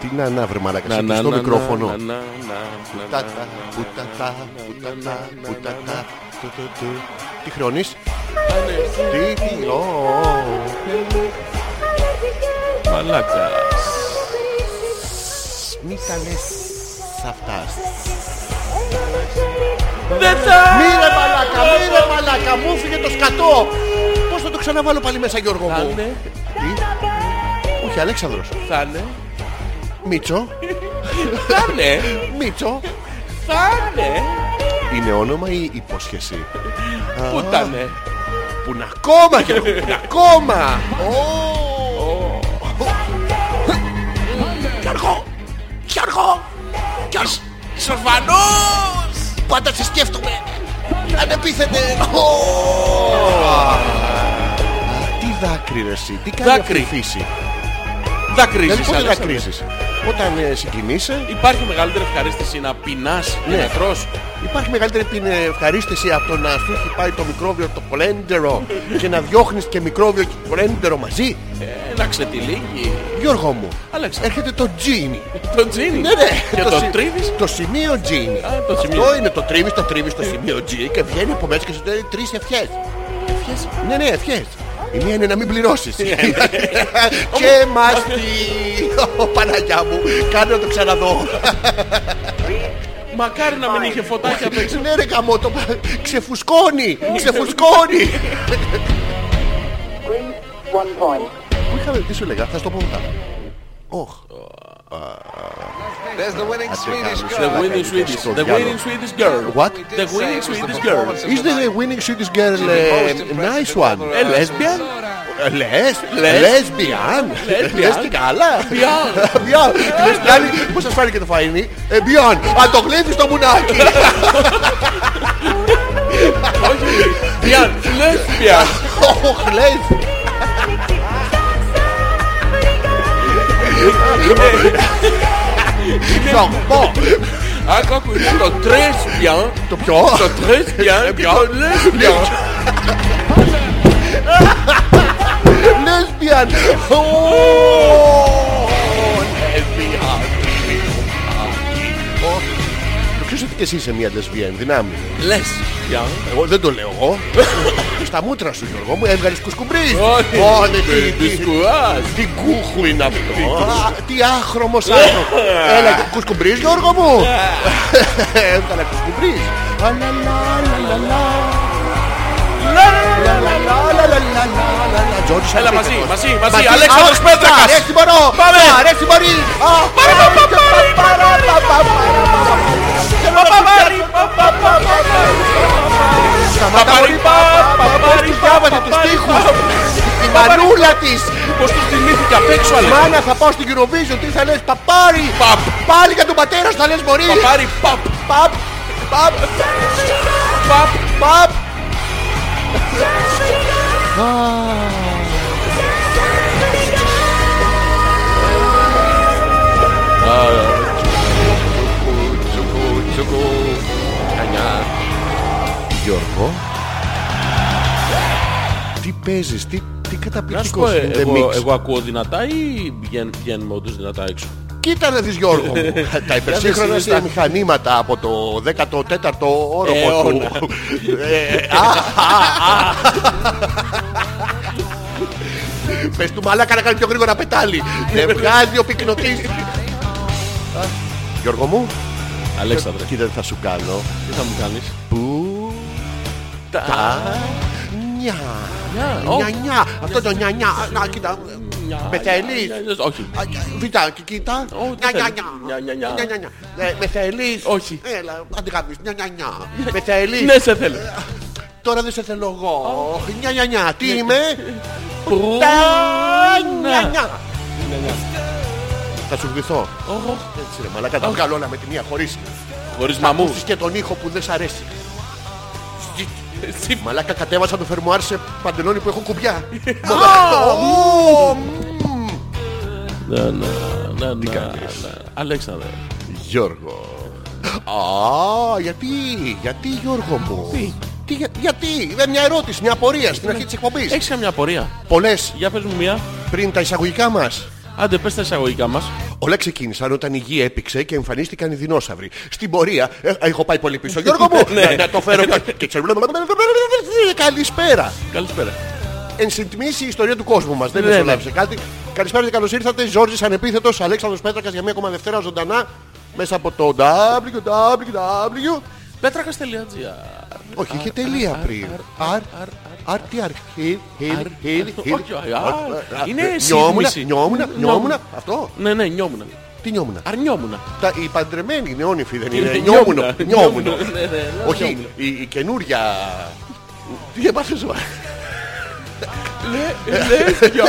Τι να να βρε μαλάκα, σε κλειστό μικρόφωνο. Πουτάτα, πουτάτα, πουτάτα, πουτάτα, του, του, του. Τι χρονείς? Τι, τι, ω, Μαλάκα. μη κάνεις αυτά. Δεν θα! Μη ρε μαλάκα, μη ρε μαλάκα, μου φύγε το σκατό. Πώς θα το ξαναβάλω πάλι μέσα Γιώργο Θα μου. είναι, Όχι Αλέξανδρος. θα είναι, Μίτσο, θα είναι, Μίτσο. θα είναι. Είναι όνομα ή υπόσχεση. Πού ήτανε. Που να κόμμα Γιώργο, που να κόμμα. Ω. Γιώργο, Γιώργο, Γιώργο. Σοφανώς! Πάντα σε σκέφτομαι. Ανεπίθετε. Ω! Τι δάκρυ ρε εσύ, τι κάνει Δάκρυ. αυτή η φύση. Δακρύζεις, Δηλαδή πότε Αλέξανδρε. δακρύζεις. Όταν ε, συγκινείσαι Υπάρχει μεγαλύτερη ευχαρίστηση να πεινάς και Ναι. να τρως. υπάρχει μεγαλύτερη την ε, ευχαρίστηση από το να σου έχει πάει το μικρόβιο το κολέντερο και να διώχνεις και μικρόβιο και κολέντερο μαζί. Ε, Να ξετυλίγει. Γιώργο μου, Αλέξανδρε. έρχεται το τζίνι. Το τζίνι. Ναι, ναι. Και το σι- τρίβεις. Το σημείο G είναι. Α, το σημείο. Αυτό είναι το τρίβεις, το τρίβεις, το σημείο G και βγαίνει από μέσα και σου λέει τρεις ευχές. Ευχές. Ναι, ναι, ευχές. Η μία είναι να μην πληρώσεις. και μας τη... Ω, Παναγιά μου, κάνε να το ξαναδώ. Μακάρι να μην είχε φωτάκια απ' έξω. ναι ρε γαμό, το ξεφουσκώνει, ξεφουσκώνει. Greece, one point. Πού είχαμε, τι σου λέγα, θα στο πω μετά. Όχ. There's the winning Swedish The girl. winning Swedish. Στο The διάλογο. winning Swedish girl. What? We did The say winning it was the Swedish girl. performance of Is the the night. winning Swedish girl most a impressive nice one? ever. A lesbian? Λες, Λες. λεσβιάν. Λες τι καλά. Μπιάν. Μπιάν. Λες τι άλλη, πώς σας φάνηκε το φαΐνι. Ε, μπιάν. Αν το γλύφεις το μουνάκι. Πιάν. Lesbian. Ωχ, λες. Γιωγμό. Άκου, άκου, είναι το τρέσπιαν. Το πιο. Το τρέσπιαν και το lesbian. Λεσβιάν. Το ξέρεις ότι και εσύ είσαι μια λεσβιάν δυνάμει. Lesbian. Εγώ δεν το λέω εγώ. Στα μούτρα σου Γιώργο μου έβγαλες κουσκουμπρί. Όχι. Ω, δεν τι- τι- Δυσκουράς. Τι κούχου είναι αυτό. Α, Τι άχρωμος άνθρωπο. Έλα κουσκουμπρίζ Γιώργο μου. Έβγαλα κουσκουμπρίζ. Α, λα, λα, λα, λα, λα. Λα, λα, λα, λα, λα, λα, λα, λα. Τζόρτζ, Έλα Αλέκο. μαζί, μαζί, μαζί. Αλέξανδρος Α, Πέτρακας. Αρέσει μωρό. Πάμε. Α, Αρέσει μωρή. Α, Πάμε. πάμε, πάμε, πάμε, πάμε, πάμε, πάμε. Θέλω να Παπαπάρι, πιάνω. παπαπαπαπα. Σταματά, Παπαρι, μωρή. παπαπαπαρι, Πώς διάβαζε τους παπαπαρι, στίχους. παπα- Η μανούλα της. Πώς τους θυμήθηκε απ' έξω, Αλέξανδρε. Μάνα θα πάω στην Eurovision. Τι θα λες παπάρι. Παπ. Πάλι για τον πατέρα σου θα λες μωρή. Παπάρι, παπ, Παπ. Παπ. παπ. Παπ. Γιώργο. Τι παίζεις, τι, τι Να σου πω, καταπληκτικός ε, είναι the εγώ, mix. εγώ ακούω δυνατά ή βγαίν- βγαίνουμε όντως δυνατά έξω. Κοίτα να δεις Γιώργο μου. Τα υπερσύγχρονα Είδες τα- στα μηχανήματα από το 14ο όροφο του. Αιώνα. Ε, α, α, α. Πες του μαλάκα να κάνει πιο γρήγορα πετάλι. Δεν βγάζει ο πυκνοτής. Α, Γιώργο μου, Αλέξανδρε, κοίτα τι θα σου κάνω. τι θα μου κάνεις. Που Τα... νιά. Νιά, Νιά, όχι. νιά. Αυτό το νιά, νιά. Να, κοίτα. Νιά, Με θέλεις. νιά, νιά, ναι, Όχι. Α, Κοίτα, κοι- κοίτα. Ω, τι Νιά, νιά, θέλεις. Νιά, νιά, νιά. Νιά, νιά, νιά. Ε, Με θέλεις. Όχι. Έλα, αν την κάνεις. Νιά, νιά, νιά. Με θέλεις. Ναι, σε θέλω. Τώρα δεν σε θέλω εγώ. Νιά, νιά, νιά. Ναι, Τι είμαι. Πού- Τα, να. νιά, νιά. Θα σου βυθώ. Έτσι ρε μαλάκα, τα βγάλω όλα με τη μία χωρίς. Χωρίς μαμούς. Ακούσεις και τον ήχο που δεν σ' αρέσει. Μαλάκα κατέβασα το φερμοάρ σε παντελόνι που έχω κουμπιά. Ω, μμμ. Να, να, να, να, να. ναι, Αλέξανδρε. Γιώργο. Α, γιατί, γιατί Γιώργο μου. Τι? για- γιατί, δεν μια ερώτηση, μια απορία στην αρχή της εκπομπής. Έχεις καμιά απορία. Πολλές Για πες μου μία. πριν τα εισαγωγικά μας. Άντε, πες τα εισαγωγικά μας. Όλα ξεκίνησαν όταν η γη έπηξε και εμφανίστηκαν οι δεινόσαυροι. Στην πορεία. Ε, α, έχω πάει πολύ πίσω. Γιώργο μου! Ναι. να, να το φέρω. κα- και ξέρω. Καλησπέρα. Καλησπέρα. Εν συντμήσει η ιστορία του κόσμου μας. Δεν Ναι, μεσολάβησε κάτι. Καλησπέρα και καλώς ήρθατε. Ζόρζης Ανεπίθετος, Αλέξανδρος Πέτρακας για μία ακόμα Δευτέρα ζωντανά μέσα από το www. Πέτρακα.gr Όχι, είχε τελεία πριν. Αρ, αρ, τι αρ, χιλ, χιλ, χιλ, χιλ. Όχι, όχι, α, Α, είναι ε, νιόμουνα, σύγκριση. νιόμουνα, Νιόμουνα. νιόμουνα, αυτό, Ναι, ναι, νιόμουνα. τι νιόμουνα. Αρνιόμουνα. Τα, οι παντρεμένοι νεόνυφοι δεν είναι. Είναι Νιόμουνο. νιόμουνα. Νιόμουνο. Ναι, ναι, ναι, Όχι, νιόμουνα. η, η καινούρια. Τι έπαθες μα. Λε, γιο.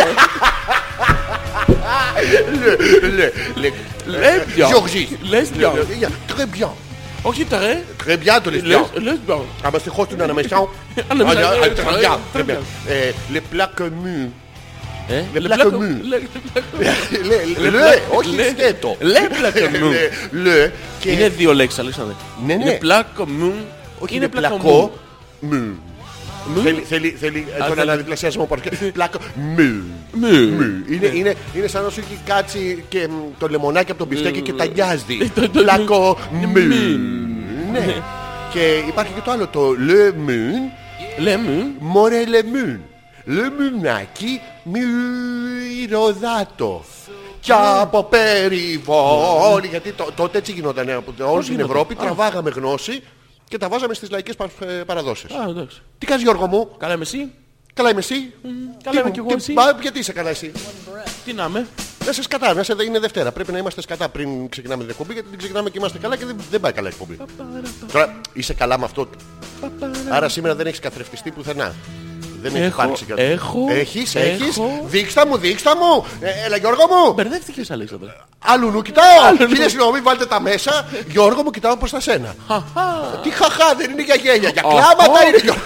Λε, λε, λε. Λε, γιο. Γιωργή. Λες, γιο. Très bien. Όχι, ε. τα ρε. Très bien το Ναι, λες bien. Λε, λε, γιο. Ah bah c'est quoi ton animation Ah, non, mais ça- Ah, très Très bien, bien, très très bien. Eh, Les plaques mu. Ε, Le λε, placo πλάκο- mu. λε, λε, πλάκο- Le, Le le, plaque- όχι le- σκέτο. Le plaque mu. Le, Le Είναι και... δύο λέξεις, Αλέξανδρε. Ναι, ναι. Είναι πλάκο μου. Όχι είναι πλάκο πλακό. μου. Μου. Μου. Θέλει- Θέλει θέλει ε, τον θέλει. Ναι. αναδιπλασιασμό. παρακαλώ. Πλάκο μου. Μου. Μμμ. Είναι, είναι, είναι σαν να σου έχει κάτσει και μ, το λεμονάκι από τον πιστέκι και τα νοιάζει. Ναι. Το- το- Πλάκο μμμ. μουν. Ναι. Και υπάρχει και το άλλο, το le moon, Λε, μου. more le moon. Le moonάκι μυρωδάτο. Κι Ναι. από περιβόλη. Γιατί το- τότε έτσι γινόταν από όλη την γινόταν. Ευρώπη. Α. Τραβάγαμε γνώση και τα βάζαμε στις λαϊκές πα- ε, παραδόσεις. Α, εντάξει. Τι κάνεις Γιώργο μου, Καλά είμαι εσύ. καλά είμαι εσύ. καλά είμαι Τι- κι εγώ, τι- εσύ. μα, Γιατί είσαι καλά εσύ. Τι να είμαι. Να σε σκατά, να σε είναι Δευτέρα. Πρέπει να είμαστε σκατά πριν ξεκινάμε την εκπομπή, γιατί την ξεκινάμε και είμαστε καλά και δεν, δεν πάει καλά η εκπομπή. Τώρα είσαι καλά με αυτό. Ναι. Άρα σήμερα δεν έχεις καθρεφτιστεί πουθενά. Δεν έχει Έχω, υπάρξει κάτι. έχω, Έχεις, έχω. έχεις. Δείξτα μου, δείξτα μου. Ε, έλα Γιώργο μου. Μπερδεύτηκες, Αλέξανδρε. Άλλου νου κοιτάω. νου. Φίλε συγγνώμη, βάλτε τα μέσα. Γιώργο μου κοιτάω προς τα σένα. Τι χαχά, δεν είναι για γέλια. Για κλάματα Αχα. είναι. Γιώργο.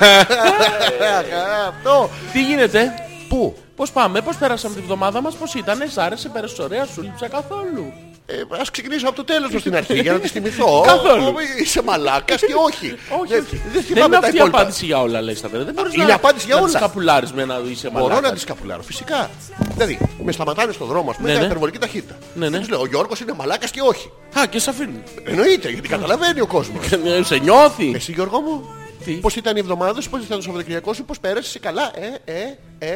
Αυτό. Τι γίνεται. Πού. Πώς πάμε, πώς πέρασαμε τη βδομάδα μας, πώς ήτανε, σ' άρεσε, πέρασε ωραία, σου λείψα καθόλου. Ε, Ας ξεκινήσω από το τέλος μου στην αρχή για να τη θυμηθώ. Καθόλου. Ε, Είσαι μαλάκας και όχι. Όχι, Δεν- όχι. Δεν δεν είναι θυμάμαι τα αυτή η υπόλοιπα. απάντηση για όλα, Αλέξανδρε. Δεν μπορείς Είναι να, απάντηση για να όλα. τις καπουλάρεις με ένα είσαι Μπορώ να μαλάκας. τις καπουλάρω, φυσικά. Δηλαδή, με σταματάνε στον δρόμο, ας πούμε, Ναι, με ναι. υπερβολική ταχύτητα. Ναι, ναι. Και τους λέω, ο Γιώργος είναι μαλάκας και όχι. Α, και σε αφήνει. Εννοείται, γιατί καταλαβαίνει ο κόσμος. Ε, σε νιώθει. Εσύ Γιώργο μου, Τι? πώς ήταν η εβδομάδα σου, πώς ήταν το Σαββατοκυριακό σου, πώς πέρασες, είσαι καλά, ε, ε, ε,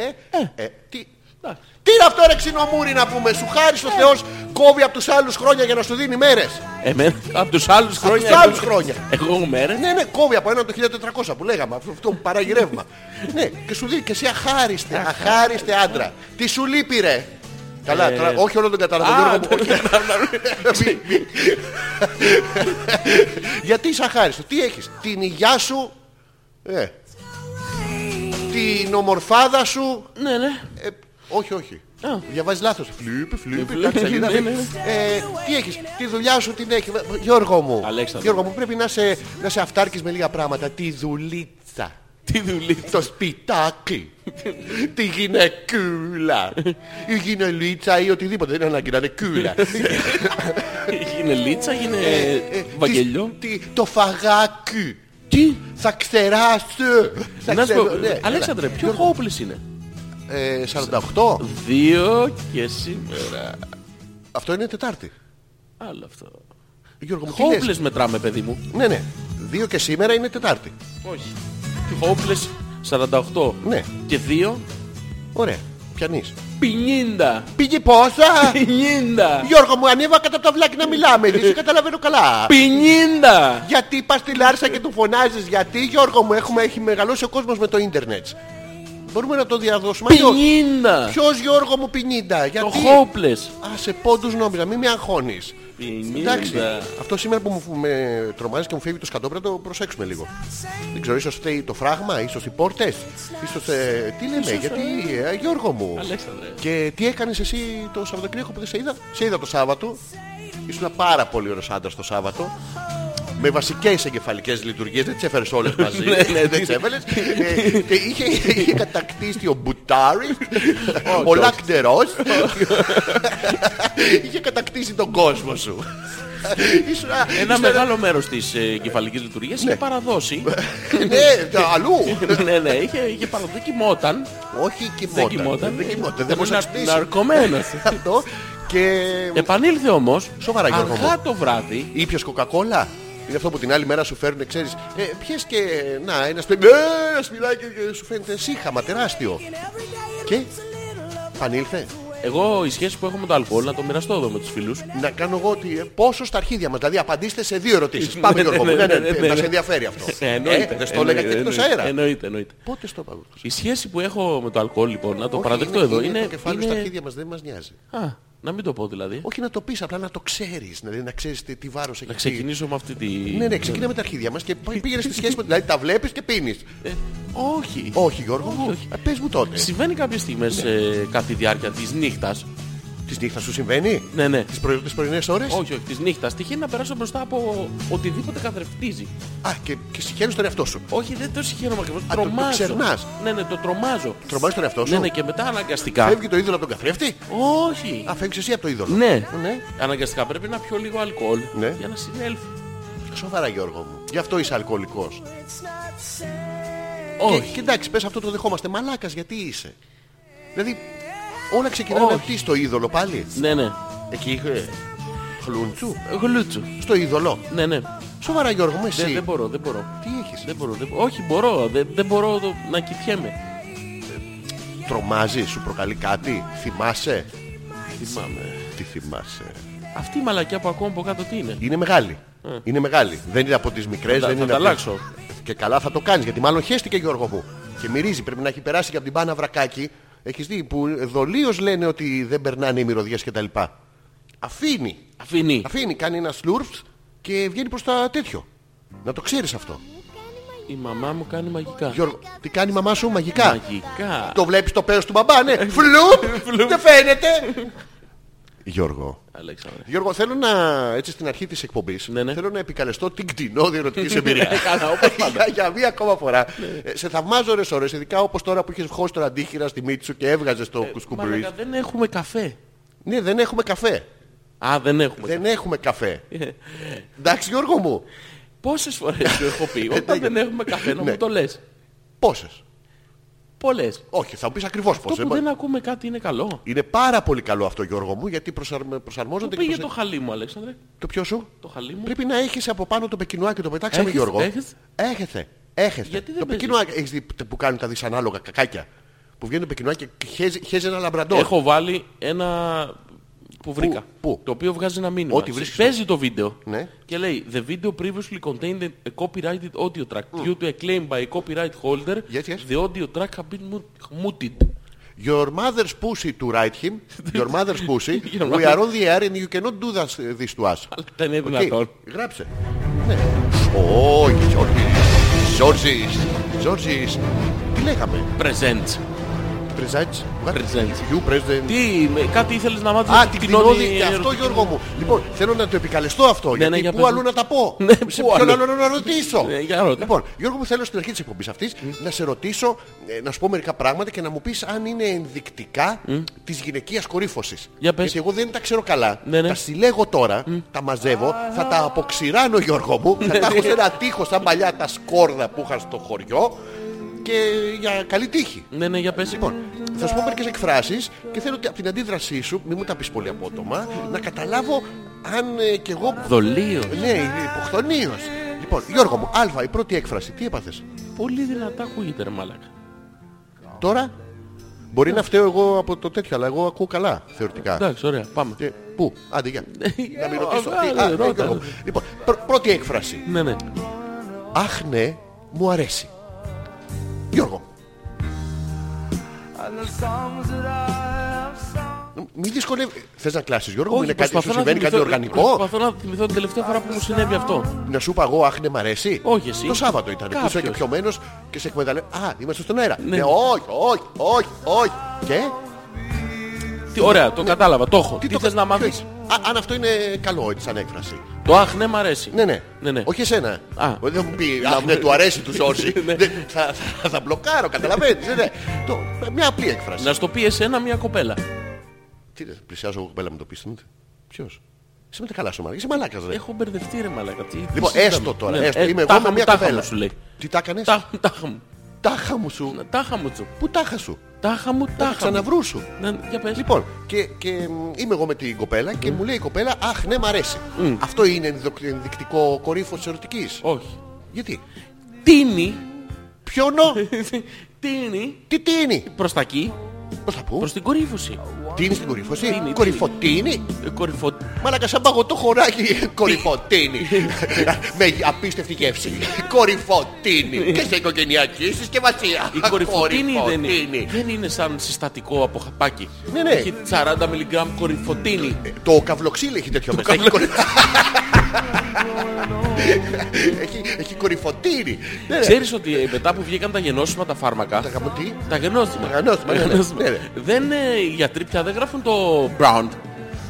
ε, τι... Εντάξει. Τι είναι αυτό ρε ξινομούρι να πούμε, σου χάρη Ε. ο Θεός κόβει από τους άλλους χρόνια για να σου δίνει μέρες. Εμένα, από τους άλλους χρόνια. τους άλλους εγώ- χρόνια. Εγώ μέρες. Ναι, ναι, κόβει από έναν το 1400 που λέγαμε, αυτό που παράγει ρεύμα. ναι, και σου δίνει και εσύ αχάριστε, αχάριστε άντρα. Τι σου λείπει, ρε. Καλά, τώρα, όχι όλο τον Α, κατάλαβα. ναι, ναι, Γιατί είσαι αχάριστος, τι έχεις, την υγειά σου, ε, την ομορφάδα σου, Ναι, ναι. ε, όχι, όχι. Α. Διαβάζεις λάθος. Φλούπι, φλούπι, φλούπι, κάτι σελίδα. ναι, ναι. Ε, Τι έχεις, τη δουλειά σου την έχει. Γιώργο μου. Αλέξανδρε. Γιώργο μου, πρέπει να είσαι, να είσαι αυτάρκης με λίγα πράγματα. Τη δουλίτσα. Τι δουλειά. Το σπιτάκι. τη γυναικούλα. η γυναιλίτσα ή οτιδήποτε. Δεν είναι ανάγκη να είναι κούλα. Γίνε λίτσα, γίνε Ε, ε, βαγγελιό. τι- τι- Το φαγάκι. Τι. Θα ξεράσω. Θα Να σου πω, ξέρω, ναι, Αλέξανδρε, έλα. ποιο hopeless είναι. Ε, 48. Δύο και σήμερα. Αυτό είναι Τετάρτη. Άλλο αυτό. Γιώργο μου, τι λες? Hopeless μετράμε, παιδί μου. Ναι, ναι. Δύο και σήμερα είναι Τετάρτη. Όχι. Hopeless 48. Ναι. Και δύο. Ωραία. Πιανείς. 50. Πήγε πόσα! 50. Γιώργο μου, ανέβα κατά τα βλάκια να μιλάμε. Δεν σε καταλαβαίνω καλά. 50. γιατί πας στη Λάρσα και του φωνάζεις, γιατί Γιώργο μου έχουμε, έχει μεγαλώσει ο κόσμος με το ίντερνετ. Μπορούμε να το διαδώσουμε. αλλιώς. 50. Ποιος Γιώργο μου 50, Το γιατί. hopeless. Α, σε πόντους νόμιζα, μην με αγχώνεις. 50. Εντάξει, αυτό σήμερα που μου με τρομάζει και μου φεύγει το σκατόπρα το προσέξουμε λίγο. Δεν ξέρω, ίσως φταίει το φράγμα, ίσως οι πόρτες, ίσως... ε, τι λέμε, γιατί, ε, Γιώργο μου. Αλέξανδρε. Και τι έκανες εσύ το Σαββατοκύριακο που δεν σε είδα. Σε είδα το Σάββατο. Ήσουν πάρα πολύ ωραίος άντρας το Σάββατο. με βασικές εγκεφαλικές λειτουργίες. Δεν τις έφερες όλες μαζί. δεν τις έφερε. Και ε, είχε, είχε κατακτήσει ο Μπουτάρι, ο Λάκντερο. είχε κατακτήσει τον κόσμο σου. Ήσουν Ένα ήσουν- μεγάλο ε, μέρος της κεφαλική λειτουργίας είχε παραδώσει. Ναι, αλλού. ναι, ναι, είχε, είχε παραδώσει. Δεν κοιμόταν. Όχι Δεν κοιμόταν. κοιμόταν. Δεν κοιμόταν. Δεν Ήταν μπορούσα να να- ξυπνήσει. ναρκωμένος. Αυτό. Και Επανήλθε όμως. Σοβαρά, Γιώργο μου. Αργά το βράδυ. ήπιες κοκακόλα. Είναι αυτό που την άλλη μέρα σου φέρνουν, ξέρεις. Ε, πιες και... Να, ένας πει... ένας μιλάει και, και σου φαίνεται σύχαμα, τεράστιο. Και πανήλθε. Εγώ η σχέση που έχω με το αλκοόλ να το μοιραστώ εδώ με τους φίλους. Να κάνω εγώ ότι... ε, Πόσο στα αρχίδια μας. Δηλαδή απαντήστε σε δύο ερωτήσεις. Ναι, Πάμε ναι, Γιώργο μου. ναι, Ναι, ναι, ναι, ναι, ναι, Μας ναι. ενδιαφέρει αυτό. Ε, Δεν Εννοείται. στο έλεγα και εκτός εννοείται, Ε, ναι. αέρα. Εννοείται, εννοείται. Πότε στο είπα. Η σχέση που έχω με το αλκοόλ, λοιπόν, να το Όχι, παραδεχτώ είναι- εδώ, είναι... είναι. Το κεφάλι είναι- στα αρχίδια μας δεν μας νοιάζει. Α, να μην το πω δηλαδή. Όχι να το πεις απλά να το ξέρεις. Δηλαδή να ξέρεις τι, τι βάρος έχει. Να ξεκινήσω με αυτή τη. Ναι, ναι, ξεκινάμε τα αρχίδια μας και πήγαινες στη σχέση με... Δηλαδή τα βλέπεις και πίνεις. Ε, όχι. Όχι Γιώργο μου, όχι. Ε, πες μου τότε. Συμβαίνει κάποιες στιγμές Ναι. ε, κατά τη διάρκεια της νύχτας. Της νύχτας σου συμβαίνει. Ναι, ναι. Τις, πρωι... τις πρωινές ώρες. Όχι, όχι, της νύχτας. Τυχαίνει να περάσω μπροστά από οτιδήποτε καθρεφτίζει. Α, και, και συγχαίρεις τον εαυτό σου. Όχι, δεν το συγχαίρομαι ακριβώ. το- το Τρομάζω. ξερνάς. Ναι, ναι, το τρομάζω. Τρομάζεις τον εαυτό σου. Ναι, ναι, και μετά αναγκαστικά. Φεύγει το είδωλο από τον καθρέφτη. Όχι. Α, φεύγεις εσύ από το είδωλο. Ναι. ναι. Αναγκαστικά πρέπει να πιω λίγο αλκοόλ Ναι. για να συνέλθει. Σοβαρά Γιώργο μου. Γι' αυτό είσαι αλκοολικός. Όχι. Και, και εντάξει, πες αυτό το δεχόμαστε. Μαλάκας γιατί είσαι. Δηλαδή όλα ξεκινάνε Όχι. από τι στο είδωλο πάλι. Ναι, ναι. Εκεί είχε χλούντσου. Γλούτσου. Στο είδωλο. Ναι, ναι. Σοβαρά Γιώργο μου, Δεν, εσύ. δεν μπορώ, δεν μπορώ. Τι έχεις. Δεν μπορώ, δεν μπορώ. Όχι, μπορώ. Δεν, δεν μπορώ το- να κοιτιέμαι. Τρομάζει, σου προκαλεί κάτι. Θυμάσαι. Θυμάμαι. Τι θυμάσαι. Αυτή η μαλακιά που ακούω από κάτω τι είναι. Είναι μεγάλη. Είναι μεγάλη. Δεν είναι από τις μικρές. Θα- δεν θα είναι τα από- αλλάξω. Και καλά θα το κάνεις γιατί μάλλον χέστηκε Γιώργο μου. Και μυρίζει. Πρέπει να έχει περάσει και από την πάνα βρακάκι. Έχεις δει που δολίως λένε ότι δεν περνάνε οι μυρωδιές κτλ. Αφήνει. Αφήνει. Αφήνει. Κάνει ένα σλούρφ και βγαίνει προς τα τέτοιο. Να το ξέρεις αυτό. Η μαμά μου κάνει μαγικά. Γιώργο, τι κάνει η μαμά σου μαγικά. Μαγικά. Το βλέπεις το πέρας του μπαμπά, ναι. Φλουπ. Δεν φαίνεται. Γιώργο. Αλέξανδρε. Γιώργο, θέλω να, έτσι στην αρχή της εκπομπής, Ναι, ναι. θέλω να επικαλεστώ την κτηνό διερωτικής εμπειρία. Ε, καλά, όπως πάντα. Ναι. για, για μία ακόμα φορά. Ε, σε θαυμάζω ώρες ώρες, ειδικά όπως τώρα που είχες χώσει τον αντίχειρα στη μύτη σου και έβγαζες Ε, το κουσκουμπρί. Μαλάκα, δεν έχουμε καφέ. Ναι, δεν έχουμε καφέ. Α, δεν έχουμε. Δεν έχουμε καφέ. Ε, Εντάξει Γιώργο μου, Πόσες φορές σου έχω πει Ναι. όταν δεν έχουμε καφέ να Ναι. μου το λες. πόσες. Πολλές. Όχι, θα μου πεις ακριβώς Το πόσες. που δεν ακούμε κάτι είναι καλό. Είναι πάρα πολύ καλό αυτό Γιώργο μου, γιατί προσαρμ- Πού προσαρμόζονται πήγε προσε- το χαλί μου, Αλέξανδρε. Το ποιο σου. Το χαλί μου. Πρέπει να έχεις από πάνω το πεκινουάκι, το πετάξαμε Έχεις, Γιώργο. έχεις. Έχετε. Έχετε. Γιατί δεν το παίζεις? πεκινουάκι έχεις δει που κάνουν τα δυσανάλογα κακάκια. Που βγαίνει το πεκινουάκι και χέζει, χέζει ένα λαμπραντόρ. Έχω βάλει ένα που βρήκα. πού? Το οποίο βγάζει ένα μήνυμα. Ό,τι βρίσκεις. Παίζει το βίντεο Ναι. και λέει The video previously contained a copyrighted audio track. Due to a claim by a copyright holder, Yes, yes. the audio track had been mut- muted. Your mother's pussy to write him. Your mother's pussy. Your We mother- are on the air and you cannot do that, uh, this to us. Αλλά δεν είναι Οκ. δυνατόν. Γράψε. Ναι. Ω, Γιώργης. Ζόρζης. Ζόρζης. Τι λέγαμε. Presents. Presents. What? Presents. You present. Τι, με- κάτι ήθελες να μάθεις Α, για την κοινόδη κοινόδη. Και αυτό, ερωτική- Γιώργο μου. Λοιπόν, θέλω να το επικαλεστώ αυτό. γιατί ναι, για πού πες αλλού μου. να τα πω. Ναι, σε πού ποιον αλλού. άλλο να ρωτήσω. Ε, για ρώτα. Λοιπόν, Γιώργο μου, θέλω στην αρχή της εκπομπής αυτής να σε ρωτήσω, ε, να σου πω μερικά πράγματα και να μου πεις αν είναι ενδεικτικά της γυναικείας κορύφωσης. Για πες. Γιατί εγώ δεν τα ξέρω καλά. Ναι, ναι. Τα συλλέγω τώρα, τα μαζεύω, θα τα αποξηράνω, Γιώργο μου. θα τα έχω σε ένα τείχο σαν παλιά τα σκόρδα που είχα στο χωριό. Και για καλή τύχη. Ναι, ναι, για πες. Λοιπόν, θα σου πω μερικές εκφράσεις και θέλω ότι από την αντίδρασή σου, μην μου τα πεις πολύ απότομα, να καταλάβω αν ε, κι εγώ... Δολίος. Ναι, είναι υποχθονίος. Λοιπόν, Γιώργο μου, α, η πρώτη έκφραση, τι έπαθες. Πολύ δυνατά ακούγεται ρε μάλακα. Τώρα, μπορεί να φταίω εγώ από το τέτοιο, αλλά εγώ ακούω καλά, θεωρητικά. Εντάξει, ωραία, πάμε. Και, πού, άντε, για. να μην ε, ρωτήσω. ε, Τι- α, ε, ναι, ρώτα. Γιώργο μου. Λοιπόν, πρω- πρώτη έκφραση. Ναι, ναι. Αχ, ναι, μου αρέσει. Γιώργο, μη δυσκολεύει. Θες να κλάσεις, Γιώργο μου, είναι κάτι προσπαθώ σου να συμβαίνει, κάτι θυμηθώ- οργανικό. Προσπαθώ να θυμηθώ την τελευταία φορά που μου συνέβη αυτό. Να σου είπα εγώ, Αχ, ναι, μ' αρέσει. Όχι, εσύ. Το Σάββατο ήταν. Που είσαι Κάποιος. και πιωμένο και σε εκμεταλλεύει. Α, είμαστε στον αέρα. Ναι. Ναι. όχι, όχι, όχι, όχι. Και. Τι, ωραία, το κατάλαβα, το έχω. Τι, το θες κα- να ποιο μάθεις. είσαι? Α, αν αυτό είναι καλό έτσι σαν έκφραση. Το αχ, ναι, μ' αρέσει. Ναι, ναι. ναι, ναι. Όχι εσένα. Α. Δεν θα μου πει, αχ, ναι, του αρέσει, του σώσει. Ναι. Δεν- θα, θα, θα μπλοκάρω, καταλαβαίνεις. ναι, ναι. Το, μια απλή έκφραση. Να στο πει εσένα μια κοπέλα. Τι ρε, πλησιάζω εγώ κοπέλα μου το πίστευτε. Ποιος. Είσαι με τα καλά σου μαλάκα. Είσαι μαλάκας ρε. Έχω ναι. μπερδευτεί ρε μαλακά. Λοιπόν, έστω τώρα. έστω. ε, Είμαι εγώ με μια κοπέλα. σου λέει. Τι τα έκανες. Τάχα μου, τάχα μου. Τάχα μου σου. Τάχα μου τσου. Πού τάχα σου. Τάχα μου, Τάχα τάχα μου. ξαναβρού σου. Ναι, για πες. Λοιπόν, και, και μ, είμαι εγώ με την κοπέλα και μου λέει η κοπέλα, Αχ, ναι, μ' αρέσει. Αυτό είναι ενδο- ενδεικτικό κορύφος της ερωτικής. Όχι. Γιατί. Τίνει. Πιονό, Τίνει. τι τίνει. Προς τα εκεί. Πώς θα πω. Προς την κορύφωση. Τίνει στην κορυφωσή. Τίνει, Κορυφωτίνη. Ε, Κορυφω... Μαλάκα σαν παγωτό χωράκι. Κορυφωτίνη. με απίστευτη γεύση. Κορυφωτίνη. και σε οικογενειακή συσκευασία. Η κορυφωτίνη δεν είναι. Κορυφωτίνη. δεν είναι σαν συστατικό από χαπάκι. Ναι, ναι. Έχει 40 μιλιγκράμμ κορυφωτίνη. Ε, Το καυλοξύλι έχει τέτοιο μέσα. Έχει, κορυ... έχει, έχει κορυφωτίνη. Ναι, ναι. Ξέρεις ότι ε, μετά που βγήκαν τα γενώσιμα τα φάρμακα, Τα γαμωτή. τα γενώσιμα, Τα γενώσιμα, ναι, ναι, γενώσιμα, ναι, ναι. δεν, ε, οι γιατροί πια δεν γράφουν το brand.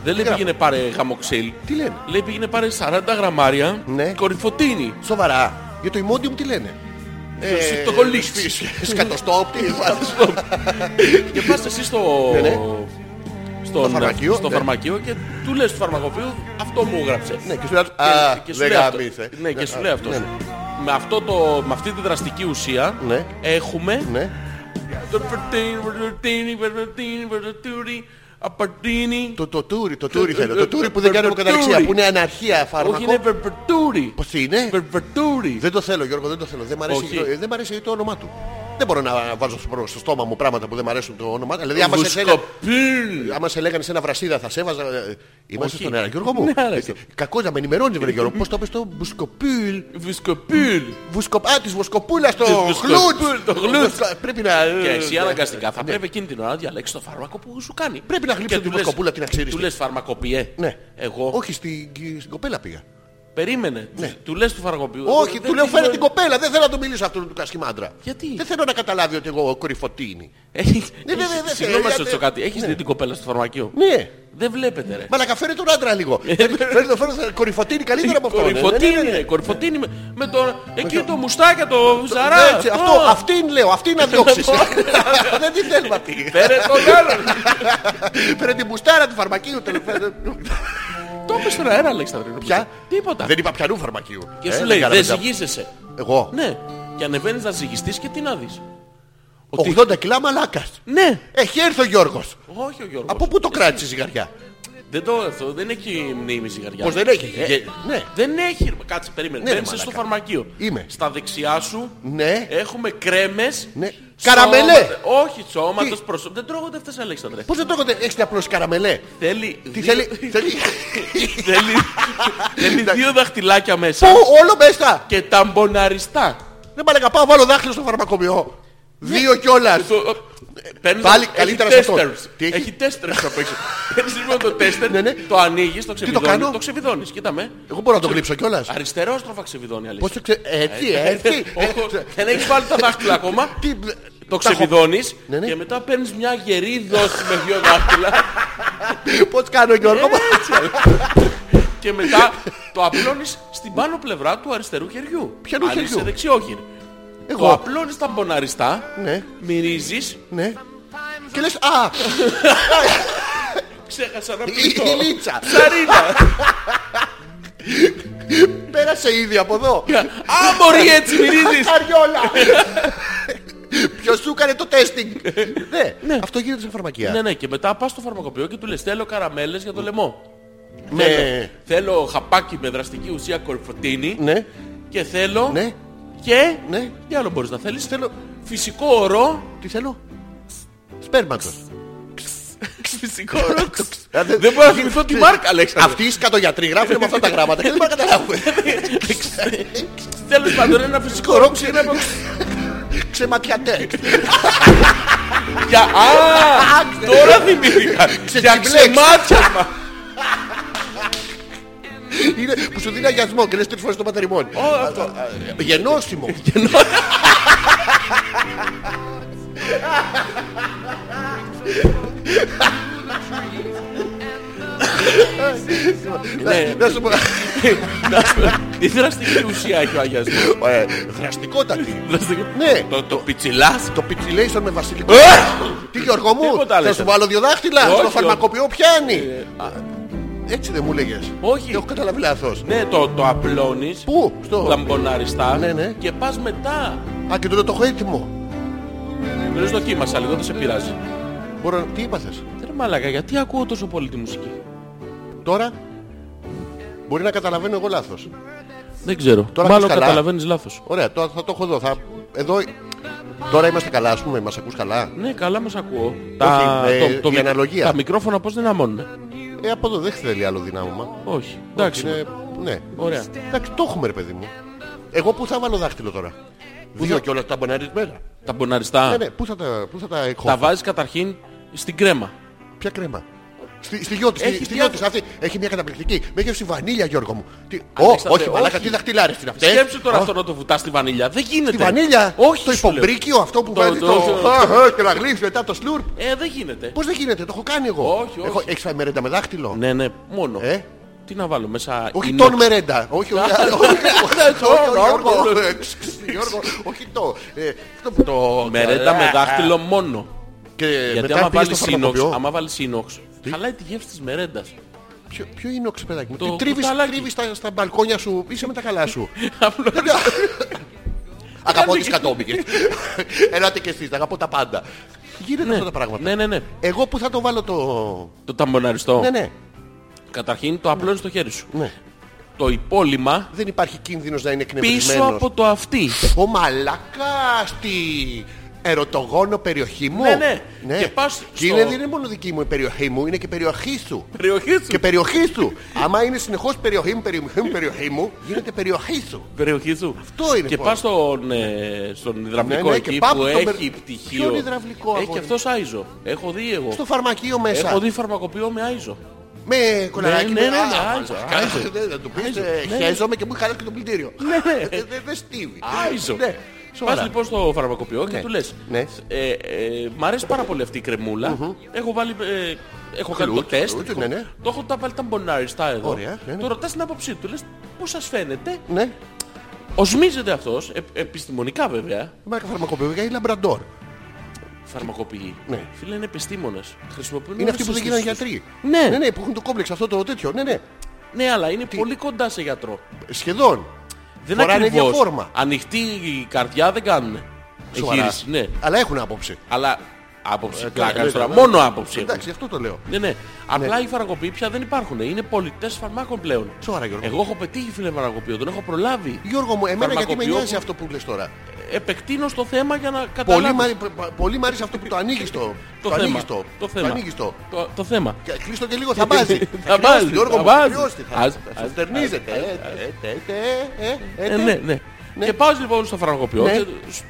Δεν λέει γράφουν. πήγαινε πάρε γαμοξύλ. Τι λένε. Λέει πήγαινε πάρε 40 γραμμάρια Ναι. κορυφωτίνη. Σοβαρά. Για το ημόντιουμ τι λένε. Ε, σου το κολλήσεις. σφι- Σκατοστόπτη. Και πας εσύ στο... Ναι, ναι. Στον, φαρμακείο, στο ναι. φαρμακείο και του λες του φαρμακοποιού αυτό μου έγραψε. Ναι, και σου λέει, «Α, και σου δεν λέει αυτό. γαμίθε». Ναι, και σου λέει αυτός. Ναι, ναι. Με, αυτό το, με αυτή τη δραστική ουσία Ναι. έχουμε Ναι. Το περτίνι, περτίνι, περτίνι, περτίνι, απαρτίνι. Το, το τούρι, το Ε, τούρι θέλω. Το τούρι που δεν κάνουμε Περπερτούρι. καταρξία, που είναι αναρχία Όχι, είναι φάρμακο. περπερτούρι. Πώς είναι. Περπερτούρι. Δεν το θέλω Γιώργο, δεν το θέλω. Δεν μ' αρέσει, Όχι. το, ε, δεν μ' αρέσει το όνομά του. Δεν μπορώ να βάζω στο- στο στόμα μου πράγματα που δεν μ' αρέσουν το όνομά του. Δηλαδή άμα σε, λέγανε, Βουσκοπίλ. άμα σε λέγανε σε ένα βρασίδα θα σε έβαζα. ε, Είμαστε Όχι. στον αέρα Γιώργο μου. Ε, Ναι, άρεσε. Κακό να με ενημερώνεις βρε Γιώργο. Πώς το πες το μπουσκοπίλ. Βουσκοπίλ. Βουσκο... Α, της Βοσκοπούλας το Της γλουτς. Βοσκοπούλ, το γλουτς. Βοσκο- Πρέπει να... Ναι. Και εσύ αναγκαστικά θα πρέπει εκείνη την ώρα να διαλέξεις το φάρμακο που σου κάνει. Πρέπει να γλύψω Και την του λες- Βοσκοπούλα, την αξίριστη. Του λες φαρμακοποιέ. Ναι. Εγώ. Όχι, στην, στην κοπέλα πήγα. Περίμενε. Του λες του φαρμακοποιού. Όχι, Δεν του λέω ξέρω- φέρε την κοπέλα. Δεν θέλω να του μιλήσω αυτόν του κασκιμάντρα. Γιατί? Δεν θέλω να καταλάβει ότι εγώ κορυφωτίνη. Έχεις- Ναι, ναι, ναι, ναι, Συγγνώμη να ναι, σου ρωτήσω ναι. κάτι. Έχεις δει την κοπέλα στο φαρμακείο. Ναι. Δεν βλέπετε ρε. Μαλακα φέρε τον άντρα λίγο. Φέρε τον φέρε τον κορυφωτίνη καλύτερα από αυτόν. Ναι, ναι, ναι, Ε, Κορυφωτίνη, ναι. ρε, κορυφωτίνη με- με το... Εκεί το μουστάκι, το ζαρά. Ναι, Έτσι, Α, αυτό, αυτήν λέω, αυτήν να διώξεις. Δεν την θέλουμε αυτή. Φέρε τον άλλον. Φέρε την μπουστάρα του φαρμακείου. τέλος πάντων. Το είπες στον αέρα, Αλέξανδρε. Ποια? Τίποτα. Δεν είπα πιανού φαρμακείου. Και Ε, σου λέει, κάναμε δεν τα- ζυγίζεσαι. Εγώ. Ναι. Και ανεβαίνεις να ζυγιστείς και τι να δεις. Ότι- 80 κιλά μαλάκας. Ναι. Έχει έρθει ο Γιώργος. Όχι ο Γιώργος. Από πού το κράτησες η ζυγαριά. Δεν το αυτό, δεν έχει μνήμη ζυγαριά. Πώς δεν έχει. Ε, Γε- Ναι. Δεν έχει. ρε, Κάτσε, περίμενε. Ναι, ρε, Μπαίνεις στο μαλάκα. φαρμακείο. Είμαι. Στα δεξιά σου Ναι. έχουμε κρέμες. Ναι. σώματα- Καραμελέ. Όχι, σώματος, Τι? προσώπου. Δεν τρώγονται αυτές, Αλέξανδρε. Πώς δεν τρώγονται, έχεις την απλώσει καραμελέ. Θέλει. Τι δύο- θέλει, θέλει. Θέλει, θέλει δύο δαχτυλάκια Πού, μέσα όλο μέσα. και ταμποναριστά. Δεν μαλακα, πάω βάλω δάχτυλο στο φαρμακοποιό. Δύο κιόλας. Το- παίρνεις- Πάλι έχει καλύτερα σε αυτό. testers. Τι έχει? Έχει τέσσερις απ' έξω. Παίρνεις λοιπόν το τέσσερ, Ναι, ναι. το ανοίγεις, το κάνω? ξεβιδώνεις. Το ξεβιδώνεις, κοίτα με. Εγώ μπορώ να το γλύψω κιόλας. Ε, Αριστερόστροφα ξεβιδώνει αλήθεια. Ε, Πώς το ξε... Έτσι, έτσι. Όχι, Δεν έχεις βάλει τα δάχτυλα ακόμα. Ε, Τι... Το τα έχω- ξεβιδώνεις Ναι, ναι. και μετά παίρνεις μια γερή δόση με δύο δάχτυλα Πώς κάνω Γιώργο. μου? και μετά το απλώνεις στην πάνω πλευρά του αριστερού χεριού. Ποιανού Αν είσαι χεριού? δεξιό χέρι. Εγώ. Το απλώνεις ταμποναριστά, Ναι. μυρίζεις, Ναι. Και λες, α, ξέχασα να η πληθώ. λίτσα. Ψαρίνα. Πέρασε ήδη από εδώ. Α, μπορεί έτσι μυρίζεις. Καριόλα. Ποιος σου έκανε το τέστινγκ. Ναι, αυτό γίνεται σε Ναι, φαρμακεία. ναι, και μετά πας στο φαρμακοποιό και του λες θέλω καραμέλες για το λαιμό. Ναι. Θέλω χαπάκι με δραστική ουσία κορφωτίνη Ναι. και θέλω... Ναι. Και... Ναι. Τι άλλο μπορείς να θέλεις. Θέλω φυσικό ορό. Τι θέλω. Σπέρματος. Φυσικό ορό. Α, Δεν μπορώ να θυμηθώ τη μάρκα, Αλέξανδρε. Αυτοί οι σκατογιατροί γράφουν με αυτά τα γράμματα και δεν μπορούμε να καταλάβουμε. Τέλος πάντων ένα φυσικό ορό ξερέπα. Ξεματιατέ. Για... Α, τώρα θυμήθηκα. Για Ξετσιμπλέξ. ξεμάτιασμα. Είναι που σου δίνει αγιασμό και λες τρεις φορές το πατερημόν. Ω, αυτό. Γενώσιμο. Ναι. Να σου πω. Να σου πω, Τι δραστική ουσία έχει ο Άγιας. ε, Δραστικότατη. Δραστική- Ναι. Ε! Το- Το πιτσιλάς. Το πιτσιλέισον με βασιλικό. Τι Γιώργο μου, Ε! Τίποτα άλλο θα ήταν. σου βάλω δύο δάχτυλα. Όχι, Στο όχι. Ε, φαρμακοποιό πιάνει. Έτσι δεν μου λέγες. Όχι. Έχω καταλάβει λάθος. Ναι, το, το απλώνεις. Πού, στο. Λαμποναριστά. Ναι, ναι. Και πας μετά. Α, και τότε το έχω έτοιμο. Δεν δοκίμασα λίγο, δεν σε πειράζει. Μπορώ να... Τι είπαθες. Ρε μαλάκα, γιατί ακούω τόσο πολύ τη μουσική. Τώρα μπορεί να καταλαβαίνω εγώ λάθος. Δεν ξέρω. Τώρα Μάλλον ακούς καλά. καταλαβαίνεις λάθος. Ωραία, τώρα θα το έχω εδώ. Θα... Εδώ... Τώρα είμαστε καλά, ας πούμε, μας ακούς καλά. Ναι, καλά μας ακούω. ε, η μικ- αναλογία. τα μικρόφωνα πώς δυναμώνουν. Ε, από εδώ δεν θέλει άλλο δυνάμωμα. Όχι. Εντάξει. Είναι... Ναι. Ωραία. Εντάξει, το έχουμε ρε παιδί μου. Εγώ πού θα βάλω δάχτυλο τώρα. Δύο κιόλας τα μποναρισμένα. Τα μποναριστά. Ναι, ναι, πού θα τα, πού θα τα έχω. Τα βάζεις καταρχήν στην κρέμα. Ποια κρέμα. Στη, στη γιο της, Έχει στη- στη διά- γιο της αυτή. Έχει μια καταπληκτική. Μέγευση βανίλια, Γιώργο μου. Τι... Ω, Αλέξανδρε, όχι, όχι. μαλάκα, τι δαχτυλάρες είναι αυτές. Σκέψου τώρα Α, αυτό να το βουτάς στη βανίλια. Δεν γίνεται. Τη Ε, βανίλια. Όχι. Το σου λέω. υπομπρίκιο αυτό που Το- βάζει το- το... το- Α, α, Και να γλύφει μετά το σλουρπ. Ε, δεν γίνεται. Πώς δεν γίνεται, το έχω κάνει εγώ. Όχι, όχι. Έχω... Έχεις φάει μερέντα με δάχτυλο. Ναι, ναι, μόνο. Ε? Τι να βάλω μέσα. Όχι inox. τον μερέντα. Όχι, Ναι, όχι, όχι, όχι, όχι, Γιώργο. Ε, ξ, ξ, Γιώργο, Όχι το. ε, Αυτό που το. Μερέντα με δάχτυλο μόνο. Και Γιατί ε, μετά άμα πήγες βάλεις στο σύνοξ, φαρμακοποιό. άμα βάλεις σύνοξ, χαλάει τη γεύση της μερέντας. Ποιο- Ποιο είναι ο ξεπεδάκι μου. Το Τι Τρίβεις, κουταλάκι. τρίβεις στα, στα μπαλκόνια σου. Είσαι με τα καλά σου. Απλό- ε, Αγαπώ τις κατόμπικες. Ελάτε και εσείς. Αγαπώ τα πάντα. Γίνεται αυτά τα πράγματα. Ναι, ναι, ναι. Εγώ που θα το βάλω το... Το ταμποναριστό. Ναι, ναι. Καταρχήν το απλώνεις στο χέρι σου. ναι. Το υπόλοιμα Δεν υπάρχει κίνδυνος να είναι πίσω εκνευρισμένος. από το αυτί. Ο μαλακά στη ερωτογόνο περιοχή μου. Ναι, ναι. Και πας στο- είναι, δεν είναι μόνο δική μου η περιοχή μου, είναι και περιοχή σου. Περιοχή σου. και περιοχή σου. Άμα είναι συνεχώς περιοχή μου, περιοχή μου, περιοχή μου, γίνεται περιοχή σου. Περιοχή σου. Αυτό είναι Και πόνο. πας στον, ε, στον υδραυλικό Ναι, ναι, και εκεί πάμε που στο έχει μερ- πτυχίο. Ποιον υδραυλικό, Έχει αγόρι μου? αυτός Άιζο. Έχω δει εγώ. Στο ε, φαρμακείο μέσα. Έχω δει φαρμακοποιό με Άιζο. Με κολαράκι. Ε, Ναι, ναι, ναι, με- ναι, Α, άιζο, μαλακά. άιζο. Δεν θα του πεις, Άιζο, ε, ναι. χαίζομαι και μου χαλάσει και το πλυντήριο. ναι. Ε, Δεν δεν στίβει. Άιζο. Ναι, σοβαρά. Πας λοιπόν στο φαρμακοποιό και του λες Ναι. ε, ε, Μ' αρέσει πάρα πολύ αυτή η κρεμούλα. Έχω βάλει... ε, έχω κάνει το Κλουτ, τεστ. κλουτ, έχω- ναι, ναι. Το έχω τα βάλει τα μπονάριστα εδώ. Ωραία, ναι, ναι. Του ρωτάς την άποψή του. Λες πώς σας φαίνεται. Ναι, Οσμίζεται αυτός. ε, επιστημονικά βέβαια. μάρκα φαρμακοποιητικά ή λαμπραντόρ. Φαρμακοποιοί. Ναι. Φίλε είναι επιστήμονες. Χρησιμοποιούν Είναι όλες αυτοί που τις δεν γίνανε αισθήσεις τους. γιατροί. Ναι. ναι, ναι, που έχουν το κόμπλεξ αυτό το τέτοιο. Ναι, ναι. Ναι, αλλά είναι πολύ κοντά σε γιατρό. Σχεδόν. Δεν Φοράνε ακριβώς. ίδια φόρμα. Ανοιχτή η καρδιά δεν κάνουν. Σοβαρά. Ε, Εγχείρηση, ναι. Αλλά έχουν άποψη. Αλλά άποψη. καλά, πλάκα τώρα. βέβαια. Μόνο άποψη. έχουν. ναι, Εντάξει, γι' αυτό το λέω. Ναι, ναι. Απλά οι φαρμακοποιοί πια δεν υπάρχουν. Είναι πολιτές φαρμάκων πλέον. Σοβαρά, Γιώργο. Εγώ έχω πετύχει φίλε φαρμακοποιό, τον έχω προλάβει. Γιώργο μου, εμένα γιατί με Φαρμακοποιό νοιάζει που- αυτό που λες τώρα. Επεκτείνω στο θέμα για να Πολύ, καταλάβω. μα, π- π- πολύ μ' αρέσει αυτό που το ανοίγεις το. το Το, θέμα. ανοίγεις το. το θέμα. ανοίγεις το. Το- το θέμα. Και κλείστο και λίγο θα μπάζει. Θα μπάζει, Γιώργο θα μου, μπάζει. κρυώστε, θα- Ας- θα ας- σου τερνίζεται. ας- Ε, ας- ε, τε, τε, ε, ε, Ε, τε. ναι, ναι. Και πάω λοιπόν στο φαρμακοποιό Ναι. και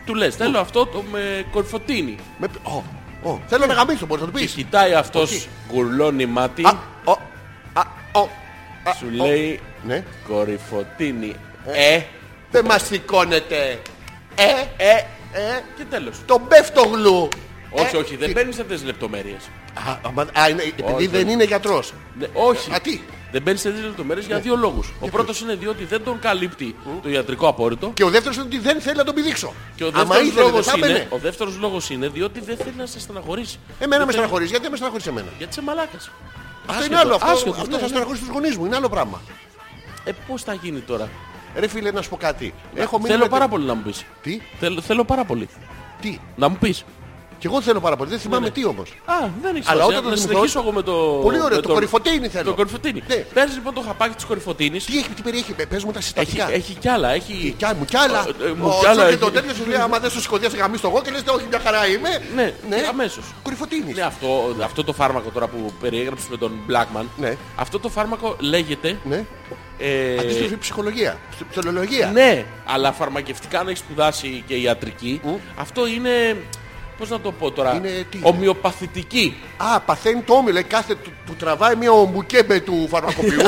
του λες θέλω αυτό το με κορφωτίνι. Με π- ω, ω, Θέλω να γαμίσω, μπορείς να το Και πεις. κοιτάει αυτός Όχι. γουρλώνει μάτι, Α, ω, α, ω, α, σου ω. λέει Ναι. κορυφωτίνι. Ε, Δεν μας σηκώνεται. Ε, ε, ε, και τέλος. τον πέφτω γλου. Όχι, Ε, όχι, δεν τι- μπαίνεις σε αυτές τις λεπτομέρειες. Α, αμα- α, είναι- επειδή Όχι. δεν είναι γιατρός. Ναι, όχι. Α, τι? Δεν μπαίνει σε δύο λεπτομέρειες Ναι. για δύο λόγους. Ο πρώτος είναι διότι δεν τον καλύπτει το ιατρικό απόρριτο. Και ο δεύτερος είναι ότι δεν θέλει να τον πηδήξω. Και ο Άμα δεύτερος ήθελε λόγος δεν θα είναι, έμπαινε. ο δεύτερος λόγος είναι διότι δεν θέλει να σε στεναχωρήσει. Εμένα Δεν με θέλει- στεναχωρείς. Γιατί δεν με στεναχωρείς εμένα. Γιατί είσαι μαλάκας. Αυτό είναι άλλο. Αυτό, άσχετο, αυτό ναι, θα ναι. στεναχωρείς τους γονείς μου. Είναι άλλο πράγμα. Ε, πώς θα γίνει τώρα. Ρε φίλε να σου πω κάτι. Έχω μείνει Θέλω με- πάρα πολύ να μου πεις. Τι, Θέλω, θέλω πάρα πολύ. τι. Να μου πεις. Κι εγώ θέλω πάρα πολύ. Δεν θυμάμαι τι όμως. Α, δεν έχει Αλλά σημασία. όταν το Να θυμηθώ- συνεχίσω εγώ με Ναι, το. Πολύ με ωραίο. Το κορυφωτέινι Το θέλω. κορυφωτίνι. Ναι. Παίρνει λοιπόν το χαπάκι της κορυφωτίνης. Τι έχει, τι περιέχει. πε- Πες μου τα Έχει, συστατικά. έχει κι άλλα. Έχει... Κι άλλα, μου κι άλλα. Ε, ε, μου Ο κι άλλα Τσο και έχει. το τέτοιο σου λέει άμα δεν σου σκοτειάσαι γαμίστο εγώ και λες όχι μια χαρά είμαι. Ναι, αμέσως. Κορυφωτίνης. Ναι, αυτό, αυτό το φάρμακο τώρα που περιέγραψες με τον Blackman. Ναι. Αυτό το φάρμακο λέγεται. Ναι. Ε, Αντίστοιχη ψυχολογία. ψι- Ψυχολογία. ναι, αλλά φαρμακευτικά αν έχει σπουδάσει και ιατρική, Μμ. αυτό είναι. Πώς να το πω τώρα. Είναι τι? Ομοιοπαθητική. Α, παθαίνει το όμιλο. ε, Κάθε του, του τραβάει μια ομπουκέμπε του φαρμακοποιού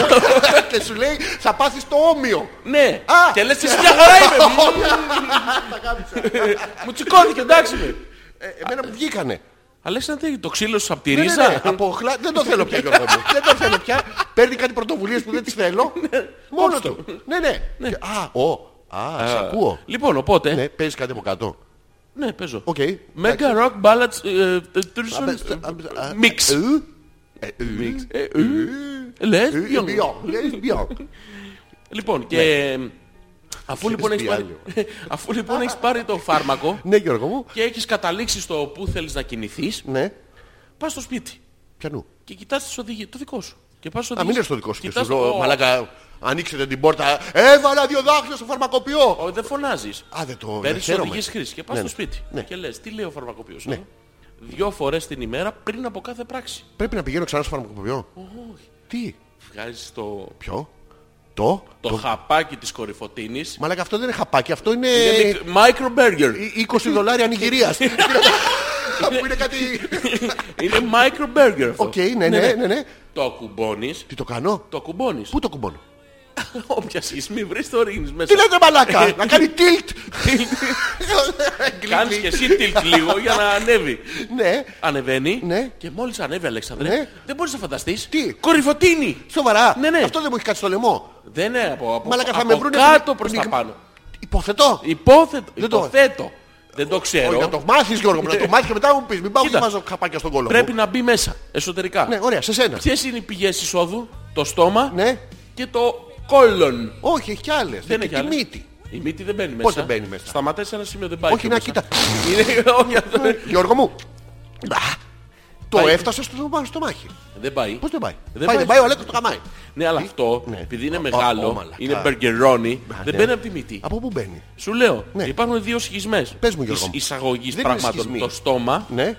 και σου λέει θα πάθεις το όμοιο. Ναι, Α! και λες εσύ μια χαρά είμαι. μ, Τα γάμισα. Μου τσικώθηκε, εντάξει. με. Ε, Εμένα μου βγήκανε. Αλέξανδρε, το ξύλο σου από τη Ναι, ναι, ναι, ρίζα. από χλα- Δεν το θέλω πια, Γιώργο μου. Δεν το θέλω πια. Παίρνει κάτι πρωτοβουλίες που δεν τις θέλω. Μόνο το. του. Ναι, ναι. Και- Α, ο. Α, σε ακούω. Λοιπόν, οπότε. Ναι, παίζεις κάτι από κάτω. Ναι, παίζω. Οκ. Mega rock ballads. ε, ε, tradition, ε, Mix. Μίξ. Ε, Λες, Ε, ποιον. Μπιόν. Ναι. Λοιπόν, και. Αφού λοιπόν, έχεις πάρει, Διάλειμμα. αφού λοιπόν έχεις πάρει το φάρμακο Ναι, Γιώργο μου. και έχεις καταλήξει στο που θέλεις να κινηθείς, Ναι. πας στο σπίτι Πιανού. και κοιτάς τις οδηγίες, το δικό σου. Και πας Α, οδηγίες. μην είναι στο δικό σου. Κοιτάς Σου λέω, το- Μαλάκα, ανοίξετε την πόρτα. Έβαλα δύο δάχτυλα στο φαρμακοποιό. Ο, δεν φωνάζεις. Α, δεν το Παίρνεις χαίρομαι. οδηγίες χρήσης και πας Ναι, στο ναι. σπίτι. Ναι. Και λες, τι λέει ο φαρμακοποιός. Ναι. εδώ? Δυο φορές την ημέρα πριν από κάθε πράξη. Πρέπει να πηγαίνω ξανά στο φαρμακοποιό. Όχι. Τι. Βγάζεις το, Ποιο. Το. το, χαπάκι της κορυφωτίνης. Μαλάκα αυτό δεν είναι χαπάκι. Αυτό είναι... Είναι μικ- micro burger. ε, 20 δολάρια ανοιγυρίας. Που είναι κάτι... Είναι micro burger αυτό. ε, Οκ, ναι, ναι, ναι, ναι. Το ακουμπώνεις. Τι το κάνω. Το ακουμπώνεις. Πού το κουμπώνω. Όποιας σεισμή βρεις το ρίχνεις μέσα. Τι λέτε μαλάκα. Να κάνει tilt. Κάνεις και εσύ tilt λίγο για να ανέβει. Ναι. Ανεβαίνει Ναι. και μόλις ανέβει Αλέξανδρε Ναι. δεν μπορείς να φανταστείς. Τι? Κορυφωτίνη. Σοβαρά. Ναι, ναι. Αυτό δεν μου έχει κάτι στο λαιμό. Δεν είναι από, από, Μαλάκα, θα από με βρούνε κάτω πνιγ- προς τα πνιγ- πάνω. Υποθετώ. Υπόθετο. Δεν το- υποθέτω. Δεν το ξέρω. Όχι, να το μάθεις Γιώργο μου, να το μάθεις και μετά μου πεις. Μην πάω και Ε, Κοίτα. βάζω χαπάκια στον κόλλο Πρέπει μου. να μπει μέσα εσωτερικά. Ναι, ωραία, σε σένα. Ποιες είναι οι πηγές εισόδου, το στόμα Ναι. και το κόλλον. Όχι, έχει κι άλλες. Δεν Και έχει τη άλλες. μύτη. Η μύτη δεν μπαίνει μέσα. Πώς δεν μπαίνει μέσα? Σταματάει σε ένα σημείο, δεν πάει. Όχι, πιο να μέσα. κοίτα. Είναι- όχι, αυτό δεν- Γιώργο μου. Α, Το Πάει. έφτασε στο στο μάχη. Δεν πάει. Ναι. Πώς δεν πάει. Δεν Πάει, πάει. δεν πάει, ο Αλέκος το καμάει. Ναι, αλλά αυτό Ναι. επειδή είναι Ο- ο- ο μεγάλο, μαλακά. είναι μπεργκερόνι, Α, δεν ναι. μπαίνει από τη μύτη. Από πού μπαίνει. Σου λέω, Ναι. υπάρχουν δύο σχισμές. Πες μου, Γιώργο μου. Εισαγωγής Δεν είναι πραγμάτων. σχισμοί. Το στόμα. Ναι.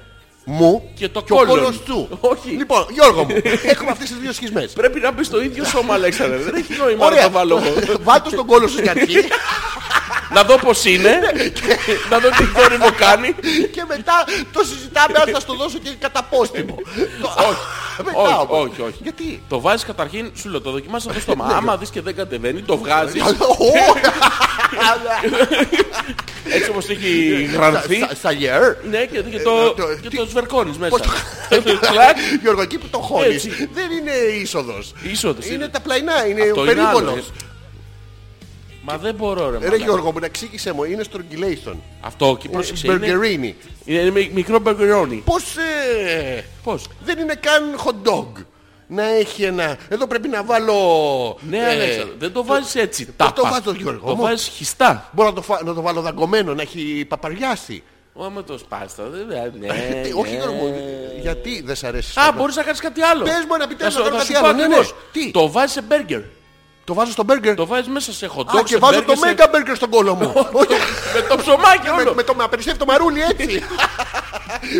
Μου Και το ο κόλλον. κόλλος του. Όχι. Λοιπόν, Γιώργο μου, έχουμε αυτές τις δύο σχισμές. Πρέπει να μπει στο ίδιο σώμα, Αλέξανδρε. δεν έχει νόημα να Ωραία. το βάλω εγώ. Βάτω στον κόλλο σου στην αρχή να δω πώς είναι. να δω τι θόρυβο κάνει. και μετά το συζητάμε αν θα στο δώσω και κατά πόστιμο. όχι, Μετά όχι, όμως. όχι, όχι. Γιατί. Το βάζεις καταρχήν, σου λέω, το δοκιμάσαι το Ναι. στόμα. Άμα δεις και δεν κατεβαίνει, το βγάζεις. έτσι όπως έχει γρανθεί. Σαγιέρ. ναι, και, και το, Ε, το- και τι- το σβερκώνεις μέσα. Ε, Κλακ. Γιώργο, εκεί που το χώνεις Έτσι. δεν είναι είσοδος. Είσοδος Είναι είναι. τα πλαϊνά, είναι Το ο είναι άλλο, περίπολος. ε. Μα δεν μπορώ ρε, Ρε μαλάκα. Γιώργο μου, να εξήγησέ μου, είναι στρογγυλέισον. Αυτό και Ε, πρόσεξε. Είναι, Μπεργκερίνι. είναι μι- μικρό μπεργκερόνι. Πώς ε, Πώς. δεν είναι καν hot dog να έχει ένα... Εδώ πρέπει να βάλω... Ναι, ε, Αλέξανδρε, δεν το βάζεις έτσι. Τάπα. το βάζω, Γιώργο Το μου. βάζεις χιστά. Μπορώ να το, φα- να το βάλω δαγκωμένο, να έχει παπαριάσει. Άμα το σπάς, θα δεν ναι, ναι. Τι, Ε, Όχι Γιώργο μου, γιατί δεν σ' αρέσει. Α, αυτό. μπορείς να κάνεις κάτι άλλο. Πες μου, να Να πιτέψω σου- να να κάνω σου κάτι πω άλλο. Ναι, ναι. ακριβώς. Τι, Το βάζεις σε μπέργκερ. το βάζω στο μπέργκερ. Το βάζεις μέσα σε hot Α, dog, και σε βάζω το μπέργκερ, σε- mega burger στον κόλλο μου. Όχι, Με το ψωμάκι με- όλο. Με το με απεριστεύει το μαρούλι έτσι.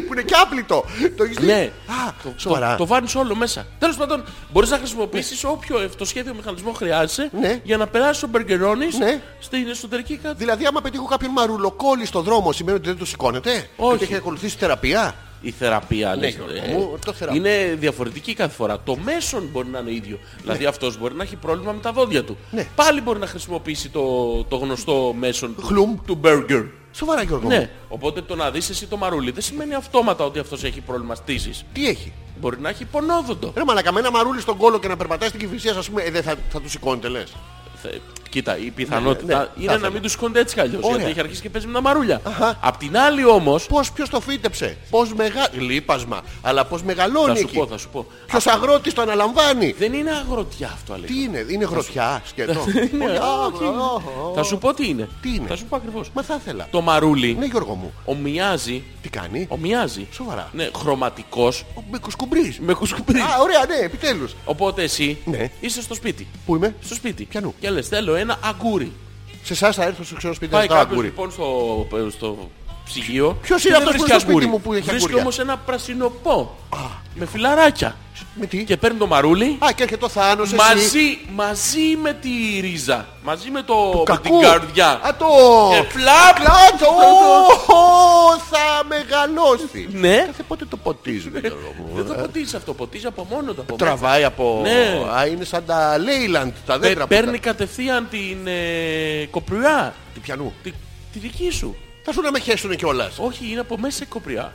Που είναι και άπλητο. Το έχεις δει. Ναι. Α, Το, σοβαρά. το βάνεις όλο μέσα. Τέλος πάντων, μπορείς να χρησιμοποιήσεις όποιο αυτοσχέδιο μηχανισμό χρειάζεσαι Ναι. για να περάσεις ο μπεργκερόνης Ναι. στην εσωτερική κατάσταση. Δηλαδή, άμα πετύχω κάποιον μαρουλοκόλλη στον δρόμο, σημαίνει ότι δεν το σηκώνεται. Όχι. Ότι έχει ακολουθήσει θεραπεία. Η θεραπεία λες, Ναι, Γιώργο ε, μου, το θεραπεία. είναι διαφορετική κάθε φορά. Το μέσον μπορεί να είναι ίδιο. Δηλαδή αυτός μπορεί να έχει πρόβλημα με τα δόντια του. Ναι. Πάλι μπορεί να χρησιμοποιήσει το, το γνωστό μέσον του- Χλουμ. του burger. Σοβαρά, Γιώργο. μου. Ναι. Οπότε το να δεις εσύ το μαρούλι δεν σημαίνει αυτόματα ότι αυτός έχει πρόβλημα στήσης. Τι έχει. Μπορεί να έχει πονόδοντο. Ρε μαλακα, με ένα μαρούλι στον κόλο και να περπατάει στην κυφυσία, ας πούμε, ε, δεν θα, θα του σηκώνετε λες. Θε- Κοίτα, η πιθανότητα Ναι, ναι, είναι να κάθετα. μην του σηκώνεται έτσι κι αλλιώς, Ωραία. Γιατί έχει αρχίσει και παίζει με τα μαρούλια. Αχα. Απ' την άλλη όμως, Πώς, ποιος το φύτεψε, πώς μεγα... Λείπασμα, αλλά πώς μεγαλώνει θα σου εκεί. πω, θα σου πω. Ποιος αγρότης το αναλαμβάνει. Δεν είναι αγροτιά αυτό, Αλέξη. Τι είναι, είναι γροθιά σκέτο. Ναι, Ωραία, όχι. ωραία. Θα σου πω τι είναι. Τι είναι? Θα σου πω ακριβώς. Μα θα ήθελα. Το μαρούλι Ναι, Γιώργο μου, ομοιάζει. τι κάνει. Ομοιάζει. Σοβαρά. Ναι, χρωματικός Ο Μπίκο Κουμπρί. με κουσκουπρί. Α, ωραία, ναι, επιτέλους. Οπότε εσύ Ναι. είσαι στο σπίτι. Πού είμαι, Στο σπίτι. Πιανού? Και λες θέλω ένα αγκούρι. σε εσάς θα έρθω στο ξένο σπίτι να Πάει ζητάω κάποιος αγκούρι. λοιπόν στο, στο ψυγείο. Ποιος και είναι δεν αυτός που βρίσκει είναι στο σπίτι αγκούρι. μου που έχει Βρίσκει αγκούρια? όμως ένα πρασινοπό. Με φιλαράκια. Με τι. Και παίρνει το μαρούλι. Α, και έρχεται ο Θάνο. Μαζί, μαζί με τη ρίζα. Μαζί με, το, με Κακού. την καρδιά. Α, το. Και φλαπ. Κλάτσο! Φλαπ. Ω, Θα μεγαλώσει. Ναι. Κάθε πότε το ποτίζουν. Γιώργο μου. Δεν το ποτίζει αυτό. Ποτίζει από μόνο του. από Τραβάει από. Ναι. Α, είναι σαν τα Λέιλαντ τα Πε- δέντρα. που παίρνει κατευθείαν την ε, κοπριά. τα- Του πιανού. Τη, τη δική σου. Θα σου να με χέσουνε κιόλας. Όχι, είναι από μέσα η κοπριά.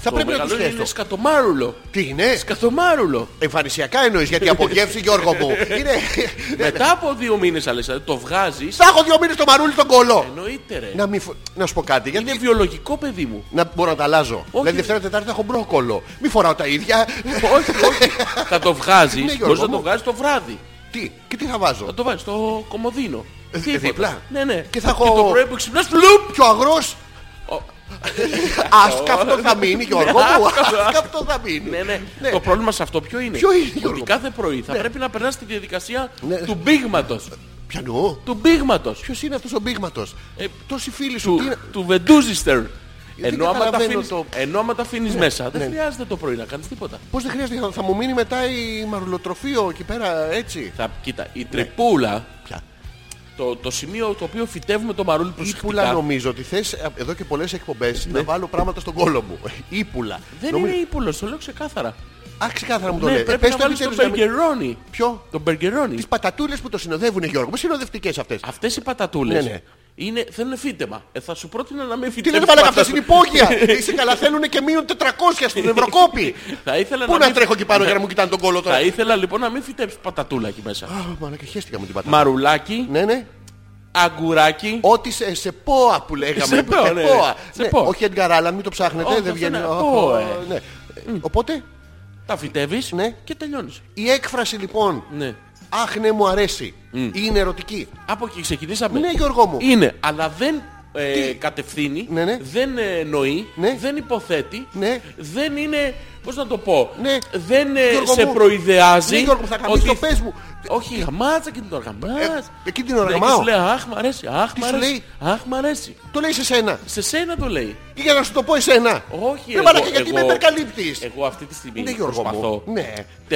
θα πρέπει να τους μεγαλώνει, θέσω. Είναι σκατομάρουλο. Τι είναι, Σκατομάρουλο. εμφανισιακά εννοείς, γιατί από γεύση Γιώργο μου. Είναι... Ναι, Μετά από δύο μήνες Αλέξανδρε το βγάζεις. Θα έχω δύο μήνες το μαρούλι τον κολό. Εννοείται ρε. Να, μη φο- να σου πω κάτι, γιατί Είναι βιολογικό παιδί μου. να μπορώ να τα αλλάζω. Δηλαδή Δευτέρα Τετάρτη θα έχω μπρόκολο. Μη φοράω τα ίδια. όχι, όχι. θα το βγάζεις. Ναι, Γιώργο Μπορείς να το μου. βγάζεις το βράδυ. Τι, και τι θα Θα βάζω. το βάζει στο κομμωδίνο. Ε, Τίποτα. δίπλα. Ναι, ναι. Και θα έχω- το πρωί που ξυπνάς, φλουπ! Πιο αγρός. Ο- Άσκαυτο θα μείνει Γιώργο μου. Άσκαυτο. Άσκαυτο θα μείνει. Ναι, ναι. Ναι. Το πρόβλημα σε αυτό ποιο είναι. Ποιο είναι, Ότι Γιώργο? κάθε πρωί θα πρέπει να περνάς τη διαδικασία Ναι. του μπήγματο. Πιανού. Του μπήγματο. Ποιος είναι αυτός ο μπήγματος. Ε, Τόσοι φίλοι σου. Του, τι είναι- του βεντούζιστερ. Ενώ άμα, τα καταλαβαίνω αφήνεις, το- ενώ άμα τα αφήνεις μέσα, δεν ναι. χρειάζεται το πρωί να κάνεις τίποτα. Πώς δεν χρειάζεται, θα- θα μου μείνει μετά η μαρουλοτροφείο εκεί πέρα έτσι. Θα, κοίτα, Ναι. η τρυπούλα, Πια. το, το σημείο το οποίο φυτεύουμε το μαρούλι Ήπουλα προσεκτικά, Ναι. νομίζω ότι θες ε, εδώ και πολλές εκπομπές να βάλω πράγματα στον κόλο μου. Ήπουλα. δεν Νομίζω- είναι ύπουλος, το λέω ξεκάθαρα. Α, ξεκάθαρα μου το Ναι, λέει. πρέπει να βάλεις τον επιτέλους να μην- μπεργκερόνι. Ποιο? Τον μπεργκερόνι. Τις πατατούλες που το συνοδεύουν Γιώργο. Πώς συνοδευτικές αυτές. Αυτές οι πατατούλες Ναι, ναι. είναι, θέλουν φύτεμα. Ε, θα σου πρότεινα να μην Τι φυτέψεις λένε μαλάκα πατατούλες. αυτές είναι υπόγεια. Είσαι καλά θέλουν και μείον 400 στην Ευρωκόπη. Θα ήθελα Πού Ναι. να να, μην- Ναι. τρέχω εκεί πάνω για να μου κοιτάνε τον κόλο Θα τώρα. ήθελα λοιπόν να μην φυτέψεις πατατούλα εκεί μέσα. Α, Μαλάκα χαίστηκα με την πατάτα. Μαρουλάκι, Ναι, ναι. αγκουράκι. Ό,τι σε, σε πόα που λέγαμε. Σε πόα, ναι. Σε Ναι, πόα. Όχι Εντγκαράλα, μην το ψάχνετε, Όχι, δεν αυτό βγαίνει. είναι ε. Ω, πόα, ω, ναι. Οπότε Τα φυτεύεις Ναι. και τελειώνεις. η έκφραση λοιπόν Ναι. Αχ ναι μου αρέσει Είναι ερωτική Από εκεί ξεκινήσαμε. Ναι, Γιώργο μου. Είναι, αλλά δεν ε, κατευθύνει, Ναι, ναι. δεν ε, εννοεί, Ναι. δεν υποθέτει, Ναι. δεν είναι, πώς να το πω, Ναι. δεν ε, Γιώργο σε μου. προειδεάζει. Ναι, Γιώργο μου, θα γαμίσεις το πες μου. Όχι, γαμάτσα και την ώρα γαμάς. Ε, εκείνη την ώρα Ναι, και γαμάω. σου λέει, αχ, μ' αρέσει, αχ, Τι μ' σου αρέσει, λέει? αχ, μ' αρέσει. Το λέει σε σένα Σε σένα το λέει. Ή για να σου το πω εσένα Όχι, Ναι εγώ, μαλάκα γιατί εγώ- με υπερκαλύπτεις Εγώ αυτή τη στιγμή Ναι Γιώργο προσπαθώ μου Ναι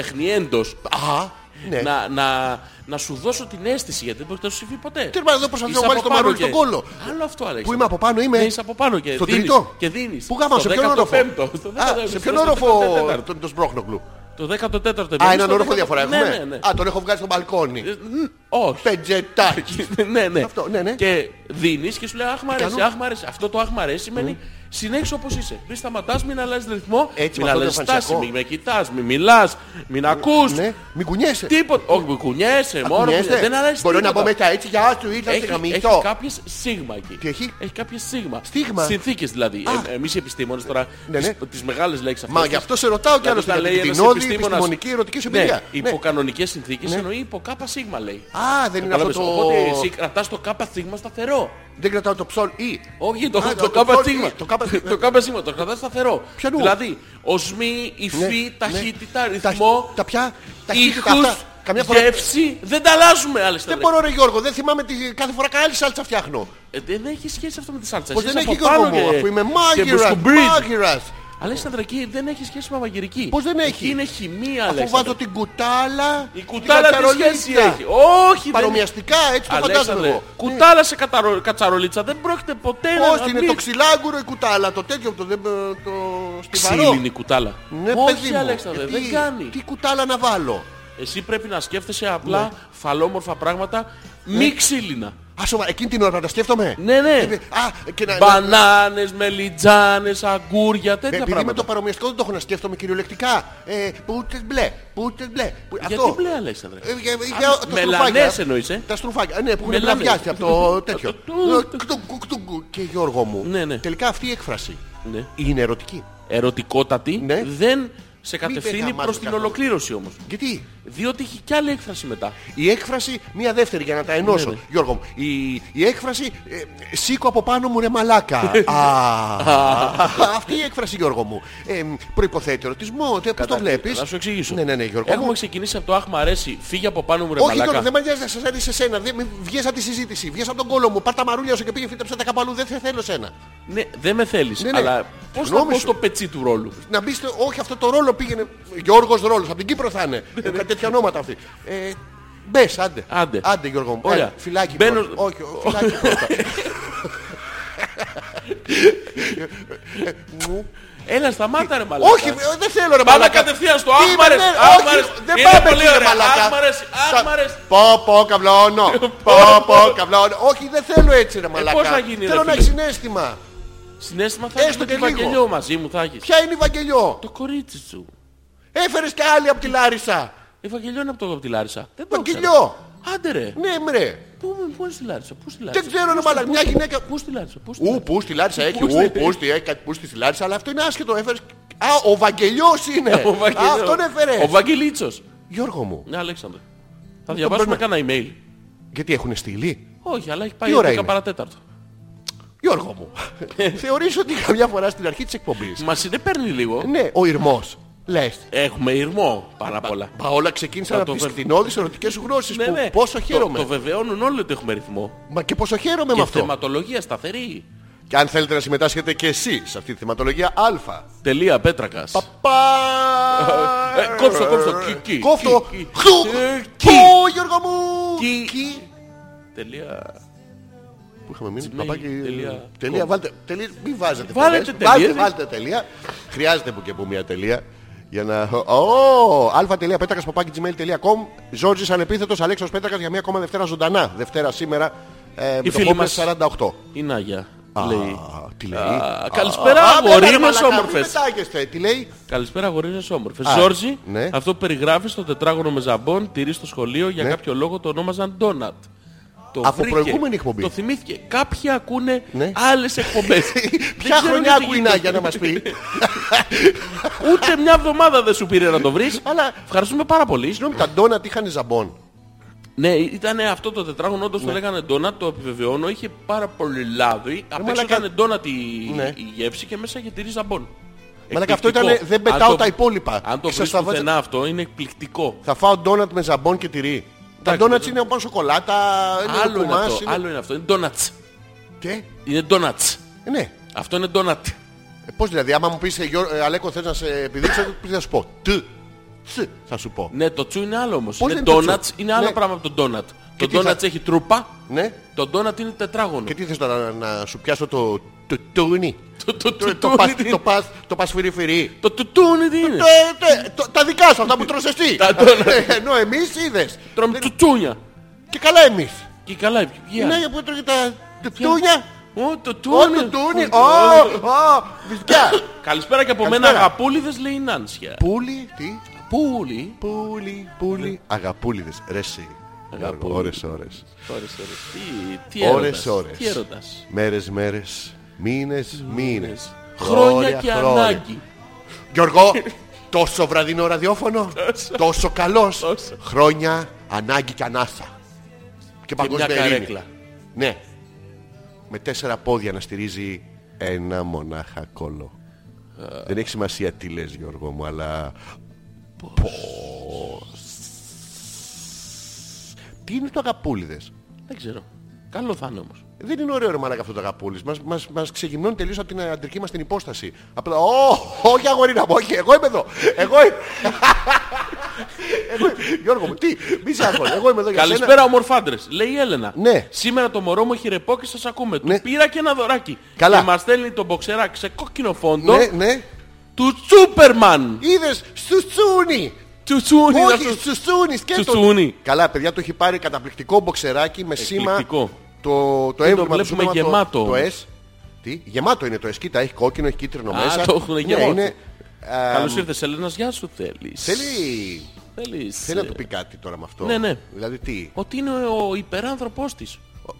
τεχνιέντος Α ναι να, να, να σου δώσω την αίσθηση γιατί δεν μπορεί να σου συμβεί ποτέ. Τι να δω προσπαθώ Είσαι να βάλεις από το πάνω μαρούλι και- στον κόλο Άλλο αυτό Αλέξη. Πού είμαι από πάνω είμαι Ναι, είσαι από πάνω και Στο δίνεις. τρίτο? Και δίνεις. Πού γάμω, σε Στο ποιον 15ο, όροφο στο Α, 15ο, σε στο ποιον όροφο 14ο. τον- τον Σπρώχνογλου Το 14ο. Α, εμείς, έναν το όροφο 15ο. διαφορά Ναι, ναι, ναι. έχουμε Α, τον έχω βγάλει στο μπαλκόνι Ε, ν- Όχι. Πεντζετάκι ναι, ναι. Αυτό, ναι, ναι. Και δίνεις και σου λέει Αχ, μ' αρέσει, κάνω? αχ, μ' αρέσει. Αυτό το αχ, μ' αρέσει σημαίνει συνέχισε όπως είσαι. Μην σταματάς, μην αλλάζεις ρυθμό, Έτσι, μην με αυτό το αλλάζεις στάση, εμφανισιακό. μην με κοιτάς, μην μιλάς, μην ακούς. Ναι, μην κουνιέσαι Τίποτα. Όχι, μην κουνιέσαι, μόνο Κουνιέστε. κουνιέσαι. δεν αρέσει Μπορώ να τίποτα. πω μετά έτσι για του ήρθα σε Έχει, έχει γαμίσω κάποιες σίγμα εκεί. Τι έχει? Έχει κάποιες σίγμα. Στίγμα. Συνθήκες δηλαδή. Α. Ε, εμείς οι επιστήμονες τώρα Ναι, ναι. Τις, τις μεγάλες λέξεις αυτές. Μα γι' αυτό σε ρωτάω κι Δηλαδή, άλλωστε τα για λέει την ένας κοινόδη επιστήμονας. επιστημονική ερωτική σου Ναι, εμπειρία. Ναι. υπό κανονικές συνθήκες εννοεί υπό κάπα σίγμα λέει. Α, δεν είναι αυτό Κατάλαβες, το... Οπότε εσύ κρατάς το κάπα σίγμα σταθερό. Δεν κρατάω το ψόλ ή. Όχι, το, Α, το- το, κάπα το- σίγμα. το κάπα σίγμα. το κάπα σίγμα, το κρατάς σταθερό. Ποιανού? Δηλαδή, οσμή, υφή, ναι. ταχύτητα, Τα- ρυθμό, Τα πια. Ταχύτητα ήχους, αυτά. Καμιά φορά. γεύση, δεν τα αλλάζουμε άλλες Δεν μπορώ ρε Γιώργο, δεν θυμάμαι τη... κάθε φορά καλή σάλτσα φτιάχνω. Ε, Δεν έχει σχέση αυτό με τη σάλτσα. Πως Εσείς δεν έχει από πάνω Γιώργο μου, και- αφού είμαι και μάγειρας. μπουσκουμπρίτ. Μάγειρας. Αλέξανδρα, εκεί δεν έχει σχέση με μαγειρική. Πώς δεν Εκεί έχει? είναι χημεία, Αφού Αλέξανδρα. βάζω την κουτάλα. Η την κουτάλα τι κατσαρολίτσα. σχέση έχει. Όχι, Παρομοιαστικά έτσι το δεν φαντάζομαι Αλέξανδρε, εγώ. κουτάλα σε καταρο... κατσαρολίτσα δεν πρόκειται ποτέ να Πώς είναι μην- το ξυλάγκουρο η κουτάλα, το τέτοιο, το, το, το στιβαρό. Ξύλινη κουτάλα. Ναι, παιδί Όχι, μου. Αλέξανδρε, Ε, τι- δεν κάνει. Τι κουτάλα να βάλω. Εσύ πρέπει να σκέφτεσαι απλά Ναι. φαλόμορφα πράγματα μη ξύλινα. Α, σοβα, εκείνη την ώρα να τα σκέφτομαι. Ναι, ναι. Ναι. Ε, Α, και να. να- Μπανάνες, μελιτζάνες, αγκούρια, τέτοια Επειδή με πράγματα. το παρομοιαστικό δεν το έχω να σκέφτομαι κυριολεκτικά. Ε, πούτε μπλε, πούτε μπλε. Πού- Γιατί μπλε, Αλέξανδρε. Ε, για- για Άλλες- τα Μελανές στρουφάκια. εννοείς, ε. Τα στρουφάκια. Ναι, που έχουν Μελανές. πλαβιάσει από το τέτοιο. Ε, Το- το- Κτουγκ, κτουγκ. Και Γιώργο μου. Ναι, ναι. Τελικά αυτή η έκφραση Ναι. είναι ερωτική. Ερωτικότατη Ναι. δεν σε κατευθύνει πεθαμάζω προς την καθόλου. ολοκλήρωση όμως. Γιατί Διότι έχει κι άλλη έκφραση μετά. η έκφραση, μία δεύτερη για να τα ενώσω, Ναι, ναι. Γιώργο μου. Η, η έκφραση, ε, σήκω από πάνω μου ρε μαλάκα. Α, αυτή η έκφραση, Γιώργο μου. Ε, προϋποθέτει ερωτισμό, τε- πώς το βλέπεις. Θα σου εξηγήσω. Ναι, ναι, ναι, Γιώργο Έχουμε μου. ξεκινήσει από το Αχ, μ' αρέσει, φύγε από πάνω μου, ρε Όχι μαλάκα. τώρα, δεν με νοιάζει να σα αρέσει εσένα. Δεν με- βγες από τη συζήτηση. Βγες από τον κόλο μου. Πάρ τα μαρούλια σου και πήγε φύτεψε τα καπαλού. Δεν θε- θέλω σένα. Ναι, δεν με θέλεις. Ναι, ναι. Αλλά πώς θα Συγγνώμη πω σου. στο πετσί του ρόλου. Να μπεις στο. Όχι, αυτό το ρόλο πήγαινε. Γιώργος Ρόλος, Από την Κύπρο θα είναι. Ε, Κάτι τέτοια ονόματα αυτή. Ε, Μπες, άντε. Ναι, Άντε. Άντε, Γιώργο μου. Ωραία. Άντε, Φυλάκι. Μπαίνω- πρώτα. Όχι, ο- φυλάκι. πρώτα. Έλα, σταμάτα, ρε μαλάκα. Όχι, ε, δεν θέλω ρε Πάμε μαλάκα. κατευθείαν στο Τι «Αχ, μ' είμαι, αρέσει, ναι, αχ, μ' όχι, αρέσει». Δεν Είναι πάμε πολύ εκεί, ρε ωραία. μαλάκα. «Αχ, μ' αρέσει, αχ, Σα- μ' αρέσει». Πω, πω, καβλώνω. πω, πω, καβλώνω. Όχι, δεν θέλω έτσι ρε μαλάκα. Ε, θα γίνει, ρε Θέλω να φίλε. έχει συνέστημα. Συνέστημα Ναι, θα Έστω έχεις με και την λίγο. Βαγγελιό μαζί μου θα έχεις. Ποια είναι η Βαγγελιό. Το κορίτσι σου. Έφερες και άλλη από τη Λάρισα. Η Βαγγελιό είναι από το από τη Λάρισα. Δεν το Βαγγελιό. ξέρω. Άντε ρε. Ναι, μρε. Πού με πού είναι στη Λάρισα. Πού στη Λάρισα. Δεν ξέρω, ρε Πού στη- μαλάκα, πού μια στη- γυναίκα- Πού στη Λάρισα. Πού στη Ου, Λάρισα. πού στη Λάρισα έχει. Πούστη. Ου, πού στη, έχει κάτι πού στη Λάρισα, αλλά αυτό είναι άσχετο. Έφερες. Α, ο Βαγγελιός είναι. Ο Βαγγελιός. Α, αυτόν έφερες. Ε, Ο Βαγγελίτσος. Γιώργο μου, Ναι, Αλέξανδρε. Θα διαβάσουμε παίρνω. κανένα email. γιατί έχουν στείλει. Όχι, αλλά έχει Τι ώρα πάει 10 είναι? παρατέταρτο. Γιώργο μου, θεωρείς ότι καμιά φορά στην αρχή της εκπομπής. Μα συνεπέρνει λίγο. Ναι, ο Ιρμός. Λες. Έχουμε ηρμό πάρα πολλά. Μα όλα ξεκίνησαν Θα από το τις βε- κτηνώδεις ερωτικές γνώσεις Ναι, που ναι. πόσο χαίρομαι. Το, το βεβαιώνουν όλοι ότι έχουμε ρυθμό. Μα και πόσο χαίρομαι με Και αυτό. θεματολογία σταθερή. Και αν θέλετε να συμμετάσχετε και εσείς σε αυτή τη θεματολογία α. Τελεία πέτρακας. Παπά! Ε, κόψω, κόψω. Κι, κι, Κόφτο. κι, κι. Χτου. Ε, Πού, κι. Γιώργο μου. Κι. Κι. Τελεία. Που είχαμε μείνει. Gmail, Παπάκι. τελεία. Τελεία. Com. Βάλτε. Τελεία. Μην βάζετε. Βάλετε τελείες. τελείες. Βάλτε, βάλτε τελεία. Χρειάζεται που και που μια τελεία. Για να. Ω! αλφα.πέτρακα παπάκι gmail.com. Ζόρζη ανεπίθετο Αλέξο Πέτρακας για μία ακόμα Δευτέρα ζωντανά. Δευτέρα σήμερα. Ε, με το φίλη Poppers μας. 48. Είναι Άγια. Λέει. Α, τι λέει. Α, Καλησπέρα, Α, πέταγα, αγορίνες μαλακά, μην όμορφες. πετάγεστε. Τι λέει. Καλησπέρα, αγορίνες όμορφες. Α, Ζόρζι, ναι. αυτό που περιγράφει στο τετράγωνο με ζαμπόν, τυρί στο σχολείο, για Ναι. κάποιο λόγο το ονόμαζαν Ντόνατ. Το Από βρήκε, προηγούμενη εκπομπή. Το θυμήθηκε. Κάποιοι ακούνε Ναι. άλλες εκπομπές. Ποια χρονιά ακούει η Νάγια να μας πει. Ούτε μια εβδομάδα δεν σου πήρε να το βρεις. Αλλά Ευχαριστούμε πάρα πολύ. συγγνώμη, τα ντόνατ είχαν ζαμπόν. Ναι, ήταν αυτό το τετράγωνο, όντως Ναι. το λέγανε ντόνατ, το επιβεβαιώνω, είχε πάρα πολύ λάδι. Απ' έξω μαλακά. ήταν ντόνατ η, Ε, Ναι. η γεύση και μέσα είχε τυρί ζαμπόν. Μαλάκα, αυτό Εκπληκτικό. ήτανε, δεν Αν πετάω το- τα υπόλοιπα. Αν το Σας βρεις τα βάζα- πουθενά αυτό, είναι εκπληκτικό. Θα φάω ντόνατ με ζαμπόν και τυρί. Τα Εντάξει, ντόνατ δεν- είναι όπως σοκολάτα, είναι Άλλο είναι, κουμάς, αυτό, είναι- άλλο είναι αυτό, είναι ντόνατς. Και, Είναι ντόνατς. ε, ναι. Αυτό είναι ντόνατ. Ε, πώς δηλαδή, άμα μου πεις, ε, Γιώργο, ε, Αλέκο, θες να σε επιδείξω, τι θα σου πω. Τι, τι θα σου πω. Ναι, το τσου είναι άλλο όμως. Πώς είναι είναι το τσου? ντόνατς, είναι άλλο Ναι. πράγμα από το ντόνατ. Το τι θα- ντόνατς έχει τρούπα, Ναι. το ντόνατ είναι τετράγωνο. Και τι θες τώρα, να, να σου πιάσω το το τούνι. Ε, Το- το- Το- το- Το το- πας- είναι- το πας- το πας φυρί-φυρί. Το τουτούνι τι είναι. Το, ε, το- το- Τα δικά σου, αυτά που τρως εσύ. Τα ντόνατ. Ε, Ενώ εμείς είδες. Τρώμε τουτσούνια. Και καλά εμείς. Και καλά, ποια. Ναι, που έτρωγε τα τούνια. Ω, το Ω, τούνι. το τούνι. Ω, Ω, ω, βυζιά. Καλησπέρα και από μένα Καλησπέρα. αγαπούλιδες λέει η ε. Νάνσια. Πούλι, τι. Πούλι. Πούλι, πούλι. Αγαπούλιδες, ρε εσύ. Αγαπούλι. Ώρες, ώρες. Ωρες, ωρες. Τι- Τι Ώρες, έρωτας. ώρες. Τι έρωτας. Μέρες, μέρες. Μήνες, μήνες. Χρόνια και ανάγκη. Γιώργο, τόσο βραδινό ραδιόφωνο. Τόσο καλός. Τόσο. Χρόνια, ανάγκη και ανάσα. Και Και μια παγκόσμια ειρήνη. καρέκλα. Ναι. Με τέσσερα πόδια να στηρίζει ένα μονάχα κόλλο. Ε. Δεν έχει σημασία τι λες Γιώργο μου, αλλά... Πώς. Τι είναι το αγαπούλιδες. Δεν ξέρω. Καλό θα είναι όμως. Δεν είναι ωραίο ρε μαλάκα αυτό το αγαπούλης. Μας, μας, μας ξεγυμνώνει τελείως από την αντρική μας την υπόσταση. Απλά, «Ω, όχι αγορίνα μου, όχι, εγώ είμαι εδώ. Εγώ είμαι. Εγώ είμαι. Γιώργο μου, τι, μη σε αγχώνει, εγώ είμαι εδώ για σένα. Καλησπέρα, ομορφάντρε. Λέει η Έλενα. Ναι. Σήμερα το μωρό μου έχει ρεπό και σα ακούμε. Ναι. Του πήρα και ένα δωράκι. Καλά. Και μας στέλνει τον μποξερά σε κόκκινο φόντο Ναι, ναι. του Σούπερμαν. Είδες, σου τσούνι. Του Τσούνι. Όχι, Τσουτσούνι, σκέτο. Τσουτσούνι. Καλά, παιδιά, το έχει πάρει καταπληκτικό μποξεράκι με σήμα. Εκπληκτικό. Το, το έμβλημα του βλέπουμε Σούπερμαν, το- γεμάτο. Το S. Τι, γεμάτο είναι το S. Κοίτα, έχει κόκκινο, έχει κίτρινο Α, μέσα. το έχουν Ναι, γεμάτο. είναι, α, Καλώ ήρθες, Έλενας. Γεια σου, θέλεις. Θέλει, Θέλεις, θέλει να ε, του πει κάτι τώρα με αυτό. Ναι, ναι. Δηλαδή τι, Ότι είναι ο υπεράνθρωπός της.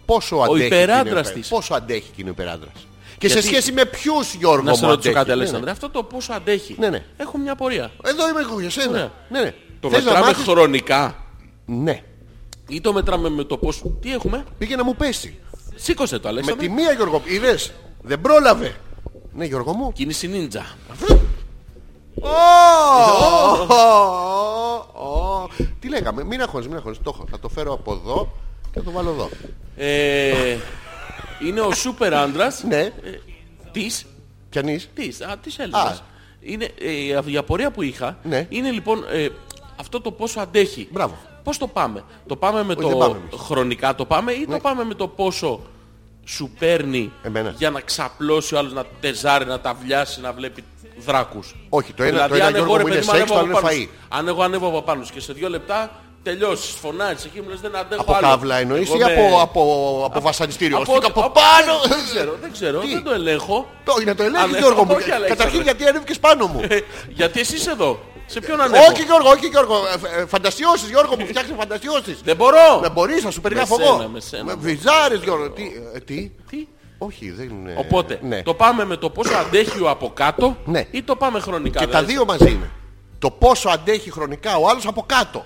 πόσο αντέχει. και είναι υπεράντρας υπε- της. Πόσο αντέχει και είναι ο υπεράντρας. Και σε Γιατί- σχέση με ποιους Γιώργο Να σε μου ρωτήσω αντέχει. κάτι, Ναι, ναι. Αλέξανδρε. Αυτό το πόσο αντέχει. Ναι, ναι. Έχω μια πορεία. Εδώ είμαι εγώ για Ωραία. σένα. Ναι, ναι. Το Θες να μετράμε μάθεις- χρονικά. Ναι. Ή το μετράμε με το πόσο. Τι έχουμε. Πήγε να μου πέσει. Σήκωσε το, Με Αλέξανδρε. τη μία Γιώργο, είδες, δεν πρόλαβε. Ναι Γιώργο μου. Κίνηση νίντζα. Ω, ω, ω, ω. Τι λέγαμε, μην αγχώνεις, μην αγχώνεις, το έχω. Θα το φέρω από εδώ και θα το βάλω εδώ. Ε, είναι ο σούπερ άντρας. Ναι, Της, πιανείς. της, α, της Έλληνας. Α. Είναι, ε, η αυ- η απορία που είχα Ναι. είναι λοιπόν ε, αυτό το πόσο αντέχει. Μπράβο. Πώς το πάμε. Το πάμε με δεν το πάμε εμείς. Ναι. χρονικά το πάμε ή το πάμε με το πόσο σου παίρνει Εμένα. για να ξαπλώσει ο άλλος να τεζάρει, να τα βλιάσει, να βλέπει δράκους. Δηλαδή, Όχι, το ένα- το ένα, αν Γιώργο εγώ, ρε μου, είναι παιδί μου, σεξ, ανέβω το από άλλο είναι φαΐ. πάνω σου- Αν εγώ ανέβω από πάνω σου και σε δύο λεπτά τελειώσεις, φωνάζει εκεί, μου λες δεν αντέχω. Από άλλο. καύλα εννοείς Εγώ ή με- από, από, από βασανιστήριο. από, Από, ό,τι- από πάνω. Δεν ξέρω, δεν ξέρω, Τι? δεν το ελέγχω. Το, να το Α, ναι, ελέγχει Γιώργο μου. όχι, Αλέξανδρε. Καταρχήν γιατί ανέβηκες πάνω μου. Ε, Γιατί εσύ είσαι εδώ. Σε ποιον ανέβω. όχι Γιώργο, όχι Γιώργο. Ε, ε, Φαντασιώσεις Γιώργο μου, φτιάξε φαντασιώσεις. Δεν μπορώ. Να μπορείς να σου περιγράφω σένα, εγώ. Ναι. με σένα. Βυζάρες Γιώργο. Τι, ε, τι. Τι? Όχι, δεν είναι. Οπότε ναι. το πάμε με το πόσο αντέχει ο από κάτω Ναι. ή το πάμε χρονικά. Και τα δηλαδή. δύο μαζί είναι. Το πόσο αντέχει χρονικά ο άλλος από κάτω.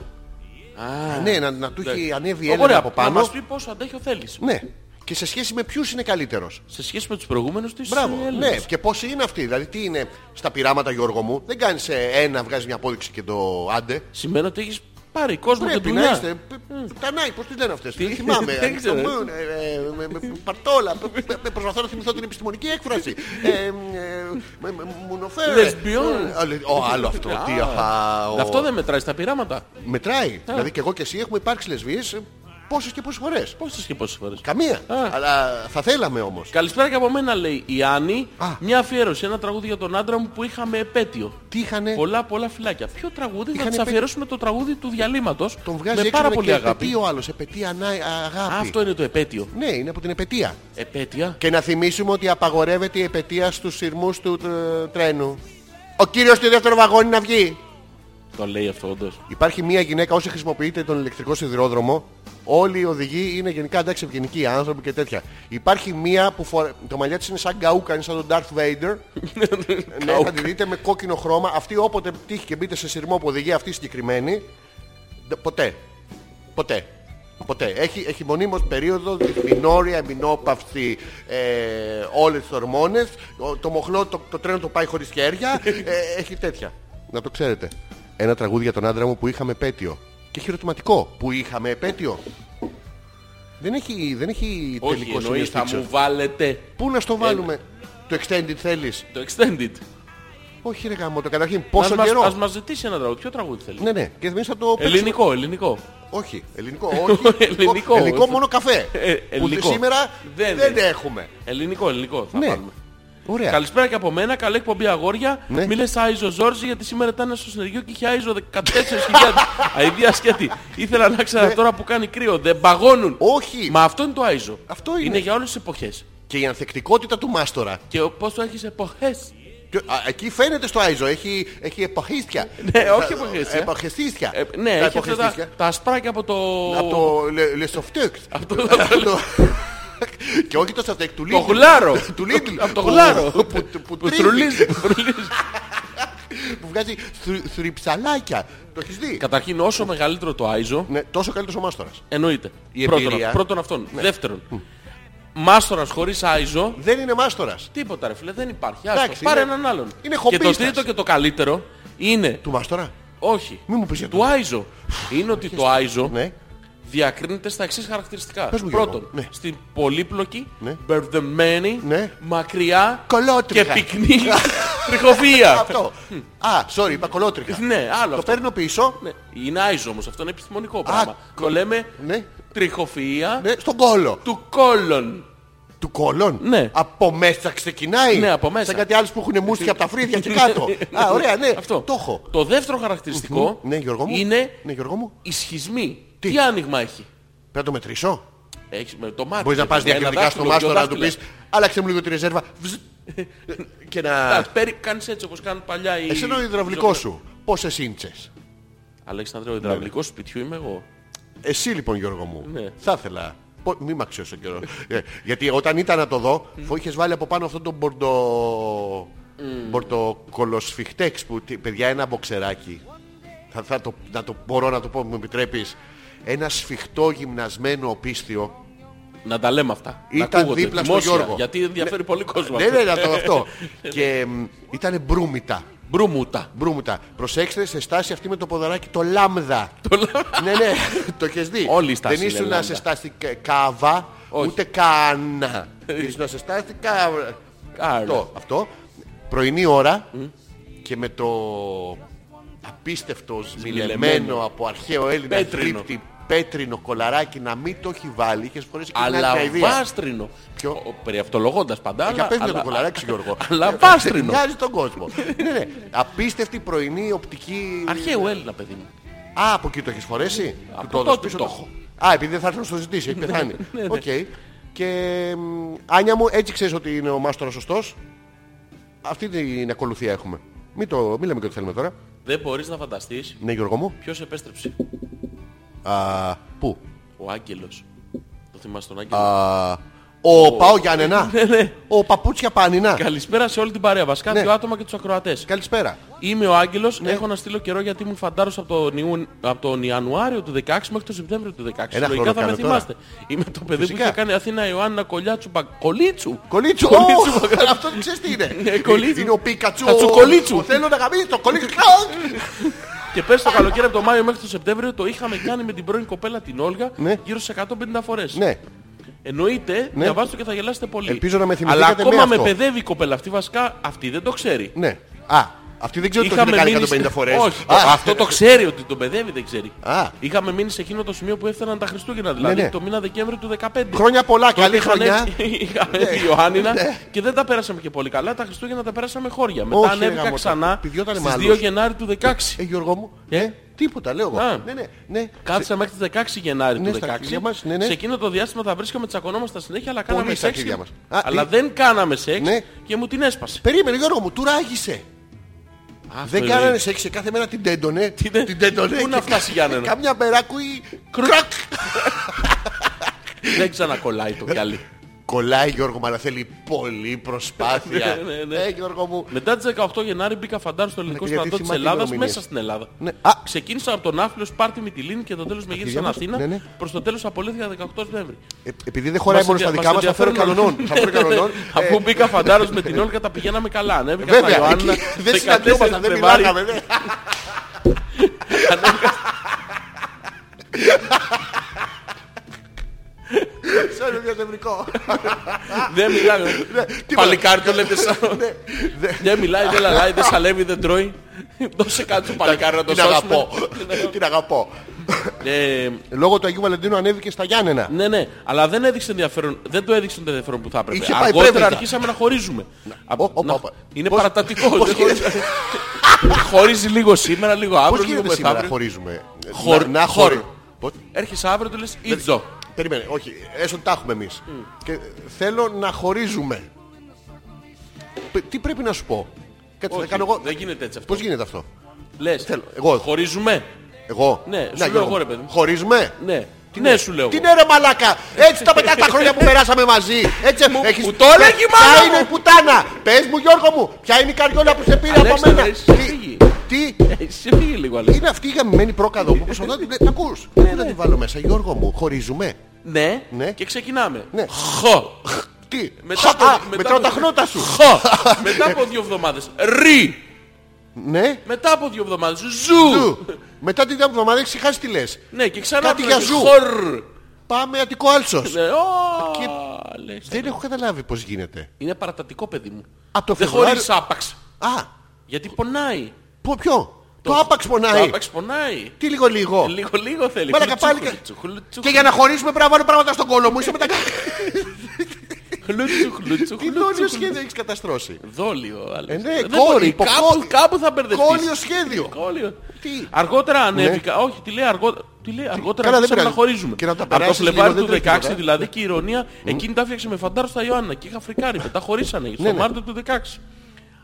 Α, Ναι, να, να του έχει ανέβει η Ωραία, Έλενα από Να πάνω. μας πει πόσο αντέχει ο Θέλης. Ναι. Και σε σχέση με ποιους είναι καλύτερος. Σε σχέση με τους προηγούμενους της Μπράβο. Έλληνας. Ναι, και πόσοι είναι αυτοί. Δηλαδή, τι είναι στα πειράματα, Γιώργο μου. Δεν κάνεις ένα, βγάζεις μια απόδειξη και το άντε. Σημαίνει ότι έχεις πάρει κόσμο και Πρέπει να είστε. δουλειά. Ε. π- π- Τανάι, πώ τι λένε αυτές. Τι- Δεν θυμάμαι. δεν ξέρω. Ανοιχτομούν, ε, ε, με- με- με- Παρτόλα. Π- π- π- Προσπαθώ να θυμηθώ την επιστημονική έκφραση. Ε, ε, με- με- Μουνοφέρε. Λεσμπιόν. Ε, α, λε- Ο άλλο αυτό. Τι αχα, ο- Αυτό δεν μετράει στα πειράματα. Μετράει. Δηλαδή, και εγώ και εσύ έχουμε υπάρξει λεσβείες πόσες και πόσες φορές. Πόσες και πόσες φορές. Καμία. Α. Αλλά θα θέλαμε όμως. Καλησπέρα και από μένα λέει η Άννη. Α. Μια αφιέρωση, ένα τραγούδι για τον άντρα μου που είχαμε επέτειο. Τι είχανε. Πολλά πολλά φυλάκια. Ποιο Ναι. τραγούδι Είχαν θα της επέ- αφιερώσουμε το τραγούδι του διαλύματος Τον βγάζει με έξω πάρα και πολύ αγάπη. επαιτεί ο άλλος, επαιτεί ανά- Α, αγάπη. Αυτό είναι το επέτειο. Ναι, είναι από την επαιτία. Επέτεια. Και να θυμίσουμε ότι απαγορεύεται η επαιτία στους σειρμούς του ε, τρένου. Ο κύριος του δεύτερο βαγόνι να βγει. Το λέει αυτό όντως. Υπάρχει μια γυναίκα, όσοι χρησιμοποιείτε τον ηλεκτρικό σιδηρόδρομο, όλοι οι οδηγοί είναι γενικά εντάξει ευγενικοί άνθρωποι και τέτοια. Υπάρχει μια που φορε... το μαλλιά της είναι σαν γκαούκα, είναι σαν τον Darth Vader. ναι, θα τη δείτε με κόκκινο χρώμα. Αυτή όποτε τύχει και μπείτε σε σειρμό που οδηγεί αυτή συγκεκριμένη, δε- ποτέ. Ποτέ. Ποτέ. Έχει, έχει μονίμως περίοδο, δυσμηνόρια, μηνόπαυση, ε, όλες τις ορμόνες. Ο- Το μοχλό, το, το τρένο το πάει χωρίς χέρια. Ε, έχει τέτοια. Να το ξέρετε. Ένα τραγούδι για τον άντρα μου που είχαμε επέτειο. Και χειροτηματικό που είχαμε επέτειο. Δεν έχει, δεν έχει Όχι, τελικό εννοείς θα συνέστηξο. μου Ε, βάλετε Πού να στο βάλουμε. Το extended θέλεις. το extended. Όχι ρε γάμο, το καταρχήν πόσο ας, μας, καιρό. ας μας ζητήσει ένα τραγούδι. Ποιο τραγούδι θέλεις. Ναι, ναι. Και εμείς θα το παίξουμε. Ελληνικό, ελληνικό. Όχι, ελληνικό, όχι. Ελληνικό. ελληνικό μόνο καφέ. Ε, ελληνικό. Που σήμερα Δεν δεν, είναι. έχουμε. Ελληνικό, ελληνικό θα Ναι. βάλουμε. Ωραία. Καλησπέρα και από μένα, καλή εκπομπή αγόρια. Ναι. Μη λες Άιζο Ζόρζι γιατί σήμερα ήταν στο συνεργείο και είχε Άιζο 14.000. Αιδία σκέτη. Ήθελα να ξέρω τώρα που κάνει κρύο. Δεν παγώνουν. Ναι. Όχι. Μα αυτό είναι το Άιζο. Αυτό είναι. Είναι για όλες τις εποχές. Και η ανθεκτικότητα του μάστορα. Και ο- πώς το έχεις εποχές. Και, α, εκεί φαίνεται στο Άιζο, έχει, έχει εποχίστια. Ναι, όχι εποχέστια. Εποχιστίστια. Ε, ναι, Τα έχει αυτά τα, εποχιστίστια. τα ασπράκια από το... Από το Le- Le Softex. από το- Το- Και όχι το Softex, του Το Lidl. γλάρο. Του Lidl. Από το Που- γλάρο. που- που- Που Που τρίζει, τρουλίζει. που τρουλίζει. Που βγάζει θρυ- θρυψαλάκια. Το έχεις δει. Καταρχήν όσο μεγαλύτερο το Άιζο, Ναι, τόσο καλύτερος ο μάστορας. εννοείται. Η Πρώτον, εμπειρία. Ναι. πρώτον αυτόν. Δεύτερον, μάστορας χωρίς Άιζο, Δεν είναι μάστορας. τίποτα ρε φίλε, δεν υπάρχει. Άστο, Εντάξει, πάρε είναι- έναν άλλον. είναι και το χομπίστας. τρίτο και το καλύτερο είναι, Του μάστορα. όχι, Μη μου πεις για του Άιζο. Είναι ότι το Άιζο Ναι. διακρίνεται στα εξής χαρακτηριστικά. Πες μου, Γιώργο. Πρώτον, Ναι. στην πολύπλοκη, Ναι. μπερδεμένη, Ναι. μακριά Κολότριχα. και πυκνή τριχοφυΐα. Αυτό. Α, sorry, είπα κολότριχα. Ναι, άλλο Το αυτό. παίρνω πίσω. Ναι. Είναι άιζο όμως, αυτό είναι επιστημονικό πράγμα. το λέμε ναι. τριχοφυΐα Ναι, στον κόλο. του κόλλων. Του κόλων. Ναι. Από μέσα ξεκινάει. Ναι, από μέσα. Σαν κάτι άλλους που έχουν μουσια από τα φρύδια και κάτω. Α, ωραία, ναι. Αυτό. Το έχω. Το δεύτερο χαρακτηριστικό Ναι, Γιώργο μου. είναι Ναι, Γιώργο μου. οι σχισμοί. Τι, Τι? άνοιγμα έχει. Πρέπει να το μετρήσω. Έχεις με το μάτι. Μπορείς να και πας με ένα διακριτικά στο δάχτυλο, δύο μάστορα να του δάχτυλα. πεις άλλαξε μου λίγο τη ρεζέρβα. Βζζ. Και να... Τα παίρνει- κάνεις έτσι όπως κάνουν παλιά οι... Εσύ είναι ο υδραυλικός Ναι. σου. Πόσες ίντσες. Αλέξανδρε, ο υδραυλικός του σπιτιού είμαι εγώ. Εσύ λοιπόν Γιώργο μου, Ναι. θα ήθελα. Πο- Μη με αξιώσει ο καιρό. Ε, Γιατί όταν ήταν να το δω, φο- είχες βάλει από πάνω αυτόν τον μπορτο... μπορτοκολοσφιχτέξ που τι- παιδιά ένα μποξεράκι. Θα, θα το, να το μπορώ να το πω, μου επιτρέπεις. Ένα σφιχτό γυμνασμένο οπίστιο. Να τα λέμε αυτά. Να Ήταν ακούγονται δίπλα στον δημόσια, Γιώργο. Γιατί ενδιαφέρει πολύ κόσμο. Ναι, αυτό. ναι. ναι, να το αυτό. Και ήταν μπρούμητα. Μπρούμουτα. Μπρούμητα. Προσέξτε σε στάση αυτή με το ποδαράκι το λάμδα. ναι, ναι, το έχεις δει. Όλη η στάση Δεν είναι ήσουν λάμδα. σε στάση κα- κάβα, Όχι. ούτε κανά. ήσουν σε στάση κάβα. Άρα. αυτό, αυτό. Πρωινή ώρα και με το απίστευτο Σμιλεμένο. σμιλεμένο από αρχαίο Έλληνα Πέτρινο. θρύπτη πέτρινο κολαράκι να μην το έχει βάλει. Είχες φορέσει και την Αλλά άκρη βάστρινο. Ποιο? Ο- Περιαυτολογώντας πάντα. Ε, για αλλά- πες με αλλά- το κολαράκι σου, Γιώργο. Αλλά Ε, βάστρινο. ξεχνιάζει τον κόσμο. ναι, ναι. Απίστευτη ναι. πρωινή οπτική. Αρχαίου Έλληνα, παιδί μου. Α, από εκεί το έχεις φορέσει. Από Του έδωσες τότε το έχω. Α, επειδή δεν θα έρθει να σου το ζητήσει, έχει πεθάνει. ναι, ναι. Οκ. Και μ, Άνια μου, έτσι ξέρεις ότι είναι ο μάστορας σωστός. Αυτή την ακολουθία έχουμε. Μην, το, μην λέμε και ότι θέλουμε τώρα. Δεν μπορείς να φανταστείς Ναι, Γιώργο μου. ποιος επέστρεψε. Α, πού. Ο Άγγελος. Το θυμάσαι τον Άγγελο. Α, ο Πάο Γιάννενα. Ναι, ναι. Ο Παπούτσια Πάνινα. Καλησπέρα σε όλη την παρέα μας. Κάτι Ναι. δύο άτομα και τους ακροατές. Καλησπέρα. Είμαι ο Άγγελος. Έχω να στείλω καιρό γιατί ήμουν φαντάρος από τον, Ιουν... από τον Ιανουάριο του 16 μέχρι τον Σεπτέμβριο του 16. Ένα χρόνο Λογικά θα με κάνω θυμάστε. Είμαι το παιδί Φυσικά. που είχε κάνει Αθήνα Ιωάννα Κολιάτσου. Μπα... Κολίτσου. Κολίτσου. Κολίτσου. Ω, αλλά Αυτό ξέρεις τι είναι. Ναι, κολίτσου. Είναι ο Πίκατσου. Κατσουκολίτσου. Ο- Θέλω να γαμίσω το κολίτσου. Και πέρσι το καλοκαίρι από τον Μάιο μέχρι τον Σεπτέμβριο το είχαμε κάνει με την πρώην κοπέλα την Όλγα Ναι. γύρω στις 150 φορές. Ναι. Εννοείται, Ναι. διαβάστε το και θα γελάσετε πολύ. Ελπίζω να με θυμηθήκατε Αλλά με ακόμα με, αυτό. παιδεύει η κοπέλα αυτή βασικά, αυτή δεν το ξέρει. Ναι. Α, αυτή δεν ξέρω ότι το έχετε κάνει 150 φορές. Όχι, Α, αυτό το ξέρει ότι τον παιδεύει, δεν ξέρει. Α. Είχαμε μείνει σε εκείνο το σημείο που έφταναν τα Χριστούγεννα, δηλαδή ναι. το μήνα Δεκέμβρη του 2015. Χρόνια πολλά, Τότε καλή είχαν χρονιά. έρθει- είχαν έρθει η Ιωάννινα Ναι. και δεν τα πέρασαμε και πολύ καλά. Τα Χριστούγεννα τα πέρασαμε χώρια. Όχι, Μετά ρε ανέβηκα γαμώτο, ξανά πηδιόταν με στις άλλους. 2 Γενάρη του 16. Ε, Γιώργο μου. Ε. Ε, τίποτα λέω εγώ. Α. Ναι, ναι, ναι. Κάτσα μέχρι τις 16 Γενάρη Ναι, του στα 16. αρχίδια μας, ναι, ναι. Σε εκείνο το διάστημα τα βρίσκαμε, τσακωνόμασταν συνέχεια, αλλά Πολύ κάναμε στα σεξ. αρχίδια και- μας. Α, Αλλά τι- δεν κάναμε σεξ Ναι. και μου την έσπασε. Περίμενε Γιώργο μου, τουράγησε. Αυτό Δεν είναι. κάνανε σεξ και κάθε μέρα την τέντονε. τε- Την τέντονε. Πού να και φτάσει η Γιάννενα. Κάμια μέρα ακούει κρακ. Δεν ξανακολλάει το καλή. Κολλάει Γιώργο μου, αλλά θέλει πολλή προσπάθεια. Ναι, ναι, ναι. Ε, Γιώργο μου. Μετά τις 18 Γενάρη μπήκα φαντάρ στο ελληνικό Ναι, γιατί στρατό της θυμάται Ελλάδας ημερομηνίες. μέσα στην Ελλάδα. Ναι. Α. Ξεκίνησα από τον Άφλιο, Σπάρτη, Μυτιλίνη και το τέλος με γύρισαν μας, Αθήνα. ναι, ναι. Προς το τέλος απολύθηκα 18 Σεπτέμβρη. Ε, επειδή δεν χωράει Μας μόνο στα ενδια- δικά μας, θα φέρω ενδιαφέρουν όλα. κανονών. Θα φέρω κανονών. Αφού Ε, μπήκα φαντάρος με την Όλγα τα πηγαίναμε καλά. Ανέβηκα στα Βέβαια, Ιωάννα. εκεί δεν συναντιόμασταν, δεν 14 Φλεβάρι. μιλάγαμε. ναι. Σαν ένα διαστημικό. Δεν μιλάγαμε. Ναι, Παλικάρι το λέτε σαν. Δεν μιλάει, δεν λαλάει, δεν σαλεύει, δεν τρώει. Δώσε κάτι στο παλικάρι να το Την αγαπώ. σώσουμε. Την αγαπώ. Ε, Λόγω του Αγίου Βαλεντίνου ανέβηκε στα Γιάννενα. Ναι, ναι, αλλά δεν έδειξε ενδιαφέρον. Δεν το έδειξε το ενδιαφέρον που θα έπρεπε. Είχε πάει Αργότερα πρέβεζα. αρχίσαμε να χωρίζουμε. Ω, ω, να- ω, ω. Είναι Πώς- παρατατικό. πώς δεν γίνεται- χωρίζει- Χωρίζει λίγο σήμερα, λίγο Πώς αύριο, λίγο γίνεται σήμερα μεθαύριο. χωρίζουμε. Χωρ- Να- Να χωρ. χωρί. Πώς- Έρχεσαι αύριο, του λες Ιτζο. Περίμενε, όχι, έστω τα έχουμε εμείς. Και ε, θέλω να χωρίζουμε. Πε- Τι πρέπει να σου πω. Κάτσε, θα Όχι, κάνω εγώ. Δεν γίνεται έτσι αυτό. Πώς γίνεται αυτό. Λες. Θέλω, εγώ. Χωρίζουμε. Εγώ. Ναι, σου Να, λέω Γιώργο εγώ, μου. ρε παιδί μου. Χωρίζουμε. Ναι. ναι, σου λέω. Τι εγώ. ναι ρε μαλάκα, έτσι τα πετάς τα χρόνια που περάσαμε μαζί. Έτσι, Μου- έχεις... μου το έλεγε η μάνα Ποια μου. είναι η πουτάνα, πες μου Γιώργο μου, ποια είναι η καριόλα που σε πήρε από Αλέξανδρε, μένα. εσύ Τι- φύγει. Τι, Ε, Σε φύγει λίγο, Αλέξη. είναι αυτή η γαμημένη πρόκαδο που προσπαθώ να την ακούς. Πού να την βάλω μέσα Γιώργο μου, χωρίζουμε. Ναι, Ναι. και ξεκινάμε. Ναι. Χω. Τι, Μετά από- Α, μετά μετράω από- τα χνότα σου. Χω. Μετά από δύο εβδομάδες Ρι. Ναι. Μετά από δύο εβδομάδες Ζου. Ζου. Μετά την εβδομάδα έχεις χάσει τι λες. Ναι, και ξανά Κάτι πρέπει για να ζου. χωρ. Πάμε Αττικό Άλσος. Ναι, ω, Και- Αλέξη. Δεν έχω καταλάβει πώς γίνεται. Είναι παρατατικό παιδί μου. Από το Δεν Φεβρουάριο- χωρίς άπαξ. Α, Γιατί πονάει. πω ποιο. Το άπαξ πονάει. Το άπαξ πονάει. Τι λίγο λίγο. Λίγο λίγο θέλει. Μαλάκα, πάλι κα- Χλουτσου, χλουτσου, Και για να χωρίσουμε πρέπει να βάλω πράγματα στον κόλο μου. Είσαι μετά. Ε, χλουτσου, χλουτσου, Τι χλουτσου, δόλιο χλουτσου. σχέδιο έχεις Ε, καταστρώσει. Δόλιο, Αλέξη. Ε, ναι, Δεν κόρη, μπορεί. υπο- Κάπου, κόρη. κάπου θα μπερδευτείς. Κόλιο σχέδιο. Κόλιο. Τι. Ναι. Αργότερα ανέβηκα. Όχι, τι λέει αργότερα. Τι λέει αργότερα Καλά, δεν αρχίσαμε να πειράζει. χωρίζουμε. Και να τα Από το περάσεις λίγο, Φλεβάρι δεν του τρέχει 16 τίποτα. δηλαδή και η ηρωνία εκείνη τα έφτιαξε με φαντάρο στα Ιωάννα και είχα φρικάρει. Μετά χωρίσανε στο ναι. Μάρτιο του 16.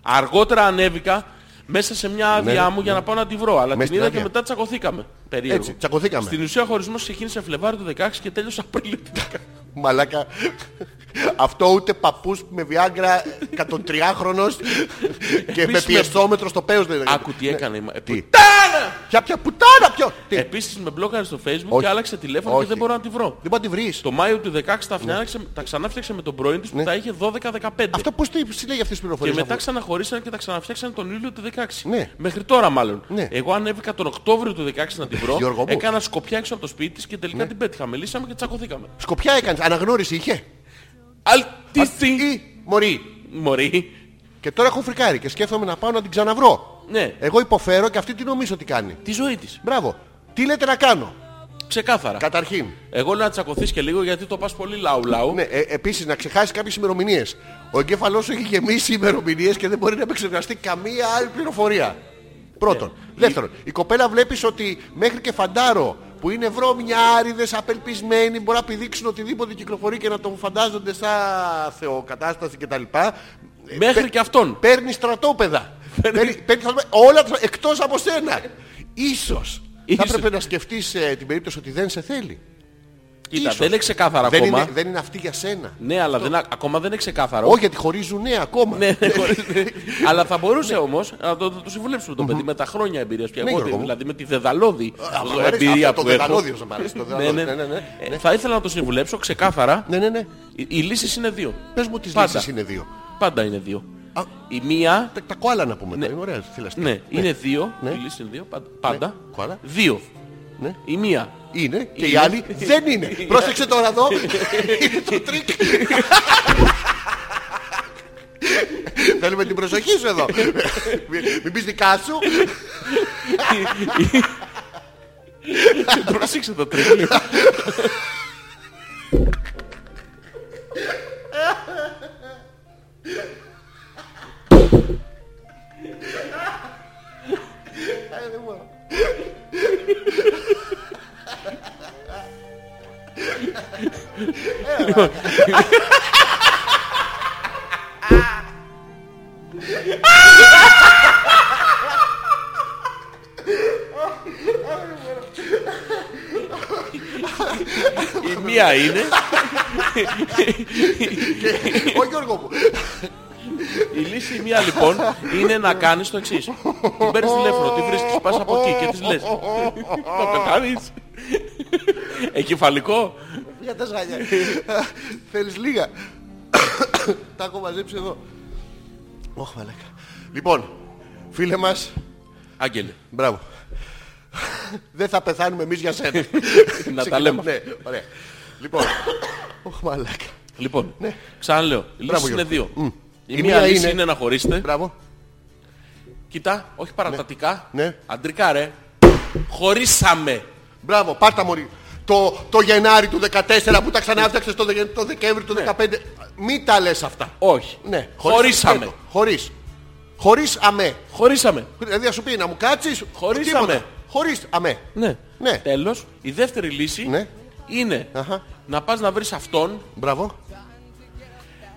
Αργότερα ανέβηκα μέσα σε μια άδειά μου για να πάω να τη βρω. Ναι, Αλλά Μέσα την στην είδα και άδεια. μετά τσακωθήκαμε. Περίεργο. Έτσι, τσακωθήκαμε. Στην ουσία ο χωρισμός ξεκίνησε Φλεβάρι του 16 και τέλειωσε Απρίλιο του 16. Μαλάκα. Αυτό ούτε παππούς με βιάγκρα 103χρονος και με Εμείς με- πιεστόμετρο στο πέος δεν Άκου τι έκανε. μα- Ναι. Τι. Πουτάνα! Ποια ποια πουτάνα ποιο. Ε, Τι. Επίσης με μπλόκαρε στο facebook Όχι. και άλλαξε τηλέφωνο Όχι. και δεν μπορώ να τη βρω. Δεν μπορεί να τη βρεις. Το Μάιο του 16 τα, φτιάξε, τα ξανάφτιαξε με τον πρώην της που τα είχε 12-15. Ναι. Αυτό πώς τη συλλέγει αυτές τις Και πληροφορίες. μετά αφού- ξαναχωρίσανε και τα ξαναφτιάξανε τον Ιούλιο του 16. Ναι. Μέχρι τώρα μάλλον. Ναι. Εγώ ανέβηκα τον Οκτώβριο του 16 να την βρω. Γιώργο Ναι. μου. έκανα σκοπιά έξω από το σπίτι της και τελικά την πέτυχα. Μιλήσαμε και τσακωθήκαμε. Σκοπιά έκανες. Αναγνώριση είχε. Αλτίστη! Ή μωρή. Μωρή. Και τώρα έχω φρικάρει και σκέφτομαι να πάω να την ξαναβρω. Ναι. Εγώ υποφέρω και αυτή τι νομίζω ότι κάνει. Τη ζωή της. Μπράβο. Τι λέτε να κάνω. Ξεκάθαρα. Καταρχήν. Εγώ λέω να τσακωθείς και λίγο γιατί το πας πολύ λαού λαού. Ναι, ε, επίσης να ξεχάσεις κάποιες ημερομηνίες. Ο εγκέφαλός σου έχει γεμίσει ημερομηνίες και δεν μπορεί να επεξεργαστεί καμία άλλη πληροφορία. Πρώτον. Ναι. Δεύτερον, η κοπέλα βλέπεις ότι μέχρι και φαντάρο που είναι βρωμιάριδες, απελπισμένοι, μπορεί να πηδήξουν οτιδήποτε κυκλοφορεί και να τον φαντάζονται σαν θεοκατάσταση κτλ. Μέχρι και αυτόν. Παίρνει στρατόπεδα. Παίρνει, παίρνει στρατόπεδα. Όλα εκτός από σένα. Ίσως. Θα Ίσως. έπρεπε να σκεφτείς ε, την περίπτωση ότι δεν σε θέλει. Κοίτα, Ίσως. δεν είναι ξεκάθαρα Δεν ακόμα. είναι, δεν είναι αυτή για σένα. Ναι, αλλά δεν, ακόμα δεν είναι ξεκάθαρο. Όχι, γιατί χωρίζουν ναι, ακόμα. Ναι, ναι, χωρίς- Αλλά θα μπορούσε όμως να το, το, το συμβουλέψουμε το παιδί με τα χρόνια εμπειρίας που Ναι, έχω. Γιώργο μου. Δηλαδή με τη δεδαλώδη Α, μ' ε, αρέσει εμπειρία αυτό που Το έχω. δεδαλώδιο να μ' αρέσει. το Ναι, δεδαλώδιο. ναι. Ναι, ναι, ναι. Ε, Θα ήθελα να το συμβουλέψω ξεκάθαρα. Ναι, ναι, ναι. Οι, οι λύσεις είναι δύο. Πες μου τις Πάντα. λύσεις είναι δύο. Πάντα είναι δύο. Α, Η μία. τα, τα κοάλα να πούμε. τώρα, Είναι ωραία. θηλαστικά. Ναι, είναι δύο. Ναι. Η λύση είναι δύο. πάντα- Πάντα. Κοάλα. Δύο. Ναι. Η μία. Είναι και οι Είναι. άλλοι δεν είναι. Πρόσεξε τώρα εδώ. είναι το τρίκ. Θέλουμε την προσοχή σου εδώ. Μην πεις δικά σου. Πρόσεξε το τρίτο. Η μία είναι. Ω Γιώργο μου. Η λύση η μία λοιπόν είναι να κάνεις το εξής. Την παίρνεις τηλέφωνο, τη βρίσκεις, πας από εκεί και της λες. Το πετάνεις. Εγκεφαλικό. Για τα ζάλια. Θέλεις λίγα. Τα έχω μαζέψει εδώ. Ωχ, μαλάκα. Λοιπόν, φίλε μας, Άγγελε. μπράβο. Δεν θα πεθάνουμε εμείς για σένα. Να τα Ξεκινάμε. λέμε. Ναι, ωραία. Λοιπόν, ωχ, μαλάκα. Λοιπόν, ξαναλέω. Οι Ναι. Μπράβο, λύσεις είναι δύο. Η Η μία μία λύση είναι- είναι να χωρίσετε. Μπράβο. Κοιτά, όχι παρατατικά. Ναι. Αντρικά ρε. Χωρίσαμε. Μπράβο, πάρτα μωρή. Το, το Γενάρη του 14 που τα ξανάφτιαξες το, Δε- το Δεκέμβρη Ναι. του 15. Μην τα λες αυτά. Όχι. Ναι, Χωρίσαμε. Χωρίς. Χωρίς αμέ. Χωρίσαμε. Δηλαδή θα σου πει να μου κάτσεις. Χωρίς τίποτα. αμέ. Χωρίς αμέ. Ναι. Ναι. Τέλος, η δεύτερη λύση Ναι. είναι Αχα. να πας να βρεις αυτόν, Μπράβο.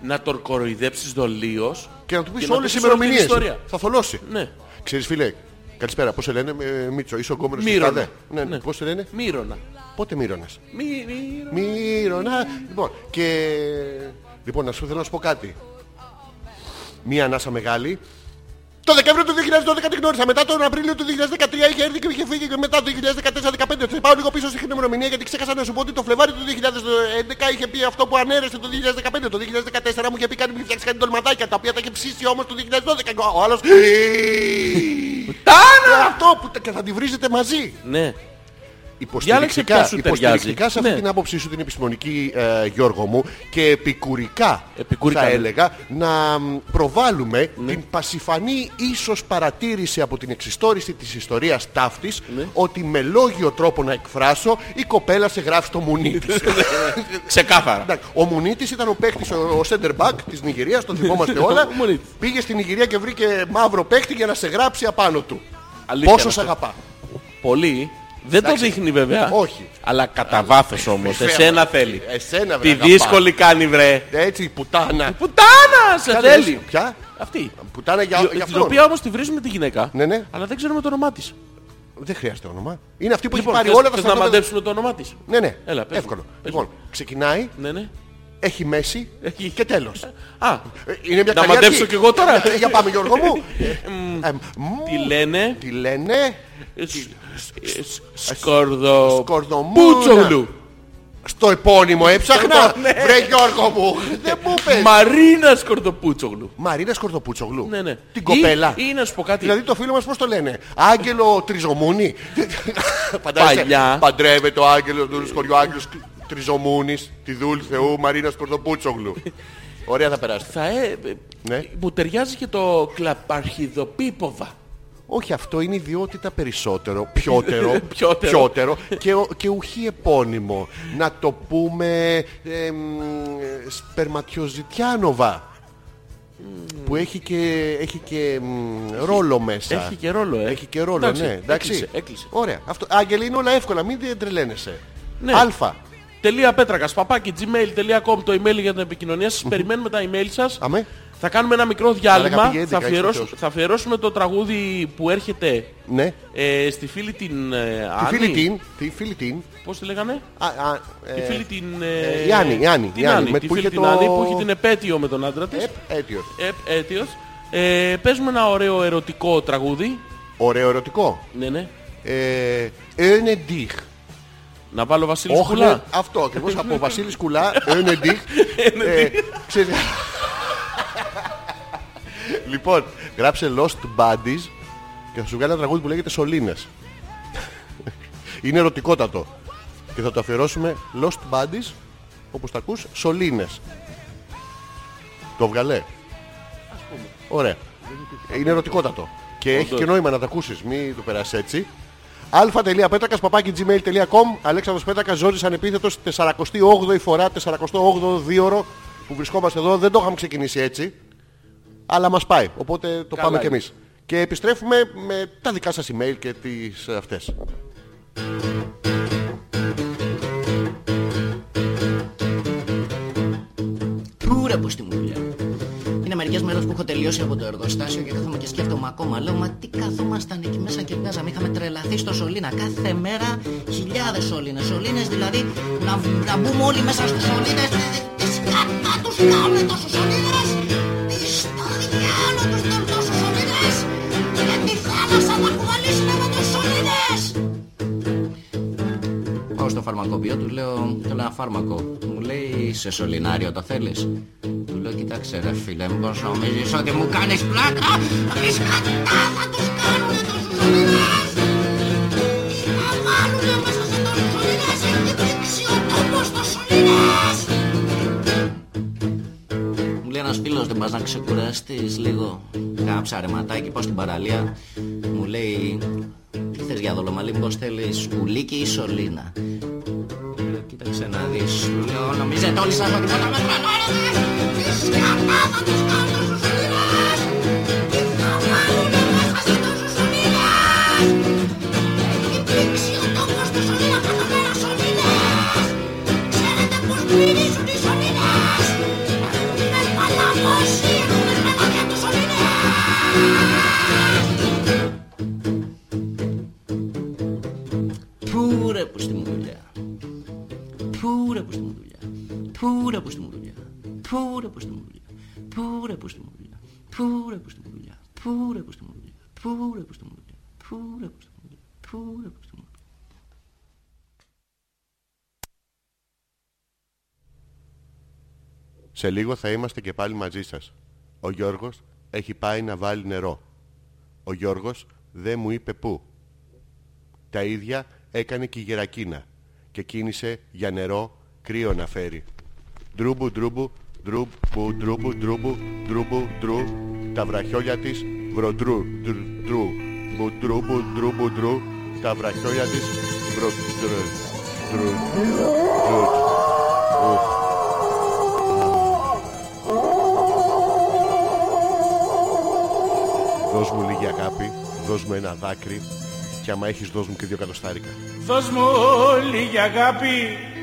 να τον κοροϊδέψεις δολίως Και να του πεις να όλες πεις τις όλη την ημερομηνίες. ιστορία. Θα θολώσει. Ναι. Ξέρεις φίλε, καλησπέρα. Πώς σε λένε ε, Μίτσο, είσαι ο κόμμενος του Μύρονα. Τάδε. Ναι, ναι. Ναι. Πώς σε λένε. Μύρονα. Πότε μύρωνας. Μύ- μύρο- Μύρονα. Λοιπόν, και... Λοιπόν, να σου θέλω να σου πω κάτι. Μία ανάσα μεγάλη. Το Δεκέμβριο του 2012 την γνώρισα. Μετά τον Απρίλιο του 2013 είχε έρθει και είχε φύγει. Και μετά το 2014-2015. Θα πάω λίγο πίσω στην ημερομηνία γιατί ξέχασα να σου πω ότι το Φλεβάρι του 2011 είχε πει αυτό που ανέρεσε το 2015. Το 2014 μου είχε πει κάτι που είχε φτιάξει κάτι τολματάκια τα οποία τα είχε ψήσει όμως το 2012. Και Ο άλλος... Ε, Αυτό που τα- και θα τη βρίζετε μαζί Ναι. Διάλεξε ποια υποστηρικτικά, σου ταιριάζει. υποστηρικτικά σε αυτή Ναι. την άποψή σου την επιστημονική ε, Γιώργο μου και επικουρικά, Επικουρικά, θα ναι. έλεγα να μ, προβάλλουμε την πασιφανή ίσως παρατήρηση από την εξιστόρηση της ιστορίας ταύτης Ναι. ότι με λόγιο τρόπο να εκφράσω η κοπέλα σε γράφει στο μουνί της. Ναι, Ξεκάθαρα. Εντάξει, Ο Μουνίτης ήταν ο παίχτης, ο, ο center back της Νιγηρίας, το θυμόμαστε όλα. Ο Μουνίτης. Πήγε στην Νιγηρία και βρήκε μαύρο παίχτη για να σε γράψει απάνω του. Αλήθεια Πόσο είναι σε αυτό. αγαπά. Πολύ. Δεν το δείχνει βέβαια. Όχι. Αλλά κατά βάθος όμω. Βέβαια. Εσένα θέλει. Εσένα, βρε, Τη αγαπά. δύσκολη κάνει βρε. Έτσι, η πουτάνα. Πουτάνα σε Ποια θέλει. Ποια? Αυτή. Πουτάνα για, για Την αυτόν. Ε, οποία όμως τη βρίζουμε τη γυναίκα. Ναι, ναι. Αλλά δεν ξέρουμε το όνομά της. Δεν χρειάζεται όνομα. Είναι αυτή που Λοιπόν, έχει πάρει θες- όλα τα θες να στρατόπεδα. μαντέψουμε το όνομά της. Ναι, ναι. Έλα, πες μου. Εύκολο. Πες μου. λοιπόν, ξεκινάει, Ναι, ναι. έχει μέση Έχει. και τέλος. Α, Ε, Είναι μια Να καλή μαντέψω αρχή. κι εγώ τώρα. Ε, Για πάμε Γιώργο μου. Ε, ε, μ, τι λένε. Τι λένε. σ- σ- Σκορδο. Σκορδομούνα. Πούτσογλου. Στο επώνυμο έψαχνα. Ναι. Βρε Γιώργο μου. Δεν μου πες. Μαρίνα Σκορδοπούτσογλου. Μαρίνα Σκορδοπούτσογλου. Ναι, ναι. Την κοπέλα. Ή, ή να σου πω κάτι. Δηλαδή το φίλο μας πώς το λένε. Άγγελο Τριζομούνη. Φαντάζεσαι, Παλιά. Παντρεύεται ο Άγγελος του Σκοριού Άγγελος Τριζομούνης. Τη δούλη Θεού Μαρίνας Κορδοπούτσογλου. Ωραία θα περάσει. Θα, ε, ε, Ναι. Μου ταιριάζει και το κλαπαρχιδοπίποβα. Όχι, αυτό είναι ιδιότητα περισσότερο. Πιότερο. Πιότερο. και, ο- και ουχή επώνυμο. Να το πούμε. εμ, σπερματιοζητιάνοβα. που έχει και, έχει και μ, ρόλο μέσα. Έχει και ρόλο, ε. Έχει και ρόλο, ναι. Εντάξει. Έκλεισε. έκλεισε. Ωραία. Αυτό, Άγγελε, είναι όλα εύκολα. Μην τρελαίνεσαι. Ναι. Αλφα. Τελεία πέτρακας, παπάκι, gmail.com το email για την επικοινωνία σας. Περιμένουμε τα email σας. Αμέ. Θα κάνουμε ένα μικρό Μαλάκα, διάλειμμα. πήγε Θα 11, αφιερώσουμε, ίσως. θα αφιερώσουμε το τραγούδι που έρχεται Ναι. ε, στη φίλη την ε, Τη Άννη. φίλη την. Τη φίλη την. Πώς τη λέγανε? Α, α, Τη ε, φίλη την... ε, ε, η Άννη, η Άννη, την η Άννη, με- τη που φίλη είχε την το- Άννη που έχει την επέτειο με τον άντρα της. Επ, έτοιος. Επ- Επέτειος. Ε, παίζουμε ένα ωραίο ερωτικό τραγούδι. Ωραίο ερωτικό. Ναι, ναι. Ε, είναι ντύχ. Να βάλω Βασίλη Όχι, Σκουλά. ναι, Αυτό ακριβώς από Βασίλη Σκουλά, Ένεντιχ. Ε, Λοιπόν, γράψε Lost Buddies και θα σου βγάλει ένα τραγούδι που λέγεται Σολίνες. Είναι ερωτικότατο. Και θα το αφιερώσουμε Lost Buddies, όπως τα ακούς, Σολίνες. Το βγαλέ. Ωραία. Είναι ερωτικότατο. Και έχει και νόημα να τα ακούσεις, μην το περάσεις έτσι. αλφα.πέτρακας, παπάκι gmail.com Αλέξανδρος Πέτρακας, Ζόρις Ανεπίθετος, 48η φορά, 48ο δίωρο που βρισκόμαστε εδώ. Δεν το είχαμε ξεκινήσει έτσι, αλλά μας πάει. Οπότε το πάμε είναι. κι εμείς. Και επιστρέφουμε με τα δικά σας email και τις ε, αυτές. Πούρα από στη μουλιά. Είναι μερικές μέρες που έχω τελειώσει από το εργοστάσιο και κάθομαι και σκέφτομαι ακόμα. Λέω, μα τι καθόμασταν εκεί μέσα και βγάζαμε. Είχαμε τρελαθεί στο σωλήνα. Κάθε μέρα χιλιάδες σωλήνες. Σωλήνες δηλαδή να, να μπούμε όλοι μέσα στους σωλήνες. Τι σκάτα τους κάνουνε τόσους σωλήνες. Τι στο διάλογο τους κάνουν τόσους σωλήνες. Και τη θάλασσα θα κουβαλήσουμε με τους σωλήνες. Πάω στο φαρμακοποιό, του λέω, θέλω ένα φάρμακο. Μου λέει, σε σωληνάριο το θέλεις. Του λέω, κοίταξε ρε φίλε μου, πώς νομίζεις ότι μου κάνεις πλάκα. Εμείς κατά θα τους κάνουνε τους σωληνάς. Τι θα βάλουνε μέσα σε τους σωληνάς, έχει πήξει ο τόπος τους σωληνάς. Μου λέει ένας φίλος δεν πας να ξεκουραστείς λίγο Κάνα ψαρεματάκι, πάω στην παραλία Μου λέει Τι θες για δολομαλή, μήπως θέλεις κουλίκι ή σωλήνα Μου λέει, Κοίταξε να δεις Μου λέω νομίζετε όλοι σας ότι θα τα μετρανώνετε Τις σκατά θα τους κάνουν στους σωλήνες Τι θα βάλουνε μέσα σε τόσους σωλήνες Έχει πλήξει ο τόπος του σωλήνα Κάθε μέρα σωλήνες Ξέρετε πως μυρίζουν οι σωλήνες είναι παλαβόσοι, έχουν σπαταλιά τους σωλήνες. Πούρε που στη μου δουλειά. Πούρε που στη μου δουλειά. Πούρε που στη μου δουλειά. Πούρε που στη μου δουλειά. Πούρε που στη μου δουλειά. Πούρε που στη μου δουλειά. Πούρε που στη μου δουλειά. Πούρε που στη μου δουλειά. Πούρε που στη μου δουλειά. Πούρε που στη μου δουλειά. Σε λίγο θα είμαστε και πάλι μαζί σας. Ο Γιώργος έχει πάει να βάλει νερό. Ο Γιώργος δεν μου είπε πού. Τα ίδια έκανε και η Γερακίνα και κίνησε για νερό κρύο να φέρει. Ντρούμπου, ντρούμπου, ντρούμπου, ντρούμπου, ντρούμπου, ντρούμπου, ντρού. Τα βραχιόλια της βροντρού, ντρου, ντρού. Μπου, ντρούμπου, ντρούμπου, ντρού. Τα βραχιόλια της βροντρού, ντρού, ντρού. Ου. Δώσ' μου λίγη αγάπη, δώσ' μου ένα δάκρυ και άμα έχεις δώσ' μου και δύο κατοστάρικα. Δώσ' μου λίγη αγάπη,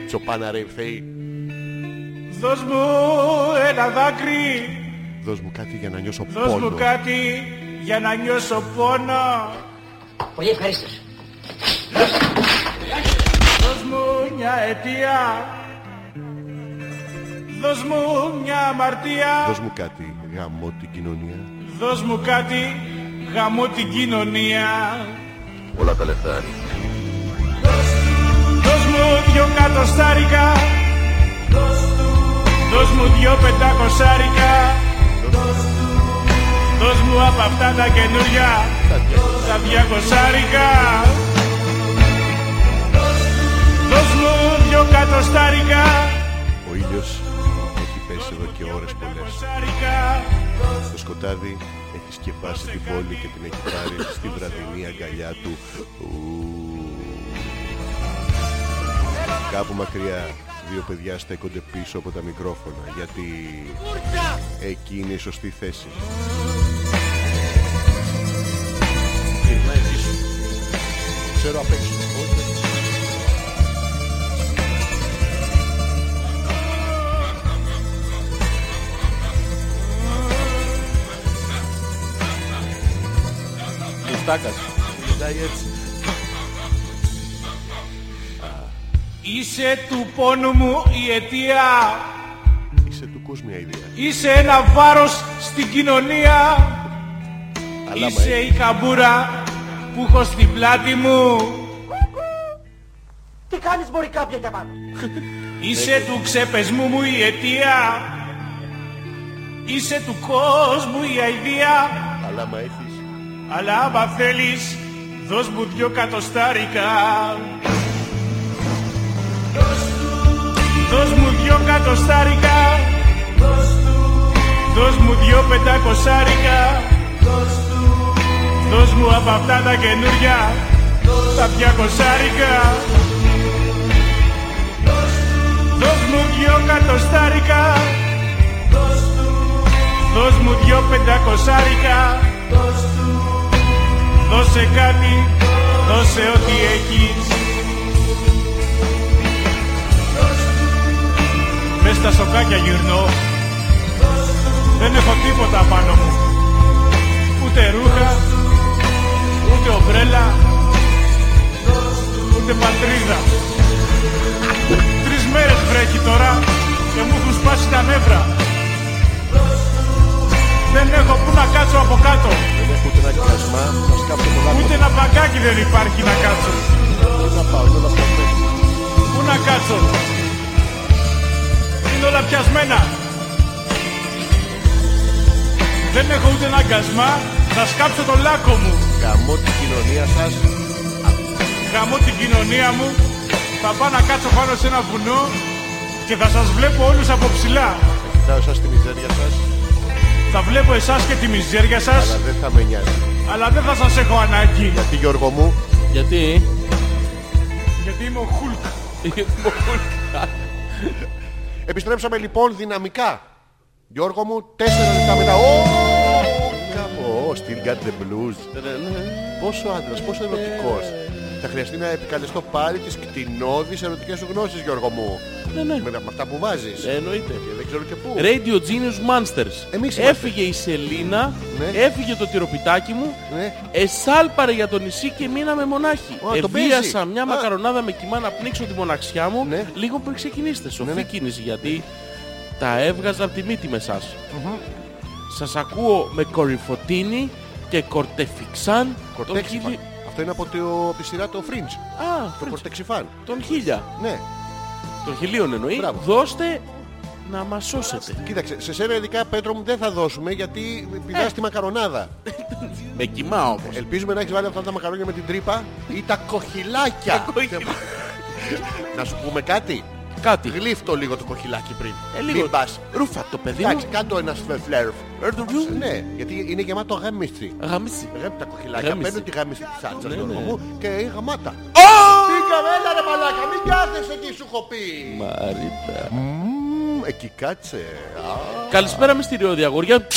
Τσοπάνα ρε ευθέη, δώσ' μου ένα δάκρυ, δώσ' μου κάτι για να νιώσω δώσ' πόνο. μου κάτι για να νιώσω πόνο. Πολύ ευχαρίστως. Δώσ' μου μια αιτία, δώσ' μου μια αμαρτία, Δώσ' μου κάτι γαμώ την κοινωνία. δώσ' μου κάτι γαμώ την κοινωνία. Όλα τα λεφτά. Δώσ' μου δυο κατοστάρικα, δώσ' μου δυο πεντακοσάρικα, δώσ' μου από αυτά τα καινούρια. τα διακοσάρικα Δώσ' μου δυο κατοστάρικα Ο ήλιος έχει πέσει εδώ και ώρες πολλές. Κοσάρικα Το σκοτάδι έχει σκεπάσει την πόλη και την έχει πάρει στη βραδινή αγκαλιά του. Ου. Κάπου μακριά δύο παιδιά στέκονται πίσω από τα μικρόφωνα γιατί εκεί είναι η σωστή θέση. Γυρνάει πίσω. Ξέρω απ' έξω. Όχι. Μουστάκας. Κοιτάει έτσι. Είσαι του πόνου μου η αιτία Είσαι του κόσμου η ιδέα. Είσαι ένα βάρος στην κοινωνία Αλλά μα Είσαι η καμπούρα που έχω στην πλάτη μου Τι κάνεις μπορεί κάποια για πάνω. Είσαι του ξεπεσμού μου η αιτία Είσαι του κόσμου η αηδία αλλά μα έχεις. Αλλά άμα θέλεις δώσ' μου δυο κατοστάρικα Δώσ' μου δυο κατοστάρικα Δώσ' μου δυο πεντακοσάρικα Δώσ' μου απ' αυτά τα καινούρια Τα πιακοσάρικα Δώσ' μου δυο κατοστάρικα Δώσ' μου δυο πεντακοσάρικα Δώσε κάτι, δώσε ό,τι έχεις Μες στα σοκάκια γυρνώ Δεν έχω τίποτα πάνω μου Ούτε ρούχα, ούτε ομπρέλα Ούτε πατρίδα Τρεις μέρες βρέχει τώρα και μου έχουν σπάσει τα νεύρα Δεν έχω που να κάτσω από κάτω Δεν έχω ούτε ένα κοιτασμά. Θα σκάψω το λάπτοπ. Ούτε ένα μπαγκάκι δεν υπάρχει να κάτσω. Πού να πάω. Όλα αυτά πέφτουν. Πού να κάτσω. Είναι όλα πιασμένα. Δεν έχω ούτε ένα αγκασμά να σκάψω τον λάκκο μου. Καμώ την κοινωνία σας. Γαμώ την κοινωνία μου. Θα πάω να κάτσω πάνω σε ένα βουνό και θα σας βλέπω όλους από ψηλά. Θα κοιτάω εσάς τη μιζέρια σας. Θα βλέπω εσάς και τη μιζέρια σας, Αλλά δεν θα με νοιάζει. αλλά δεν θα σας έχω ανάγκη. Γιατί Γιώργο μου. Γιατί. Γιατί είμαι ο Χουλκ. Επιστρέψαμε λοιπόν δυναμικά. Γιώργο μου, τέσσερα λεπτά μετά. Ω, Κάπου, ω, still got the blues. Ναι, Πόσο άντρας, πόσο ερωτικός. Θα χρειαστεί να επικαλεστώ πάλι τις κτηνώδεις ερωτικές σου γνώσεις, Γιώργο μου. Ναι, ναι. Με, με αυτά που βάζεις. Ε, Εννοείται. Και δεν ξέρω και πού. Radio Genius Monsters. Εμείς είμαστε. Έφυγε η Σελίνα, Ναι. έφυγε το τυροπιτάκι μου, Ναι. εσάλπαρε για το νησί και μείναμε μονάχοι. Α, το παίζει. Εβίασα μια Α. μακαρονάδα με κοιμά να πνίξω τη μοναξιά μου Ναι. λίγο πριν ξεκινήσετε. Σοφή ναι. κίνηση γιατί τα έβγαζα από τη μύτη με εσά. Σας ακούω με κορυφωτίνη και κορτεφιξάν τον Κορτέξιφαν. χίλι- Αυτό είναι από, το, από τη σειρά το Fringe. Α, Το Fringe. Κορτέξιφαν. Τον χίλια. Ναι. Των χιλίων εννοεί. Μπράβο. Δώστε να μας σώσετε. Κοίταξε, σε σένα ειδικά, Πέτρο μου, δεν θα δώσουμε γιατί πηδάς τη μακαρονάδα. Ε. Με κοιμά όμως. Ελπίζουμε να έχεις βάλει αυτά τα μακαρόνια με την τρύπα ή τα κοχυλάκια. να σου πούμε κάτι. Κάτι. Γλύφτω λίγο το κοχυλάκι πριν. Ε, λίγο. Μην πας. Ρούφα το παιδί μου. Εντάξει, κάντο ένα φλερφ. Ερντουρντου. Ναι, γιατί είναι γεμάτο γάμιστη. Γαμίσι. Γάμιστη τα κοχυλάκια. Γάμιστη. Παίρνω τη γάμιστη της άτσας, Ναι, Γιώργο ναι. μου, και η γαμάτα. Ω! Πήγα, έλα ρε μαλάκα, μην κάθεσαι τι σου έχω πει. Μαρίτα. Μμμ, Εκεί κάτσε. Α, Καλησπέρα με στη Ριωδιαγοριά.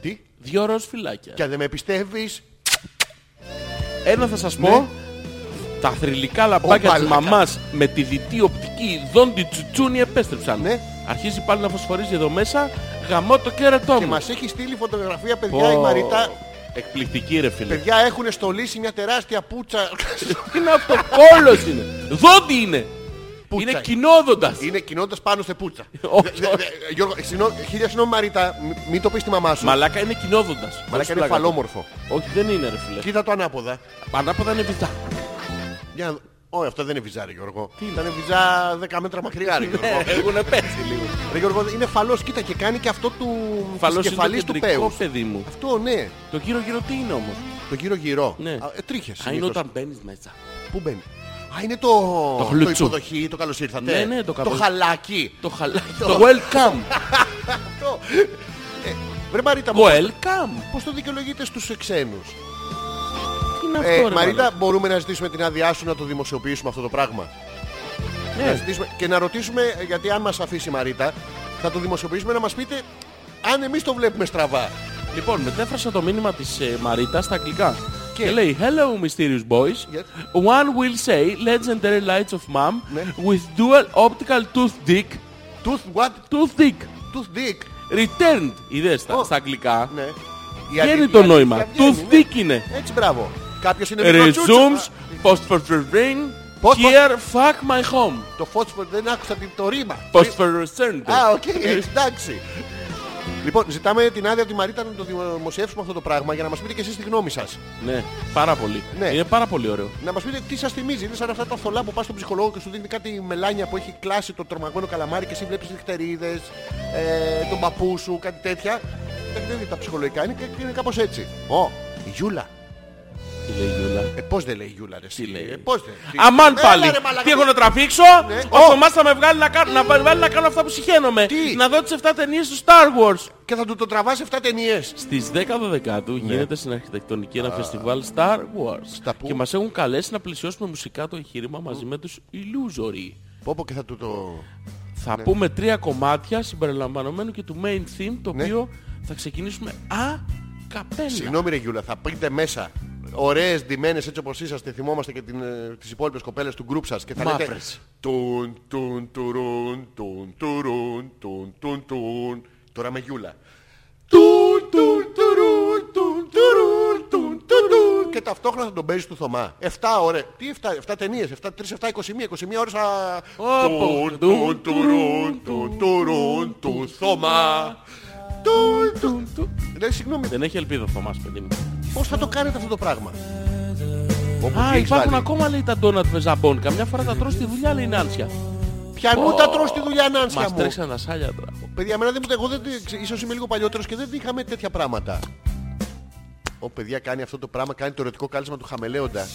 Τι, Δυο ροζ φυλάκια. και αν δεν με πιστεύεις, Ένα θα σας πω. Ναι. Τα θρηλυκά λαμπάκια της μαλάκα. μαμάς με τη δυτή οπτική ειδών τη τσουτσούνη επέστρεψαν. Ναι. Αρχίζει πάλι να φωσφορίζει εδώ μέσα. Γαμώ το κέρατό και μου. μας έχει στείλει φωτογραφία, παιδιά, η Πω. Μαριτά. Εκπληκτική ρε φίλε. Παιδιά έχουν στολίσει μια τεράστια πουτσα. Τι είναι αυτό, κόλλος είναι. Δόντι είναι. Πουτσα Είναι είναι. κοινόδοντας. Είναι κοινώντας πάνω σε πουτσα. Όχι, Δε- δε- Γιώργο, συγγνώμη, χίλια συγγνώμη Μαρίτα, μ- μην το πεις στη μαμά σου. Μαλάκα είναι κοινόδοντας. Μαλάκα Δώσε είναι πλάκα. φαλόμορφο. Όχι δεν είναι ρε φίλε. Κοίτα το ανάποδα. Ανάποδα είναι βιτά. Για να δω. Όχι, αυτό δεν είναι βυζά, ρε Γιώργο. Ήταν βυζά 10 μέτρα μακριά, Ναι. ρε Γιώργο. Έχουν πέσει λίγο. Ρε Γιώργο, είναι φαλός, κοίτα και κάνει και αυτό του Φαλός είναι το κεφαλής του κεντρικό πέους. παιδί μου. Αυτό, ναι. Το γύρω γύρω τι είναι όμως. Το γύρω γύρω. Ναι. Τρίχες. Α, είναι όταν μπαίνεις μέσα. ε, Πού μπαίνει. Α, είναι το, γλουτσού. υποδοχή, το καλώς ήρθατε. Ναι, ναι, το το καλώς- χαλάκι. Το χαλάκι. Το welcome. Αυτό. Ε, Βρε Μαρίτα, μου, Welcome. πώς το δικαιολογείτε στους ξένους. Τι είναι Ε, αυτό ρε Μαρίτα, Ε, μαλάκα. μπορούμε να ζητήσουμε την άδειά σου να το δημοσιοποιήσουμε αυτό το πράγμα. Ε. Να Ναι. ζητήσουμε και να ρωτήσουμε, γιατί αν μας αφήσει η Μαρίτα, θα το δημοσιοποιήσουμε να μας πείτε αν εμείς το βλέπουμε στραβά. Λοιπόν, μετέφρασα το μήνυμα της ε, Μαρίτας στα αγγλικά. Και... λέει Hello mysterious boys. Yes. One will say legendary lights of mom Ναι. with dual optical tooth dick. Tooth what? Tooth dick. Tooth dick. Returned. Είδες τα Ω. στα αγγλικά. Ναι. Βγαίνει το νόημα. Tooth Tooth dick είναι. ναι. Έτσι, μπράβο. Κάποιος είναι Resumes μικροτσούτσο. post for return. Post for- Here fuck my home. Το φότσφορ δεν άκουσα την- το ρήμα. Post for return. Α, οκ, εντάξει. Λοιπόν, ζητάμε την άδεια από τη Μαρίτα να το δημοσιεύσουμε αυτό το πράγμα για να μας πείτε και εσείς τη γνώμη σας. Ναι, πάρα πολύ. Ναι. Είναι πάρα πολύ ωραίο. Να μας πείτε τι σας θυμίζει. Είναι σαν αυτά τα θολά που πας στον ψυχολόγο και σου δίνει κάτι μελάνια που έχει κλάσει το τρομαγμένο καλαμάρι και εσύ βλέπεις νυχτερίδες, ε, τον παππού σου, κάτι τέτοια. Ε, Δεν δεν είναι τα ψυχολογικά, είναι, και- είναι κάπως έτσι. Ω, η Γιούλα. Τι λέει η Γιούλα. Ε, πώς δεν λέει η Γιούλα, ρε. εσύ. λέει. Ε, πώς δεν. Τι- Αμάν Έλα, πάλι. ρε, μαλάκα. Τι έχω να τραβήξω. Ο Ω. Θωμάς θα με βγάλει να, κάνω, να βάλει να κάνω αυτά που συχαίνομαι. Τι? Να δω τις 7 ταινίες του Star Wars. Ναι. Και θα του το τραβάς 7 ταινίες. Στις 10 Δεκάτου γίνεται στην αρχιτεκτονική ένα φεστιβάλ Star Wars. Στα πού? Και μας έχουν καλέσει να πλησιώσουμε μουσικά το εγχείρημα μαζί με τους Illusory. Πω πω και θα του το... Θα Ναι. πούμε τρία κομμάτια συμπεριλαμβανομένου και του main theme το Ναι. οποίο θα ξεκινήσουμε α καπέλα. Συγγνώμη ρε Γιούλα, θα πείτε μέσα ωραίες ντυμένες έτσι όπως είσαστε, θυμόμαστε και την, ε, τις υπόλοιπες κοπέλες του γκρουπ σας και θα λέτε Μαύρες. Τουν, τουν, τουρούν, τουν, τουρούν, τουν, τουν, τουν. Τώρα με Γιούλα. Τουν, τουν, τουρούν, τουν, τουρούν, τουν, τουν, τουν. Και ταυτόχρονα θα τον παίζεις του Θωμά. 7 ώρες. Τι 7, 7 ταινίες. 7, 3, 7, 21. 21 ώρες θα... Όπο. Τουν, τουν, τουρούν, τουν, τουρούν, του Θωμά. Τουν, τουν, τουν. Ναι, συγγνώμη, Δεν έχει ελπίδα ο Θωμάς παιδί μου. Πώς θα το κάνετε αυτό το πράγμα. Όπου Α, τι έχεις υπάρχουν βάλει. ακόμα λέει τα ντόνατ με ζαμπόν. Καμιά φορά τα τρως στη δουλειά λέει είναι άνσια. Ποια νου τα τρως τη δουλειά, Νάνσια Μας μου. τρέξαν τα σάλια τώρα. Παιδιά, εμένα δεν μου τα- εγώ δεν, τη- ίσως είμαι λίγο παλιότερος και δεν είχαμε τέτοια πράγματα. Ο παιδιά κάνει αυτό το πράγμα, κάνει το ερωτικό κάλεσμα του χαμελέοντα.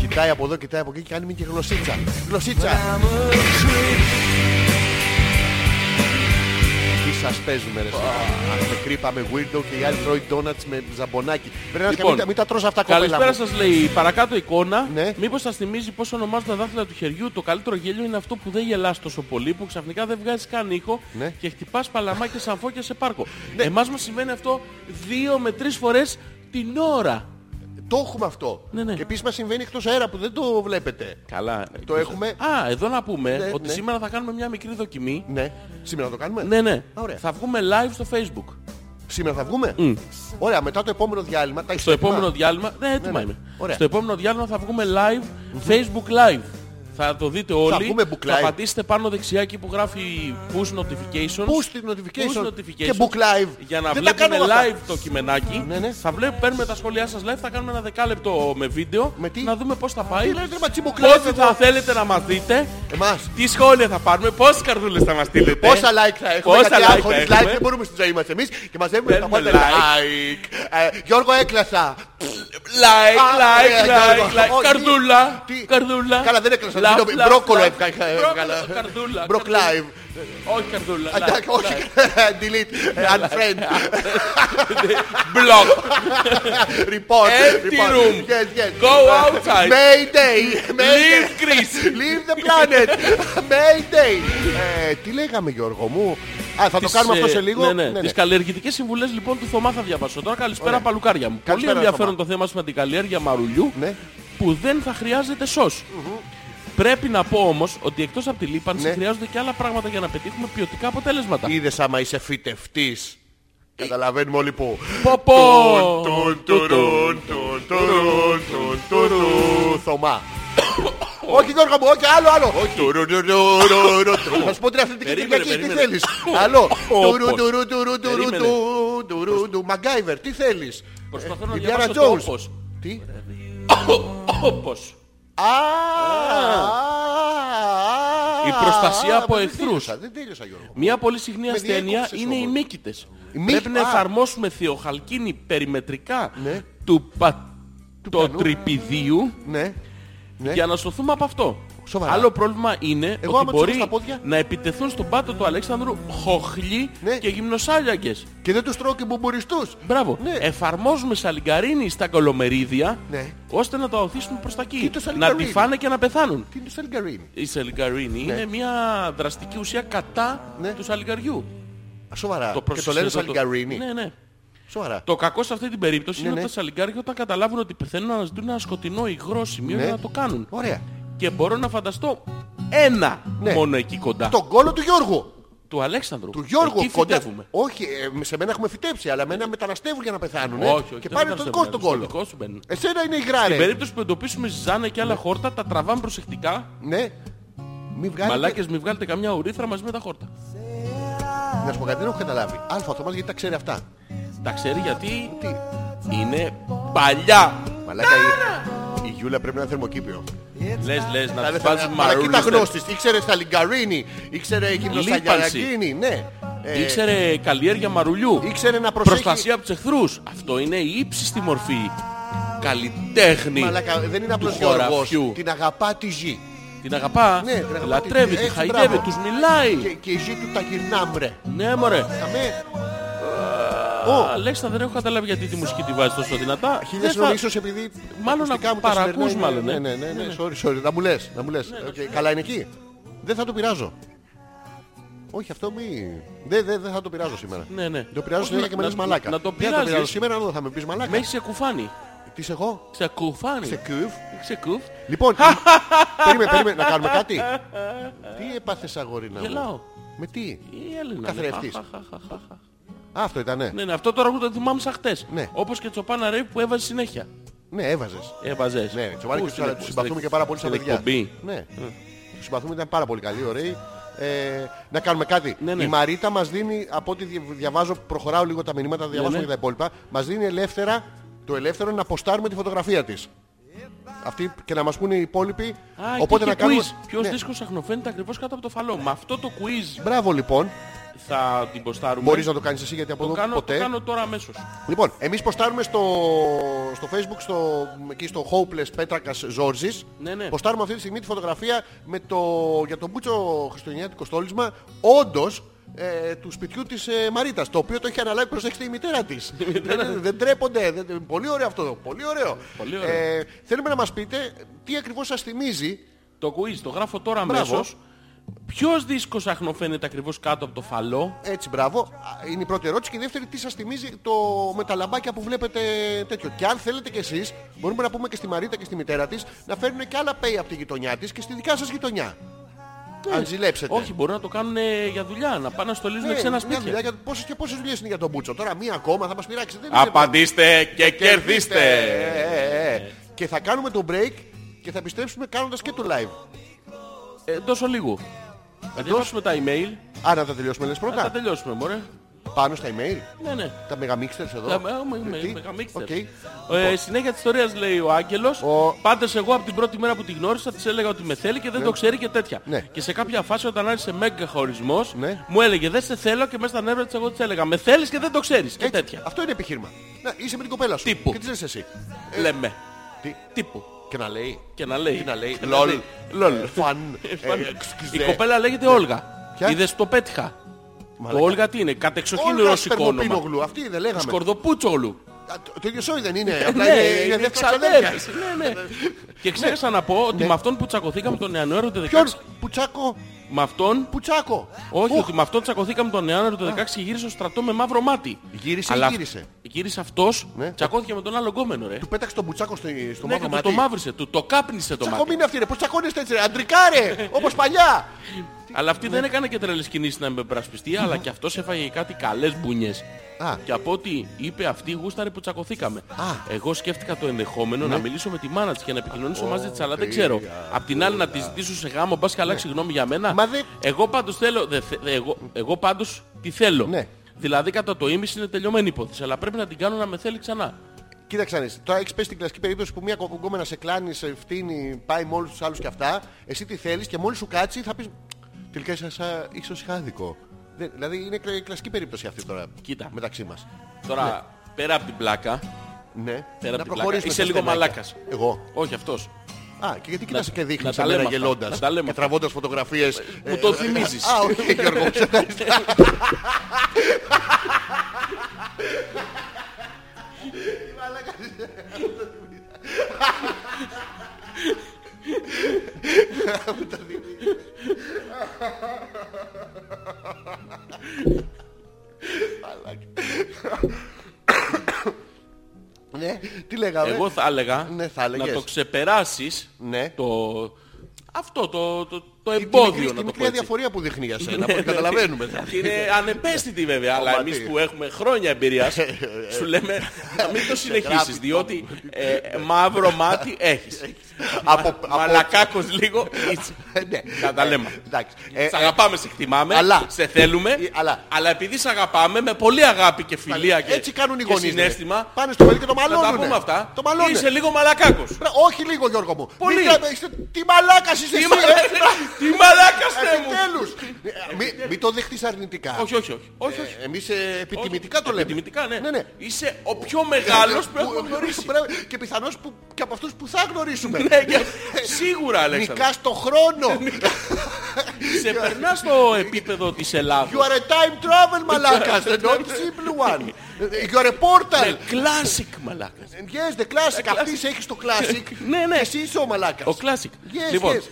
Κοιτάει από εδώ, κοιτάει από εκεί και κάνει μια και γλωσσίτσα. Γλωσσίτσα! Τι σας παίζουμε ρε Ας με κρύπα, με weirdo και η άλλη τρώει donuts με ζαμπονάκι. Πρέπει να Λοιπόν, μην, τα- μην τα τρως αυτά κοπέλα Καλησπέρα μου. σας λέει η παρακάτω εικόνα. Ναι. Μήπως σας θυμίζει πώς ονομάζουν τα δάχτυλα του χεριού. Το καλύτερο γέλιο είναι αυτό που δεν γελάς τόσο πολύ, που ξαφνικά δεν βγάζεις καν ήχο Ναι. και χτυπάς παλαμάκια σαν φώκια σε πάρκο. Εμάς μας συμβαίνει αυτό δύο με τρεις φορές την ώρα. Το έχουμε αυτό. Ναι, ναι. Και επίσης μας συμβαίνει εκτός αέρα που δεν το βλέπετε. Καλά. Το έχουμε. Ε, Α, εδώ να πούμε Ναι, ότι ναι. σήμερα θα κάνουμε μια μικρή δοκιμή. Ναι. Σήμερα το κάνουμε. Ναι, ναι. Ωραία. Θα βγούμε live στο Facebook. Σήμερα θα βγούμε. Ωραία, μετά το επόμενο διάλειμμα. Τα έχεις Στο έτοιμα? επόμενο διάλειμμα. Ναι, έτοιμα ναι. είναι. Ωραία. Στο επόμενο διάλειμμα θα βγούμε live, Facebook live. Θα το δείτε όλοι. βγούμε book Θα live. πατήσετε πάνω δεξιά εκεί που γράφει push notifications. Push the notification Push και book live. Για να Δεν βλέπουμε τα κάνουμε αυτά. live το κειμενάκι. Ναι, ναι. Θα βλέπουμε, παίρνουμε τα σχόλιά σας live, θα κάνουμε ένα δεκάλεπτο με βίντεο. Με τι? Να δούμε πώς θα πάει. Τι λέτε, ρε, μα τσι book live Πόσοι εγώ. θα θέλετε να μας δείτε. Εμάς. Τι σχόλια θα πάρουμε, πόσες καρδούλες θα μας στείλετε. Πόσα like θα έχουμε. Ε. Πόσα γιατί like αν θα χωρίς έχουμε. like δεν μπορούμε στη ζωή μας εμείς και μαζεύουμε τα Παίρνουμε πάντα like. like. Ε, Γιώργο έκλασα. Like, Α, like, ε, like, Γιώργο. like. Όχι. Καρδούλα. Τι? Καρδούλα. Καλά, δεν έκλασα. Λαφ, Συγγνώμη, λαφ, μπρόκολο ε, λαφ. έβγα- έβγαλα. Μπρόκολο, Καρδούλα. Μπροκ καρδούλα. live. Όχι καρδούλα. like, Αντάξει, όχι. like. Delete. Unfriend. Block. Report. Empty report. room. Yes, yes. Go outside. Mayday. Mayday. Leave Greece. Leave the planet! Mayday! Ε, τι λέγαμε Γιώργο μου. Α, θα το Τις, κάνουμε αυτό ε, σε λίγο. Ναι, ναι. Τις καλλιεργητικές συμβουλές λοιπόν του Θωμά θα διαβάσω. Τώρα καλησπέρα παλουκάρια μου. Πολύ Καλησπέρα, ενδιαφέρον Θωμά. το θέμα σου με την καλλιέργεια μαρουλιού Ναι. που δεν θα χρειάζεται σως. Πρέπει να πω όμως ότι εκτός από τη λίπανση Ναι. χρειάζονται και άλλα πράγματα για να πετύχουμε ποιοτικά αποτέλεσματα. Είδες άμα είσαι φυτευτής. Καταλαβαίνουμε όλοι που. Πω, πω. Τουν, τουν, τουρουν, τουν, τουρουν, τουν, τουρουν. Θωμά. Όχι Γιώργο μου, όχι άλλο, άλλο. Τουρου, τουρου, τουρου, τουρου. Θα σου πω την αθλητική Περίμενε, Κυριακή, τι περίμενε. θέλεις. Άλλο. Όπως. Τουρου, τουρου, τουρου, τουρου, Περίμενε. τουρου, τουρου, τουρου. Μαγκάιβερ, τι θέλεις. Ε, Προσπαθώ να Indiana διαβάσω το Jones. όπως. Τι. Όπως. Α, Η προστασία α, από δεν εχθρούς. τέλειωσα, Δεν τέλειωσα Γιώργο. Μια πολύ συχνή ασθένεια διέκοψες είναι οι όμως. μύκητες. Οι μύκ- Πρέπει να Α. εφαρμόσουμε θεοχαλκίνη περιμετρικά Ναι. του πατοτριπηδίου Ναι. Ναι. για να σωθούμε από αυτό. Σοβαρά. Άλλο πρόβλημα είναι Εγώ άμα ότι τους έχω μπορεί στα πόδια. να επιτεθούν στον πάτο του Αλέξανδρου χοχλοί Ναι. και γυμνοσάλιακες. Και δεν τους τρώω και μπουμποριστούς. Μπράβο. Ναι. Εφαρμόζουμε σαλιγκαρίνη στα κολομερίδια Ναι. ώστε να το αωθήσουμε προς τα εκεί. το Να σαλιγκαρίνι. τη φάνε και να πεθάνουν. Τι είναι το σαλιγκαρίνι. Η σαλιγκαρίνη είναι μια δραστική ουσία κατά Ναι. του σαλιγκαριού. Α, Σοβαρά. και το προσυσύνδετο λένε του- σαλιγκαρίνι. Ναι, ναι. Σοβαρά. Το κακό σε αυτή την περίπτωση είναι ναι. ότι τα σαλιγκάρια όταν καταλάβουν ότι πεθαίνουν να αναζητούν ένα σκοτεινό υγρό σημείο Ναι. για να το κάνουν. Ωραία. Και μπορώ να φανταστώ ένα Ναι. μόνο εκεί κοντά. Τον κόλο του Γιώργου. Του Αλέξανδρου. Του Γιώργου εκεί κοντά- φυτεύουμε. Όχι, ε, σε μένα έχουμε φυτέψει, αλλά μένα μεταναστεύουν για να πεθάνουν. ε. Όχι, όχι, και δεν πάνε μεταναστεύουν, τον Ε. δικό σου τον στο κόλο. δικό σου μπαίνουν. Εσένα είναι η γράρε. περίπτωση που εντοπίσουμε ζάνα και άλλα χόρτα, τα τραβάμε προσεκτικά. Ναι. Μην βγάλετε. Μαλάκες, μην βγάλετε καμιά ουρίθρα μαζί με τα χόρτα. Να σου πω κάτι, δεν έχω καταλάβει. Αλφα, Θωμάς γιατί τα ξέρει αυτά. Τα ξέρει γιατί Τι. είναι παλιά. Μαλάκα, η... η Γιούλα πρέπει να είναι θερμοκήπιο. Λες, λες, να Αλλά τους θα- βάζουν Αλλά κοίτα μαρούλες. ναι. γνώστης. Ήξερες στα Λιγκαρίνη, ήξερε γυμνοσαγιαραγκίνη, ναι. Ε, Ήξερε καλλιέργεια μαρουλιού. Ήξερε να προσέχει. Προστασία από τους εχθρούς. Αυτό είναι η ύψιστη μορφή. Καλλιτέχνη. Μαλάκα, δεν είναι απλός του Γιώργος. χωραφιού. Την αγαπά τη Ζή. Την αγαπά, Ναι, την αγαπά, λατρεύει, την- τη έτσι, χαϊδεύει, μπράβο. τους μιλάει. Και, και η Ζή του τα γυρνάμρε. Ναι, μωρέ. Αμέ. Αλέξα, δεν έχω καταλάβει γιατί τη μουσική τη βάζει τόσο δυνατά. Χίλια Δεν θα- συγγνώμη, ίσως επειδή. Μάλλον ακουστικά να μου τα σημερινά παρακούς, είναι- μάλλον, Ναι, ε. Ναι, ναι, ναι, ναι, sorry, sorry. Να μου λες, να μου λες. Οκ, Καλά είναι εκεί. Δεν θα το πειράζω. Όχι, αυτό μη. Δεν δεν- δεν θα το πειράζω σήμερα. Ναι, ναι. Δεν Το πειράζω Όχι, σήμερα και με να- λες μαλάκα. να το Δεν θα το πειράζεις. πειράζω σήμερα, αλλά θα με πεις Με μαλάκα. έχει σε κουφάνι. Τι είσαι εγώ, Σε κουφάνι. σε κουβ. Σε κουφ. Λοιπόν, περίμενε, περίμενε, να κάνουμε κάτι. Τι έπαθες αγορίνα μου. Γελάω. Με τι. Η Έλληνα. ναι. Καθρέφτης. Χα, χα, χα, χα, χα. Α, αυτό ήτανε. Ναι, ναι, αυτό τώρα εγώ το θυμάμαι σαν χτες. Ναι. Όπως και Τσοπάνα Ρέι που έβαζε συνέχεια. Ναι, έβαζες. Έβαζες. Ναι, Τσοβάρη Πού, και στην Τσοβάρη, εκ- τους στην συμπαθούμε εκ- και πάρα πολύ στα στην παιδιά. εκπομπή. Ναι. Τους συμπαθούμε, ήταν πάρα πολύ καλή, ωραίοι. Ε, να κάνουμε κάτι. Ναι, ναι. Η Μαρίτα μας δίνει, από ό,τι δια- διαβάζω, προχωράω λίγο τα μηνύματα, θα διαβάσουμε ναι. και τα υπόλοιπα, μας δίνει ελεύθερα, το ελεύθερο να αποστάρουμε τη φωτογραφία της. Αυτή και να μας πούνε οι υπόλοιποι. Α, Οπότε να κάνουμε... Ποιος Ναι. δίσκος αχνοφαίνεται ακριβώς κάτω από το φαλό. Με αυτό το quiz Μπράβο λοιπόν, θα την ποστάρουμε. μπορείς να το κάνεις εσύ γιατί από Ναι. το εδώ κάνω, ποτέ. το κάνω τώρα αμέσως. Λοιπόν, εμείς ποστάρουμε στο, στο facebook, στο, εκεί στο Hopeless Πέτρακας Ζόρζης. Ναι, ναι. Ποστάρουμε αυτή τη στιγμή τη φωτογραφία με το, για το μπούτσο χριστουγεννιάτικο στόλισμα όντως ε, του σπιτιού της ε, Μαρίτας, το οποίο το έχει αναλάβει προσέξτε η μητέρα της. δεν, δεν τρέπονται. δεν- πολύ ωραίο αυτό. Πολύ ωραίο. Πολύ ωραίο. Ε, θέλουμε να μας πείτε τι ακριβώς σας θυμίζει. Το quiz το γράφω τώρα Μπράβο. αμέσως. Ποιος δίσκος αχνοφαίνεται ακριβώς κάτω από το φαλό. Έτσι, μπράβο. Α, Είναι η πρώτη ερώτηση. Και η δεύτερη, τι σας θυμίζει το με τα λαμπάκια που βλέπετε τέτοιο. Και αν θέλετε κι εσείς, μπορούμε να πούμε και στη Μαρίτα και στη μητέρα της να φέρουν και άλλα πέι από τη γειτονιά της και στη δικιά σας γειτονιά. Αν ζηλέψετε. Ναι. Όχι, μπορούν να το κάνουν ε, για δουλειά, να πάνε να στολίζουν Ναι, ξένα μια δουλειά σπίτια. για- Πόσες και πόσες δουλειές είναι για τον Μπούτσο. Τώρα μία ακόμα θα μας πειράξει. Δεν είναι- Απαντήστε και κερδίστε. Ε, ε, ε. Και θα κάνουμε το break και θα επιστρέψουμε κάνοντας και το live. Ε, τόσο λίγο. Θα διαβάσουμε τα email. Άρα θα τελειώσουμε λες Θα πρώτα. τελειώσουμε, μωρέ. Πάνω στα email. Ναι, ναι. Τα μεγαμίξτερς εδώ. Τα- ε, με- με- Τι? μεγαμίξτερ. Οκ. Ε, συνέχεια της ιστορίας λέει ο Άγγελος Ο- Πάντως εγώ από την πρώτη μέρα που τη γνώρισα της έλεγα ότι με θέλει και δεν το ξέρει και τέτοια Ναι. Και σε κάποια φάση όταν άρχισε μέγκα χωρισμός Ναι. Μου έλεγε δεν σε θέλω και μέσα στα νεύρα της εγώ της έλεγα Με θέλεις και δεν το ξέρεις και Έτσι, τέτοια Αυτό είναι επιχείρημα. Να, είσαι με την κοπέλα σου. Τύπου. Και τι λες εσύ. Λέμε ε, Τι, Τύπου και να λέει. Και να λέει Τι να λέει. Και να Λολ. Ε, λέει. ε, Λολ. Φαν. Η κοπέλα λέγεται Όλγα Ναι. Ποια? Είδες το πέτυχα Το Μαλάκα. Όλγα τι είναι κατεξοχήν ρωσικό όνομα Αυτή δεν λέγαμε. Σκορδοπούτσολου Α, το- Το ίδιο σόι δεν είναι. Ε, Απλά ναι, είναι- είναι είναι δεύτερα ξαδέρφια. ξαδέρφια. Ναι, ναι. Και ξέχασα να πω ότι με αυτόν που τσακωθήκαμε τον Ιανουάριο του 16. Ναι. Ποιον. Πουτσάκο. Με αυτόν. Πουτσάκο. Όχι, Οχ, ότι με αυτόν τσακωθήκαμε τον Ιανουάριο του 16 και γύρισε στο στρατό με μαύρο μάτι. Γύρισε ή γύρισε? Γύρισε αυτός, Ναι. τσακώθηκε με τον άλλο γκόμενο, ρε. Του πέταξε τον πουτσάκο στο, στο Ναι, μαύρο και του το μάτι. μαύρισε, του το κάπνισε το Τσακωμή μάτι. είναι αυτή ρε. Πώς τσακώνεστε έτσι ρε. Αντρικά ρε. Όπως παλιά. Αλλά αυτή Ναι. δεν έκανε και τρελές κινήσεις να με υπερασπιστεί, αλλά και αυτός έφαγε κάτι καλές μπουνιές. Α. Και από ό,τι είπε αυτή, γούσταρε που τσακωθήκαμε. Α. Ναι. Εγώ σκέφτηκα το ενδεχόμενο να μιλήσω με τη μάνα της και να επικοινωνήσω μαζί της, αλλά δεν ξέρω. Απ' την άλλη να τη ζητήσω σε γάμο, μπας και αλλάξει γνώμη για μένα. Ναι. Μα δεν- Εγώ πάντως θέλω, δεν θε- εγώ, εγώ πάντως τη θέλω. Ναι. Δηλαδή κατά το ίμιση είναι τελειωμένη υπόθεση, αλλά πρέπει να την κάνω να με θέλει ξανά. Κοίταξε, Άνεση, τώρα έχεις πέσει την κλασική περίπτωση που μια κοκκόμενα σε κλάνει, σε φτύνει, πάει με όλους τους άλλους και αυτά. Εσύ τι θέλεις και μόλις σου κάτσει θα πεις. Τελικά είσαι σαν ίσως είχα άδικο. Δεν- Δηλαδή είναι κλα- κλασική περίπτωση αυτή τώρα. Κοίτα. Μεταξύ μας. Τώρα, πέρα από την πλάκα, Ναι. Πέρα απ' την πλάκα. Είσαι στα λίγο στενάκια. μαλάκας. Εγώ. όχι αυτός. Α, και γιατί κοιτάς και να δείχνεις τα εμένα λέμε αυτά, γελώντας να τα Ε, λέμε και αυτά. τραβώντας φωτογραφίες. Μου το θυμίζεις. ε, Α, οκ, Γιώργο, σε ευχαριστώ. Ναι, τι λέγαμε. Ε, Εγώ θα έλεγα Ναι, θα έλεγες. να το ξεπεράσεις Ναι. το... αυτό το, το, το Τη μικρή- εμπόδιο τη να το μικρή πω έτσι. Ναι, αδιαφορία που δείχνει για σένα, από ό,τι καταλαβαίνουμε. Και είναι ανεπαίσθητη βέβαια, αλλά Κομματή. εμείς που έχουμε χρόνια εμπειρίας, Ε, σου λέμε να μην το συνεχίσει, γράφει διότι ε, μαύρο μάτι έχεις. Από- από- Μαλακάκος λίγο. Ναι. Να τα λέμε. Εντάξει. Ε, Σ' αγαπάμε, σε εκτιμάμε, αλλά- σε θέλουμε, Ε, αλλά- επειδή σε αγαπάμε με πολύ αγάπη και φιλία και, Έτσι κάνουν οι και γονείς. ρε. συνέστημα, Πάνε στο παιδί και το να μαλώνουν. τα πούμε αυτά, Το μαλώνουν. είσαι λίγο μαλακάκος. Όχι λίγο Γιώργο μου. Πολύ. Μην κρατά- είστε- Τι μαλάκας είσαι Τι εσύ. μαλα- ε. Τι μαλάκας θέ μου. Επιτέλους. Ε, μη- Μην το δεχτείς αρνητικά. Ε, Όχι, όχι, όχι. όχι, όχι. Εμείς ε, επιτιμητικά το λέμε. Επιτιμητικά, ναι. Ναι, ναι. Είσαι ο πιο μεγάλος που έχουμε Που- γνωρίσει. πρέπει- Και πιθανώς που- και από αυτούς που θα γνωρίσουμε. Ναι, και- Σίγουρα, Αλέξανδρο. Ναι. Νικάς το χρόνο. Ξεπερνά το επίπεδο της You Ελλάδος. are a time travel μαλάκας. Ναι. Not simple one. You're a portal. Είναι Ναι, classic, μαλάκα. Yes, the classic. Αυτής έχεις το classic. Ε, Ναι, ναι. και Εσύ είσαι ο μαλάκας. Ο classic. Yes, λοιπόν, yes.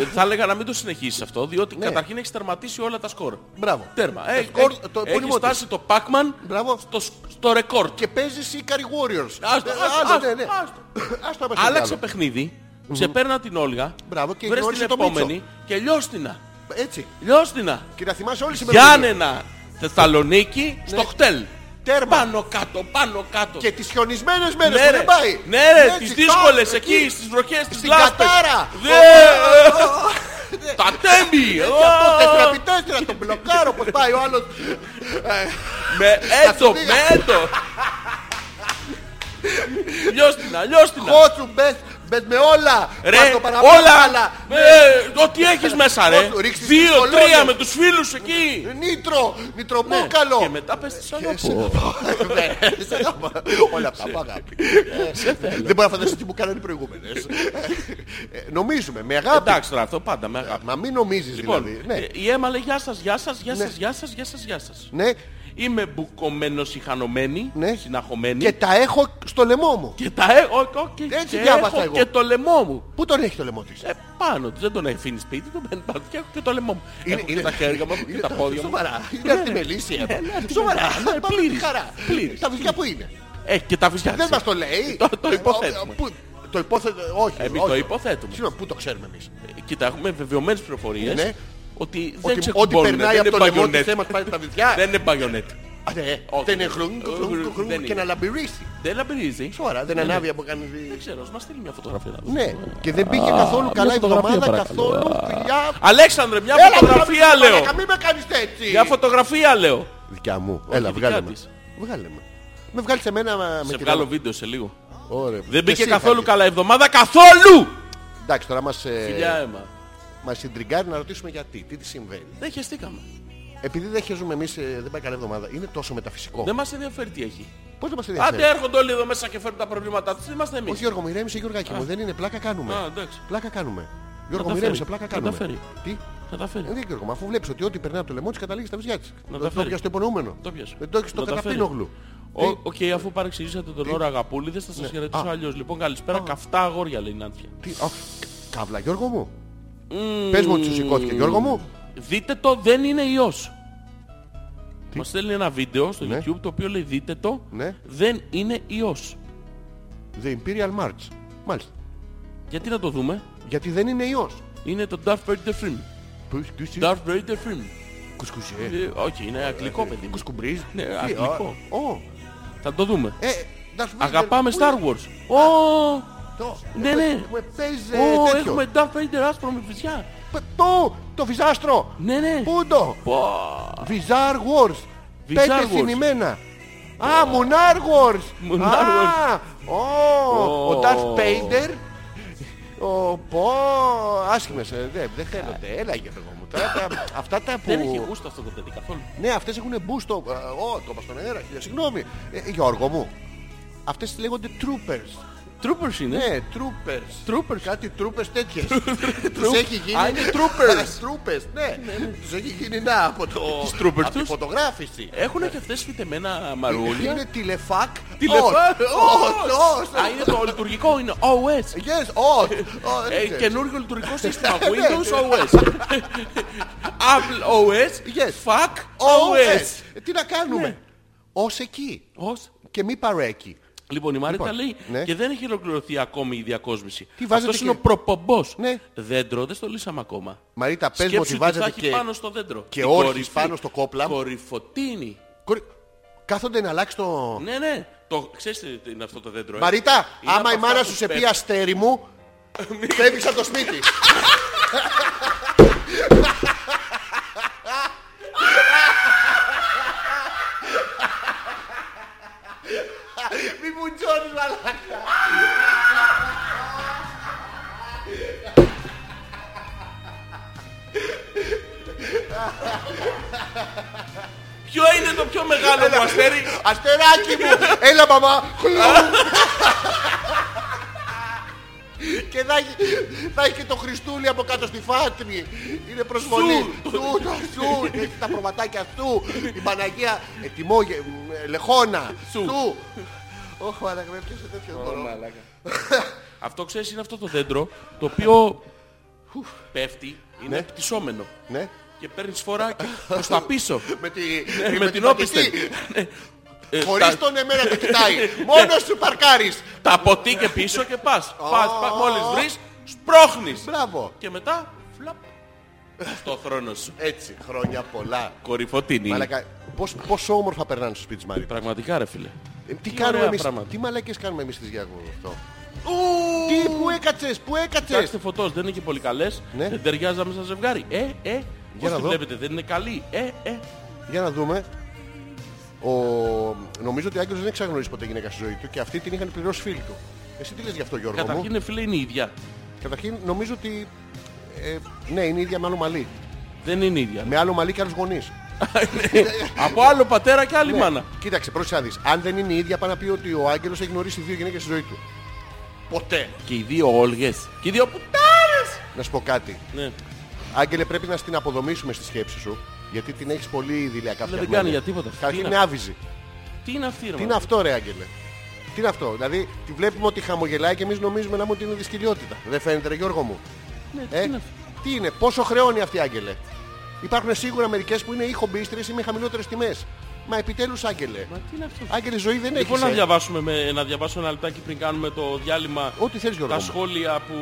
ε, θα έλεγα να μην το συνεχίσεις αυτό, διότι καταρχήν έχεις τερματίσει όλα τα σκορ. Μπράβο. Τέρμα. Έχει σκορ, το έχει επώνυμό φτάσει το Pacman Μπράβο. στο, στο ρεκόρ. Και παίζεις Ikari Warriors. Άστο, Ε, άστο, άλλο, ναι, ναι. άστο. Άστο, άστο, Άλλαξε άλλο. παιχνίδι, ξεπέρνα την Όλγα, Μπράβο, και βρες την γνώρισε τον Μίτσο. επόμενη και λιώστηνα. Έτσι. Λιώστηνα. Και να θυμάσαι όλες οι μερομηνίες. Γιάννενα, Θεσσαλονίκη, στο χτέλ. Ναι. Τέρμα. Πάνω κάτω, πάνω κάτω. Και τις χιονισμένες μέρες Ναι που ρε, δεν πάει. ναι ρε, Έτσι, τις δύσκολες πάνω, εκεί, στις βροχές, στις Στην λάσπες. Κατάρα. Δε, τα τέμπη. Και αυτό τέσσερα επί τέσσερα, τον μπλοκάρω πως πάει ο άλλος. Με έτο, φύγα. με έτο. Λιώστηνα, λιώστηνα. Κότσου μπες, μπες με όλα. Ρε, Πάρ' το παραπάνω, όλα, αλλά- ε, ό,τι έχεις μέσα ρε. Κότσου, ρίξεις Δύο, τις κολόνες. τρία με τους φίλους εκεί. Νήτρο, Ναι. νητροπόκαλο. Και μετά πες τη σαλόπου. Ε, σε αγαπάω. Όλα αυτά, μ' αγάπη. Ε, Δεν μπορώ να φανταστώ τι μου κάνανε οι προηγούμενες. Ε, Νομίζουμε, με αγάπη. Εντάξει τώρα, αυτό πάντα με αγάπη. Μα μην νομίζεις Λοιπόν, δηλαδή. Ναι. ε, η Έμα λέει γεια σας, γεια σας, γεια σας, γεια σας, γεια σας, γεια σας. Ναι. Είμαι μπουκωμένος, συχανωμένη, Ναι. συναχωμένη. Και τα έχω στο λαιμό μου. Και τα έχω και, Έτσι και, διάβασα έχω εγώ. και το λαιμό μου. Πού τον έχει το λαιμό της. Ε, πάνω της, δεν τον αφήνει σπίτι, τον παίρνει πάνω του και έχω και το λαιμό μου. έχω και τα χέρια μου, έχω και είναι τα πόδια μου. Ε, Ε, Σοβαρά. Είναι αυτή η μελίσια. Σοβαρά. Ναι, Πάμε πλήρης, χαρά. πλήρης. Τα βυζιά που είναι. Έχει και τα βυζιά Δεν της. μας το λέει. Το- το υποθέτουμε. Ε, πού- Το υποθέτουμε. Όχι. Εμείς όχι. το υποθέτουμε. Συγγνώμη, πού το ξέρουμε εμείς. Ε, Κοίτα, έχουμε βεβαιωμένες πληροφορίες Ναι. ότι δεν Ότι ό,τι ξεκουμπώνουν, περνάει δεν από είναι το λαιμό της μπαγιονέτη. δεν μας πάει τα βυζιά. Δεν είναι μπαγιονέτη. Α, ναι. Όχι, Δεν είναι δεν- χρουν, του ε, χρουν, του δεν χρουν και είναι. Ναι, να λαμπυρίσει. Δεν λαμπυρίζει. Σοβαρά, δεν ανάβει από κανείς. Δεν ξέρω, μας στείλει μια φωτογραφία. να δω. Ναι, και δεν πήγε καθόλου καλά η εβδομάδα, καθόλου φιλιά. Αλέξανδρε, μια Έλα, φωτογραφία μαλάκα, λέω. Μην με κάνεις έτσι. Μια φωτογραφία λέω. Δικιά μου. Έλα, δικιά βγάλε με. της. Βγάλε με. Με βγάλεις εμένα μα- με Σε την βγάλω άλλη. βίντεο σε λίγο. Ωραία. Δεν μπήκε Ε, Εσύ καθόλου είχατε. καλά η εβδομάδα, καθόλου! Εντάξει, τώρα μας, ε, Φιλιά αίμα. μας συντριγκάρει να ρωτήσουμε γιατί, τι τη συμβαίνει. Δεν Ε. χεστήκαμε. Επειδή δεν χεζούμε εμείς, ε, δεν πάει καλή εβδομάδα, είναι τόσο μεταφυσικό. Δεν μας ενδιαφέρει τι έχει. Πώς δεν μας Άντε ενδιαφέρει. έρχονται όλοι εδώ μέσα και φέρνουν τα προβλήματά τους. Είμαστε Ε, Όχι ε. εμείς. Γιώργο, μου ηρέμησε Γιώργακι μου, δεν είναι, πλάκα Α, κάνουμε. εντάξει. Πλάκα κάνουμε. Γιώργο, μου Καταφέρει. ηρέμησε, πλάκα κάνουμε. Καταφέρει. Τι, Ε, Καταφέρει. δεν Γιώργο, μου, αφού βλέπεις ότι ό,τι περνάει από το λαιμό της καταλήγεις στα βυζιά της. τα Δεν το φέρει. πιάσεις το υπονοούμενο. Το πιάσε. Δεν ε, το έχεις το Να τα φέρει. καταπίνογλου. Ε. Ο- Οκ, αφού παρεξηγήσατε τον ώρα αγαπούλη, δεν θα σας χαιρετήσω Ναι. Α. αλλιώς. Λοιπόν, καλησπέρα, καυτά αγόρια λέει η Νάντια. Τι, α, καύλα Γιώργο μου. Πες μου ότι σου σηκώθηκε Γιώργο μου. Δείτε το, δεν είναι ιός. Μας στέλνει ένα βίντεο στο Ναι. YouTube το οποίο λέει δείτε το, Ναι. δεν είναι ιός. The Imperial March. Μάλιστα. Γιατί να το δούμε. Γιατί δεν είναι ιός. Είναι το Darth Vader film. Πους- κουσι- Darth Vader film. Κουσκουσιέ. Ε, Όχι, είναι αγγλικό παιδί. μου. Κουσκουμπρίζ. Ναι, Τι, αγγλικό. α, ω. Θα το δούμε. Ε, να σου πω, Αγαπάμε πού Star είναι Wars. Ω, αυτό? Ναι, Ε, ναι. μου Παίζει ω, ε, τέτοιο. έχουμε Darth Vader άσπρο με φυσιά. Πε- Το, το βυζάστρο. Ναι, ναι. Πού το. Πω. Βυζάρ Wars. Βυζάρ Πέντε Wars. συνημένα. Α, Μουνάρ Wars. Μουνάρ Α, ω, Ο Ω. Darth Vader. Ο, πω, άσχημες, ε, δεν δεν θέλονται. Έλα Γιώργο μου. Τώρα τα- Αυτά τα που... Δεν έχει γούστο αυτό το παιδί καθόλου. Ναι, αυτές έχουν μπούστο. Ω, Ε, το είπα στον αέρα, χίλια συγγνώμη. Ε, Γιώργο μου, αυτές λέγονται troopers. Troopers είναι. Ναι, troopers. Troopers. Κάτι troopers τέτοιες. Τους έχει γίνει. Α, είναι troopers. Troopers, ναι. Τους έχει γίνει να από το. Τις troopers από τη τους. φωτογράφηση. Έχουν και αυτές φυτεμένα μαρούλια. Είναι τηλεφακ. Τηλεφακ. Ότ. Α, είναι το λειτουργικό, είναι OS. Yes, oh, ότ. Ε, Καινούργιο λειτουργικό Ναι, σύστημα. Windows OS. Apple OS. Yes. Fuck OS. Τι να Ναι. κάνουμε. Ως εκεί. Ως. Και μη παρέκει. Λοιπόν, η Μαρίτα λέει ναι. και δεν έχει ολοκληρωθεί ακόμη η διακόσμηση. Τι βάζετε Αυτός είναι ο και- προπομπός. Ναι. Δέντρο, δεν στολίσαμε ακόμα. Μαρίτα, πες μου Σκέψου ότι τι θα βάζετε έχει και... πάνω στο δέντρο. και Η όρχης κορυφή. πάνω στο κόπλαμα. Κορυφωτίνη. Κορι- Κάθονται να αλλάξει το... Ναι, ναι. Το, ξέρεις τι είναι αυτό το δέντρο. ε? Μαρίτα, Είναι από άμα η αυτά μάνα που σου σε πει πέφτουν. αστέρι μου, φεύγεις από το σπίτι. Μη μου τζώνεις μαλάκα. Ποιο είναι το πιο μεγάλο μου αστέρι. Αστεράκι μου, έλα μαμά. Χλου. Και θα έχει, θα έχει και το Χριστούλη από κάτω στη φάτρη. Είναι προσβολή. Σου, το σου, έχει τα προβατάκια σου. Η Παναγία ετοιμό, λεχόνα. Σου. Σου. Όχι, αλλά με πιάσε τέτοιο δώρο. αυτό ξέρεις είναι αυτό το δέντρο το οποίο πέφτει, είναι Ναι. πτυσσόμενο. Ναι. Και παίρνεις φορά και προς τα πίσω. Με, τη, Ε, με την όπιστε. όπιστη. Ε, τα- Χωρίς τον εμένα να κοιτάει. Μόνος σου παρκάρεις. Τα από εκεί και πίσω και πας. Πας, πας, μόλις βρεις, σπρώχνεις. Μπράβο. Και μετά, φλαπ, στο θρόνο σου. Έτσι, χρόνια πολλά. Κορυφωτίνη. Μαλακα, πώς, πόσο όμορφα περνάνε στο σπίτι της Μαρίτα. Πραγματικά ρε φίλε. Ε, τι, Τι κάνουμε ωραία εμείς, πράγματα. τι μαλακές κάνουμε εμείς στις Γιάνγκο αυτό. Τι, πού έκατσες, πού έκατσες. Κοιτάξτε φωτός, δεν είναι και πολύ καλές. Ναι. Δεν ταιριάζαμε σαν ζευγάρι. Ε, ε, να πώς τη δω. βλέπετε, δεν είναι καλή. Ε, ε. Για να δούμε. Ο... Νομίζω ότι ο Άγγελος δεν έχει ξαναγνωρίσει ποτέ γυναίκα στη ζωή του και αυτή την είχαν πληρώσει φίλοι του. Εσύ τι λες γι' αυτό Γιώργο Καταρχήν μου. ρε φίλε είναι η ίδια. Καταρχήν νομίζω ότι... Ε, ναι, είναι η ίδια με άλλο μαλλί. Δεν είναι η ίδια. Με άλλο μαλλί και άλλους γονείς. Από άλλο πατέρα και άλλη Ναι. μάνα. Κοίταξε, πρόσεχε να δεις. Αν δεν είναι η ίδια, πάνε να πει ότι ο Άγγελος έχει γνωρίσει δύο γυναίκες στη ζωή του. Ποτέ. Και οι δύο όλγες. Και οι δύο πουτάρες. Να σου πω κάτι. Ναι. Άγγελε, πρέπει να στην αποδομήσουμε στη σκέψη σου. Γιατί την έχεις πολύ δειλιακά Δεν φτιαγμένη. κάνει για τίποτα. αυτή. Καταρχήν Τι είναι είναι- άβυζη. Τι είναι αυτή ρε Τι είναι μάνα. αυτό, ρε Άγγελε. Τι είναι αυτό. Δηλαδή, τη βλέπουμε ότι χαμογελάει και εμείς νομίζουμε να μου ότι είναι δυσκολιότητα. Δεν φαίνεται, ρε Γιώργο μου. Ναι, τι Ε, είναι αυτό. τι είναι, πόσο χρεώνει αυτή, Άγγελε. Υπάρχουν σίγουρα μερικές που είναι ή χομπίστρες ή με χαμηλότερες τιμές. Μα επιτέλους, Άγγελε. Μα τι είναι αυτό. Άγγελε, ζωή δεν Λοιπόν, έχεις. να διαβάσουμε με, να διαβάσω ένα λεπτάκι πριν κάνουμε το διάλειμμα. Ό,τι θέλει, Γιώργο. Τα Μου. σχόλια που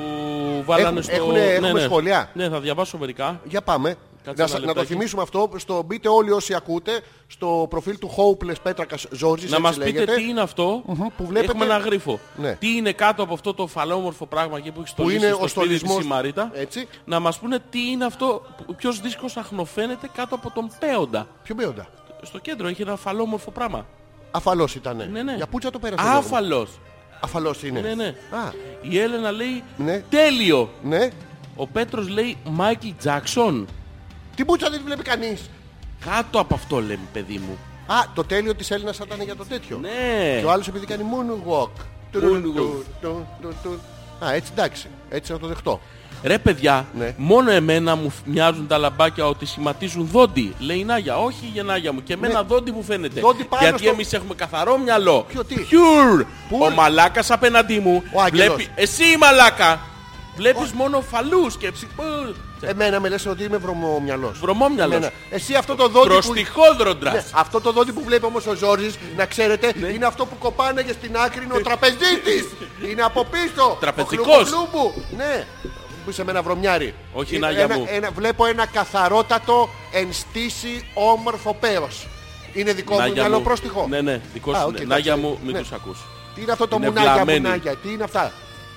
βάλανε Έχουν- στο... έχουνε- έχουμε σχόλια? Ναι, θα διαβάσω μερικά. Για πάμε. Κάτσε Να, ένα σα- να το λεπτάκι. θυμίσουμε αυτό. Στο, μπείτε όλοι όσοι ακούτε στο προφίλ του Hopeless Πέτρακας Ζόρζης. Να μας πείτε τι είναι αυτό. Μμμ, που βλέπετε- Έχουμε ένα γρίφο. Ναι. Τι είναι κάτω από αυτό το φαλόμορφο πράγμα εκεί που έχει Που στολίσει είναι στο ο σπίτι της στολισμό. η Μαρίτα. Έτσι. Να μας πούνε τι είναι αυτό, που- ποιος δίσκος αχνοφαίνεται κάτω από τον Πέοντα. Ποιο μπέοντα. Στο κέντρο έχει ένα φαλόμορφο πράγμα. Αφαλός ήταν. Ναι, ναι. Για πούτσα το πέρασε. Γιώργο μου. Άφαλος. Αφαλός είναι. Ναι, ναι. Α, Η Έλενα λέει Ναι. τέλειο. ναι. Ο Πέτρος λέει Μάικλ Τζάκσον. Την πούτσα δεν τη βλέπει κανείς. Κάτω από αυτό λέμε παιδί μου. Α, το τέλειο της Έλληνας θα ήταν για το τέτοιο. Ναι. Και ο άλλος επειδή κάνει moonwalk. Τουρουν, τουρουν, τουρουν, τουρουν. Α, έτσι εντάξει. Έτσι να το δεχτώ. Ρε παιδιά, Ναι. μόνο εμένα μου φ- μοιάζουν τα λαμπάκια ότι σχηματίζουν δόντι. Λέει η Νάγια, όχι η Γενάγια μου. Και εμένα δόντι μου φαίνεται. Ναι. Δόντι πάνω Γιατί στο- εμείς έχουμε καθαρό μυαλό. Ποιο τι? Pure. Πού? Ο μαλάκας απέναντί μου. Ο Άγγελος. Εσύ η μαλάκα. Βλέπεις μόνο φαλούς και ψι... Εμένα με λες ότι είμαι βρωμομυαλός. Βρωμόμυαλος. Εμένα. Εσύ αυτό το δόντι που... Προστιχόδροντρας. Ναι, αυτό το δόντι που βλέπει όμως ο Ζόρζης, να ξέρετε, Ναι. είναι αυτό που κοπάναγε στην άκρη είναι ο τραπεζίτης. είναι από πίσω. Τραπεζικός. Ο χλουμπουκλούμπου. Ναι. Που είσαι με ένα βρωμιάρι. Όχι, Είναι Νάγια ένα- μου. ένα- βλέπω ένα καθαρότατο ενστήσει όμορφο πέος. Είναι δικό μου Νάγια μυαλό μου. πρόστιχο. Ναι, ναι, δικό Α, σου. οκ, ναι. εντάξει. Νάγια μου, μην Ναι. τους ακούς. Τι είναι αυτό το Είναι μουνάγια βλαμμένοι. μουνάγια, τι είναι αυτά.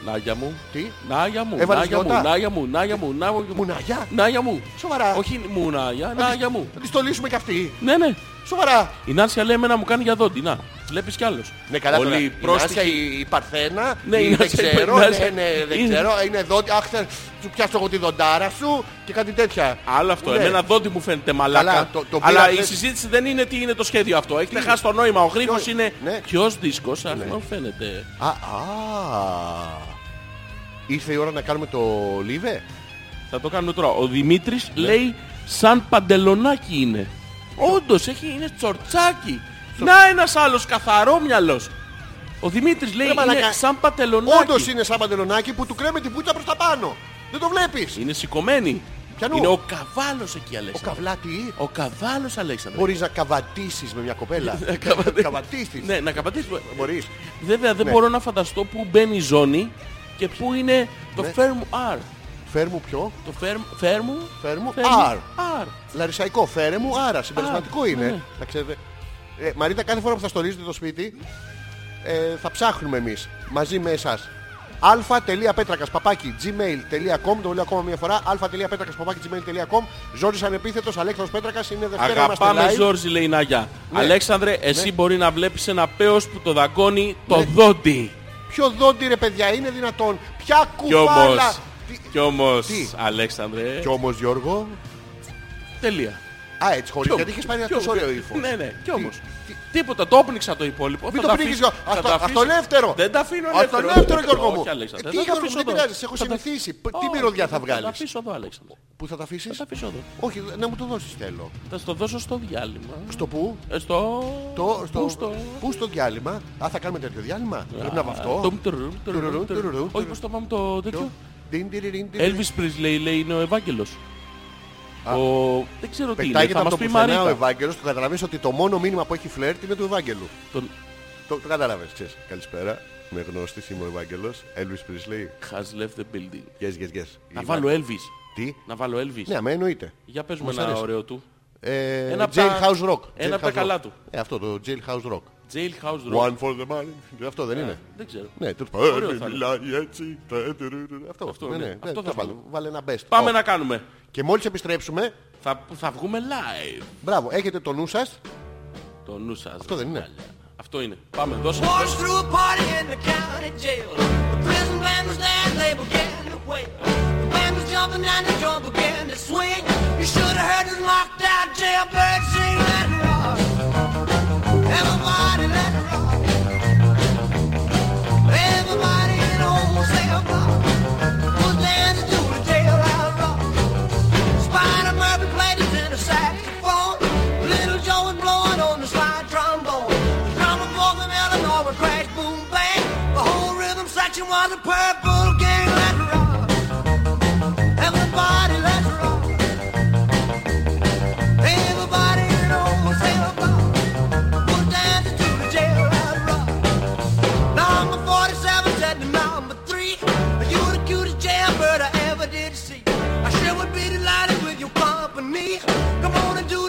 Νάγια μου. Τι? Νάγια μου. Έβαλες Νάγια μου. γιώτα? Νάγια μου. Νάγια μου. Νάγια μου. Μουνάγια? Νάγια μου. Σοβαρά. Όχι μουνάγια. Νάγια μου. Θα τη στολίσουμε κι αυτή. Ναι, ναι. Σοβαρά. Η Νάνσια λέει εμένα μου κάνει για δόντι. Να. Βλέπεις κι άλλος. Ναι, καλά τώρα. Όλοι Η Νάσια, πρόσθετοι. η, η Παρθένα, Ναι, η η δεν Νάσια, η ξέρω, Παρθένα. ναι, ναι, δεν Είναι- ξέρω, είναι δόντι, αχ, θε- σου πιάσω εγώ τη δοντάρα σου και κάτι τέτοια. Άλλο αυτό. Ναι. Εμένα δόντι μου φαίνεται μαλάκα. Καλά, το- το αλλά πήρα η χθες. συζήτηση δεν είναι τι είναι το σχέδιο αυτό. Έχετε χάσει το νόημα. Ο γρίφο Ποιο- είναι. ναι. Ποιος δίσκος, αχ, μου φαίνεται. Α, α, ήρθε η ώρα να κάνουμε το λίβε. Θα το κάνουμε τώρα. Ο Δημήτρης Ναι. λέει σαν παντελονάκι είναι. Όντως είναι τσορτσάκι. Να ένας άλλος καθαρό μυαλός. Ο Δημήτρης λέει είναι μαλακά. σαν παντελονάκι. Όντως είναι σαν παντελονάκι που του κρέμε την πουτσα προς τα πάνω. Δεν το βλέπεις. Είναι σηκωμένη. Ποιανού? Είναι ο καβάλος εκεί, Ο Αλέξανδρο. καβλάτη Ο καβάλος, Αλέξανδρο. μπορείς να καβατήσεις με μια κοπέλα. Καβατήσεις. Ναι, να καπατήσουμε. Μπορείς. Βέβαια δεν Ναι. μπορώ να φανταστώ πού μπαίνει η ζώνη και πού είναι το Ναι. firm R. Φέρ μου ποιο. Το firm, firm, Firm μου firm R. R. Λαρισαϊκό, φέρε μου, άρα συμπερισματικό Α, είναι. ναι. Να ξέρετε. Ε, Μαρίτα, κάθε φορά που θα στολίζετε το σπίτι, ε, θα ψάχνουμε εμείς μαζί με εσάς. αλφα.πέτρακα παπάκι gmail.com Το λέω ακόμα μια φορά. αλφα.πέτρακα παπάκι gmail.com Ζόρις ανεπίθετος, Αλέξανδρος Πέτρακας είναι Δευτέρα. Αγαπάμε είμαστε live. Ζόρζι λέει η Νάγια. Ναι. Ναι. Αλέξανδρε, εσύ μπορεί να βλέπεις ένα πέος που το δαγκώνει το δόντι. Ποιο δόντι ρε παιδιά είναι δυνατόν. Ποια Κι όμως, κουβάλα. Τι- κι όμως, Τι? Αλέξανδρε, Κι όμως Γιώργο. τελεία. Α, έτσι χωρίς. Κι Γιατί όμως, είχες πάρει κι αυτό όμως. ωραίο ύφος. Ναι, ναι, κι όμως. τι- Τίποτα, το όπνιξα το υπόλοιπο. Μην Θα το τα πνίγεις, αφήσω- Γιώργο. θα Αυτό- τα αφήσω- αυτό ελεύθερο. Δεν τα αφήνω Αυτό ελεύθερο. είναι ελεύθερο Γιώργο μου. Όχι, Αλέξανδρε, Ε, Τι δεν τα Γιώργο αφήσω δεν εδώ. πειράζει, σε έχω Θα τα- συνηθίσει. Π- Τι Όχι, μυρωδιά θα Θα τα βγάλεις. αφήσω εδώ, Αλέξανδρε. Πού θα τα αφήσεις. Θα τα αφήσω εδώ. Όχι, να μου το δώσεις θέλω. Θα στο δώσω στο διάλειμμα. Στο πού? Ε, Στο... Το, Πού στο, στο... πού στο διάλειμμα. Α, θα κάνουμε τέτοιο διάλειμμα. Πρέπει να βαφτώ. Τουμ, τουρουρούμ, τουρουρούμ, Τουρουρούμ, τουρουρούμ. τουρουρούμ, Όχι, πώς το πάμε το τέτοιο. Τιν, τιν, τιν, τιν. Elvis Presley λέει είναι ο Ευάγγελος. Ο... Δεν ξέρω τι είναι. Πετάγεται Θα από μας το πει η πουθενά ο Μαρίτα. Ευάγγελος. Το καταλαβαίνεις ότι το μόνο μήνυμα που έχει φλερτ είναι του Ευάγγελου. Τον Το, το κατάλαβες, ξέρεις. Καλησπέρα. Με γνώστης είμαι ο Ευάγγελος. Elvis Presley. has left the building. Yes, yes, yes. Να Είμαι- βάλω Elvis. Τι. Να βάλω Elvis. Ναι, με εννοείται. Για πες μου Μας ένα αρέσει. ωραίο του. Ε, Ένα απ' τα- Jailhouse Rock. ένα απ' τα Jailhouse Rock. καλά του. Ε, αυτό το Jailhouse Rock. Jailhouse Rock. One for the money. Αυτό δεν είναι. Δεν ξέρω. Ναι, το Ωραίο θα είναι. μιλάει έτσι. τε, τε, τε, τε. Αυτό, αυτό, ναι, είναι. ναι, Αυτό ναι, θα τέλος βάλουμε. πάντων. Βάλε ένα best. Πάμε Oh. να κάνουμε. Και μόλις επιστρέψουμε, Θα, θα βγούμε live. μπράβο, έχετε το νου σας. Το νου σας. Αυτό δεν είναι. Αυτό είναι. Πάμε, δώσε. Boys threw a party in the county jail. The prison band was there and they began to wail. The band was jumping and the drum began to swing. You should have heard this locked out jailbird sing. Let it rock. Everybody let it rock. Everybody in the whole cell block was dancing to the jailhouse rock. Spider Murphy played his inner saxophone. Little Joe was blowing on the slide trombone. The drummer for from Illinois would crash, boom, bang. The whole rhythm section was a purple gang. Let's rock. Everybody, let's rock. Everybody in the old cell block was dancing to the jailhouse rock. Number 47 said to number 3 You the cutest jailbird I ever did see I sure would be delighted with your company Come on and do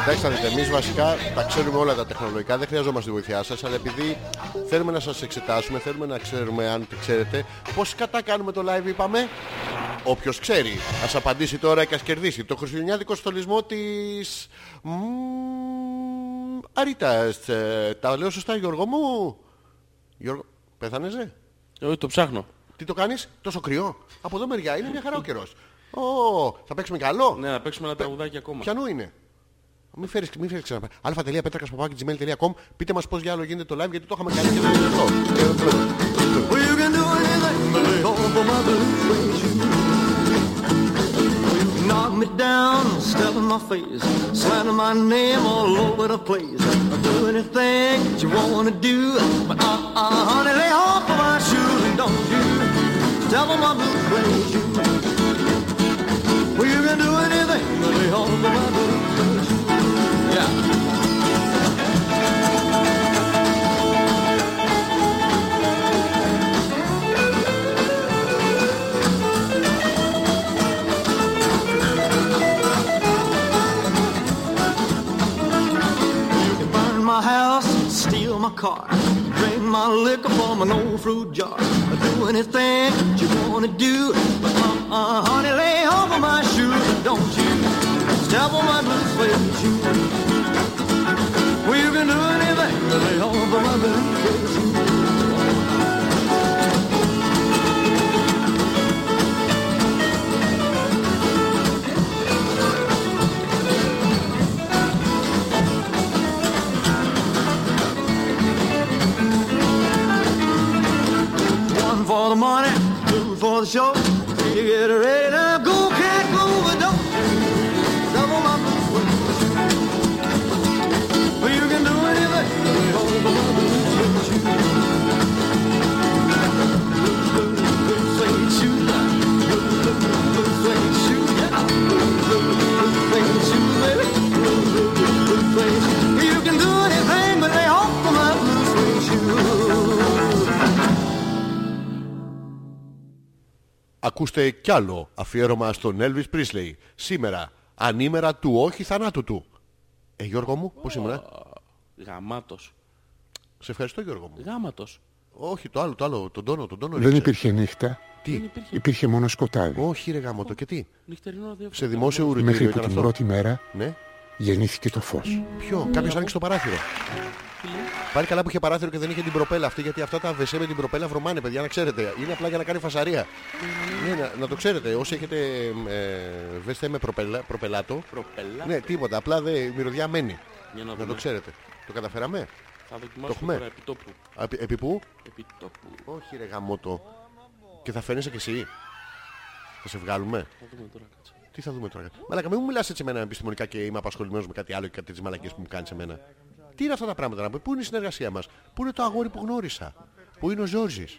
Κοιτάξτε, εμεί βασικά τα ξέρουμε όλα τα τεχνολογικά, δεν χρειαζόμαστε τη βοήθειά σας, αλλά επειδή θέλουμε να σας εξετάσουμε, θέλουμε να ξέρουμε αν τη ξέρετε, πώς κατά κάνουμε το live, είπαμε. Όποιος ξέρει, ας απαντήσει τώρα και ας κερδίσει το χριστουγεννιάτικο στολισμό της. Αρίτας, Ε, τα λέω σωστά, Γιώργο μου. Γιώργο, πέθανεζε. Εγώ Ε, το ψάχνω. Τι το κάνεις, τόσο κρυό. Από εδώ μεριά είναι μια χαρά ο καιρός. Ω, θα παίξουμε καλό. Ναι, να παίξουμε ένα τραγουδάκι ακόμα. Ποιανού είναι. Μην φέρεις, μην φέρεις ξανά. αλφα.πέτρακας.gmail.com Πείτε μας πώς για άλλο γίνεται το live γιατί το είχαμε κάνει και δεν είναι αυτό. Well, you can do anything but go for my blue suede shoes. Knock me down, step in my face, slander my name all over the place. I'll do anything that you wanna do, but uh, uh, honey, lay off of my shoes and don't you step on my blue suede shoes. Well, you can do anything but lay off of my blue suede shoes. Yeah. You burn my house, steal my car, drink my liquor from an old fruit jar. Do anything that you wanna do, but uh, uh, honey, lay off of my shoes, don't you? Step on my blue suede shoes. Well, you can do anything, but lay off of my blue suede shoes. One for the money, two for the show. Three to get it ready now. Go, cat, go, but don't you double my blue suede. Well, you can do anything. but hold the blue suede shoes. Blue, blue, blue suede shoes. Blue, blue, blue suede shoes. Yeah. Blue, blue, blue suede shoes, baby. Blue, blue, blue suede shoes. Well, you can do anything, but lay off of my blue suede shoes. Ακούστε κι άλλο αφιέρωμα στον Elvis Presley. Σήμερα, ανήμερα του όχι θανάτου του. Ε, Γιώργο μου, πώς ήμουνα. Γαμάτος. Σε ευχαριστώ Γιώργο μου. Γάμάτος. Όχι, το άλλο, το άλλο, τον τόνο, τον τόνο. Δεν ρίξε. υπήρχε νύχτα. Τι. Υπήρχε μόνο σκοτάδι. Όχι ρε γάμο το και τι. Νυχτερινό διεύθυνο. Σε δημόσιο ουρητήριο Μέχρι που ήταν την αυτό. πρώτη μέρα Ναι. γεννήθηκε το φως. Ποιο, κάποιος άνοιξε το παράθυρο. Πάλι καλά που είχε παράθυρο και δεν είχε την προπέλα αυτή, γιατί αυτά τα βεσέ με την προπέλα βρωμάνε, παιδιά, να ξέρετε. Είναι απλά για να κάνει φασαρία. Ναι, να, να το ξέρετε. Όσοι έχετε ε, βεσέ με προπέλα, προπελάτο. Προπελά. Ναι, τίποτα. Απλά δε, η μυρωδιά μένει. Για να Να δούμε. το ξέρετε. Το καταφέραμε. Θα Το δοκιμάσουμε έχουμε. τώρα επιτόπου. Α, Επί, επί πού? Επιτόπου. Όχι, ρε γαμότο. Και θα φαίνεσαι κι εσύ. Θα σε βγάλουμε. Θα δούμε τώρα. κάτσε. Τι θα δούμε τώρα. Μαλάκα, μην μου μιλάς έτσι εμένα επιστημονικά και είμαι απασχολημένος με κάτι άλλο και κάτι τις μαλακίες που μου κάνεις εμένα. Τι είναι αυτά τα πράγματα να πούμε, πού είναι η συνεργασία μας, πού είναι το αγόρι που γνώρισα, πού είναι ο Ζόρζης,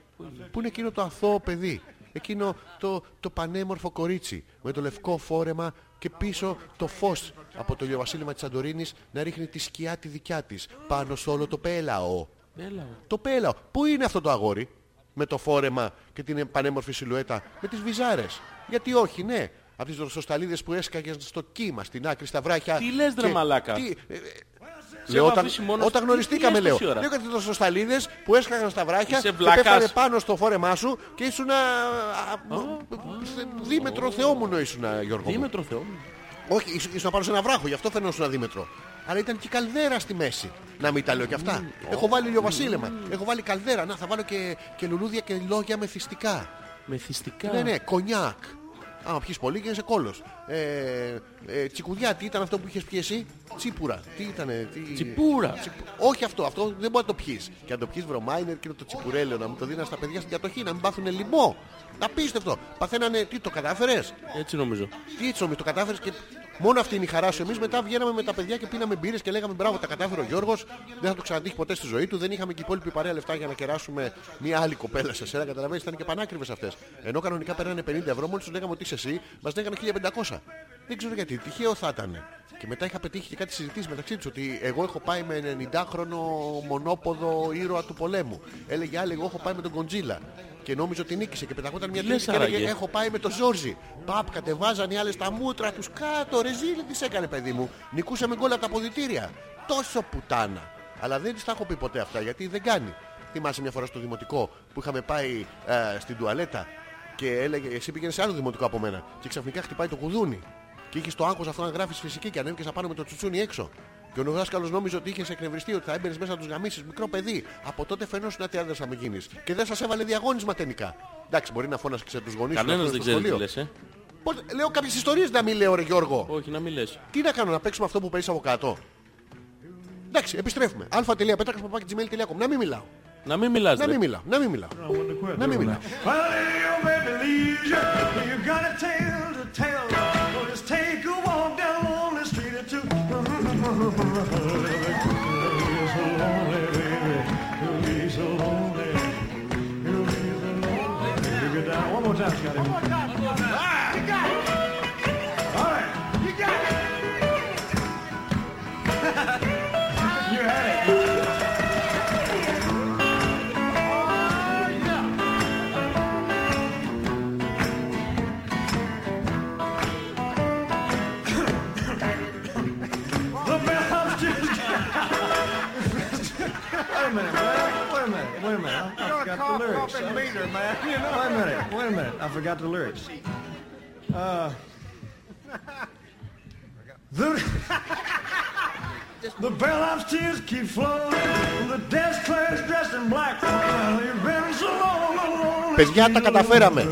πού είναι εκείνο το αθώο παιδί, εκείνο το, το πανέμορφο κορίτσι με το λευκό φόρεμα και πίσω το φως από το λιοβασίλεμα της Σαντορίνης να ρίχνει τη σκιά τη δικιά της πάνω σε όλο το πέλαο. Έλα. Το πέλαο. Πού είναι αυτό το αγόρι με το φόρεμα και την πανέμορφη σιλουέτα με τις βυζάρες. Γιατί όχι, ναι. Από τις δροσοσταλίδες που έσκαγες στο κύμα, στην άκρη, στα βράχια. Τι λες, ρε Και μαλάκα. τι- ε, ε, Λέω, όταν, αφήσει μόνος όταν του, γνωριστήκαμε, τι λες λέω. τόση ώρα? Λέω για τις δροσοσταλίδες που έσκαγαν στα βράχια Είσαι και βλάκας. πέφτανε πάνω στο φόρεμά σου και ήσουν. α, α, σε- Δίμετρο θεόμουνο ήσουν, Γιώργο. μου. Δίμετρο Θεό. μου. Όχι, ήσου- ήσουν πάνω σε ένα βράχο, γι' αυτό φαινόσουν αδίμετρο. Αλλά ήταν και η καλδέρα στη μέση. Να μην τα λέω κι αυτά. Έχω βάλει λιοβασίλεμα. Έχω βάλει καλδέρα. Να, θα βάλω και, και λουλούδια και λόγια μεθυστικά. Μεθυστικά. Ναι, ναι, κονιάκ. Άμα πιεις πολύ γίνεσαι κόλος. Ε, ε, τσικουδιά, τι ήταν αυτό που είχες πιει εσύ. Τσίπουρα. Τι ήτανε. Τι... Τσιπούρα. Τσιπ- Όχι αυτό, αυτό δεν μπορεί να το πιεις. Και αν το πιεις βρωμά είναι εκείνο το τσιπουρέλαιο να μου το δίνανε στα παιδιά στην κατοχή, να μην πάθουνε λιμό. Απίστευτο. Παθαίνανε, τι το κατάφερες. Έτσι νομίζω. Τι έτσι όμως το κατάφερες και μόνο αυτή είναι η χαρά σου. Εμείς μετά βγαίναμε με τα παιδιά και πίναμε μπύρες και λέγαμε μπράβο τα κατάφερε ο Γιώργος. Δεν θα το ξανατύχει ποτέ στη ζωή του. Δεν είχαμε και υπόλοιπη παρέα λεφτά για να κεράσουμε μια άλλη κοπέλα σε σένα. Καταλαβαίνεις ήταν και πανάκριβες αυτές. Ενώ κανονικά παίρνανε 50 ευρώ μόλις τους λέγαμε ότι είσαι εσύ μας λέγανε 1500. Δεν ξέρω γιατί. Τυχαίο θα ήταν. Και μετά είχα πετύχει και κάτι συζητήσεις μεταξύ τους ότι εγώ έχω πάει με 90χρονο μονόποδο ήρωα του πολέμου. Έλεγε άλλη, εγώ έχω πάει με τον Κοντζίλα. Και νόμιζε ότι νίκησε και πεταγόταν μια Τι τρίτη λες, και έλεγε άραγε? έχω πάει με τον Ζόρζι. Παπ, κατεβάζαν οι άλλες τα μούτρα τους κάτω. Ρε ζήλη, τι σε έκανε παιδί μου. Νικούσαμε γκολ από τα αποδητήρια. Τόσο πουτάνα. Αλλά δεν της τα έχω πει ποτέ αυτά γιατί δεν κάνει. Θυμάσαι μια φορά στο δημοτικό που είχαμε πάει ε, στην τουαλέτα και έλεγε, εσύ πήγαινες σε άλλο δημοτικό από μένα και ξαφνικά χτυπάει το κουδούνι. Και είχε το άγχος αυτό να γράφεις φυσική και ανέβηκε να πάνω με το τσουτσούνι έξω. Και ο δάσκαλος νόμιζε ότι είχες εκνευριστεί ότι θα έμπαινες μέσα να τους γαμίσεις μικρό παιδί. Από τότε φαινόσουν ότι άντρα θα με γίνεις. Και δεν σας έβαλε διαγώνισμα τελικά. Εντάξει, μπορεί να φώνασε τους γονείς Κανένας δεν ξέρει τι λες, ε. Πώς, λέω κάποιες ιστορίες να μην λέω ρε Γιώργο. Όχι, να μην λες. Τι να κάνω να παίξουμε αυτό που παίζεις από κάτω. Εντάξει, επιστρέφουμε. α.πέτρακα.gmail.com Να μην μιλάω. Να μην μιλάς, Να ρε. Ναι. μην μιλάω. Να μην μιλάω. Να μην μιλάω. Finally, your baby leaves you. You got a tale to tell. Well, just take a walk down on the street or two. You're so lonely, baby. You'll be so lonely. You'll be so lonely. You get down. One more time, Scotty. One more time. All right. You got it. You had it. The bellhop's just. wait a minute, man. Wait a minute. Wait a minute. I, I forgot the lyrics. I- Wait a minute. Wait a minute. I forgot the lyrics. Uh. The, the bellhop's tears keep flowing. The desk clerk's dressed in black. Well, You've been so long, alone. Παιδιά, τα καταφέραμε.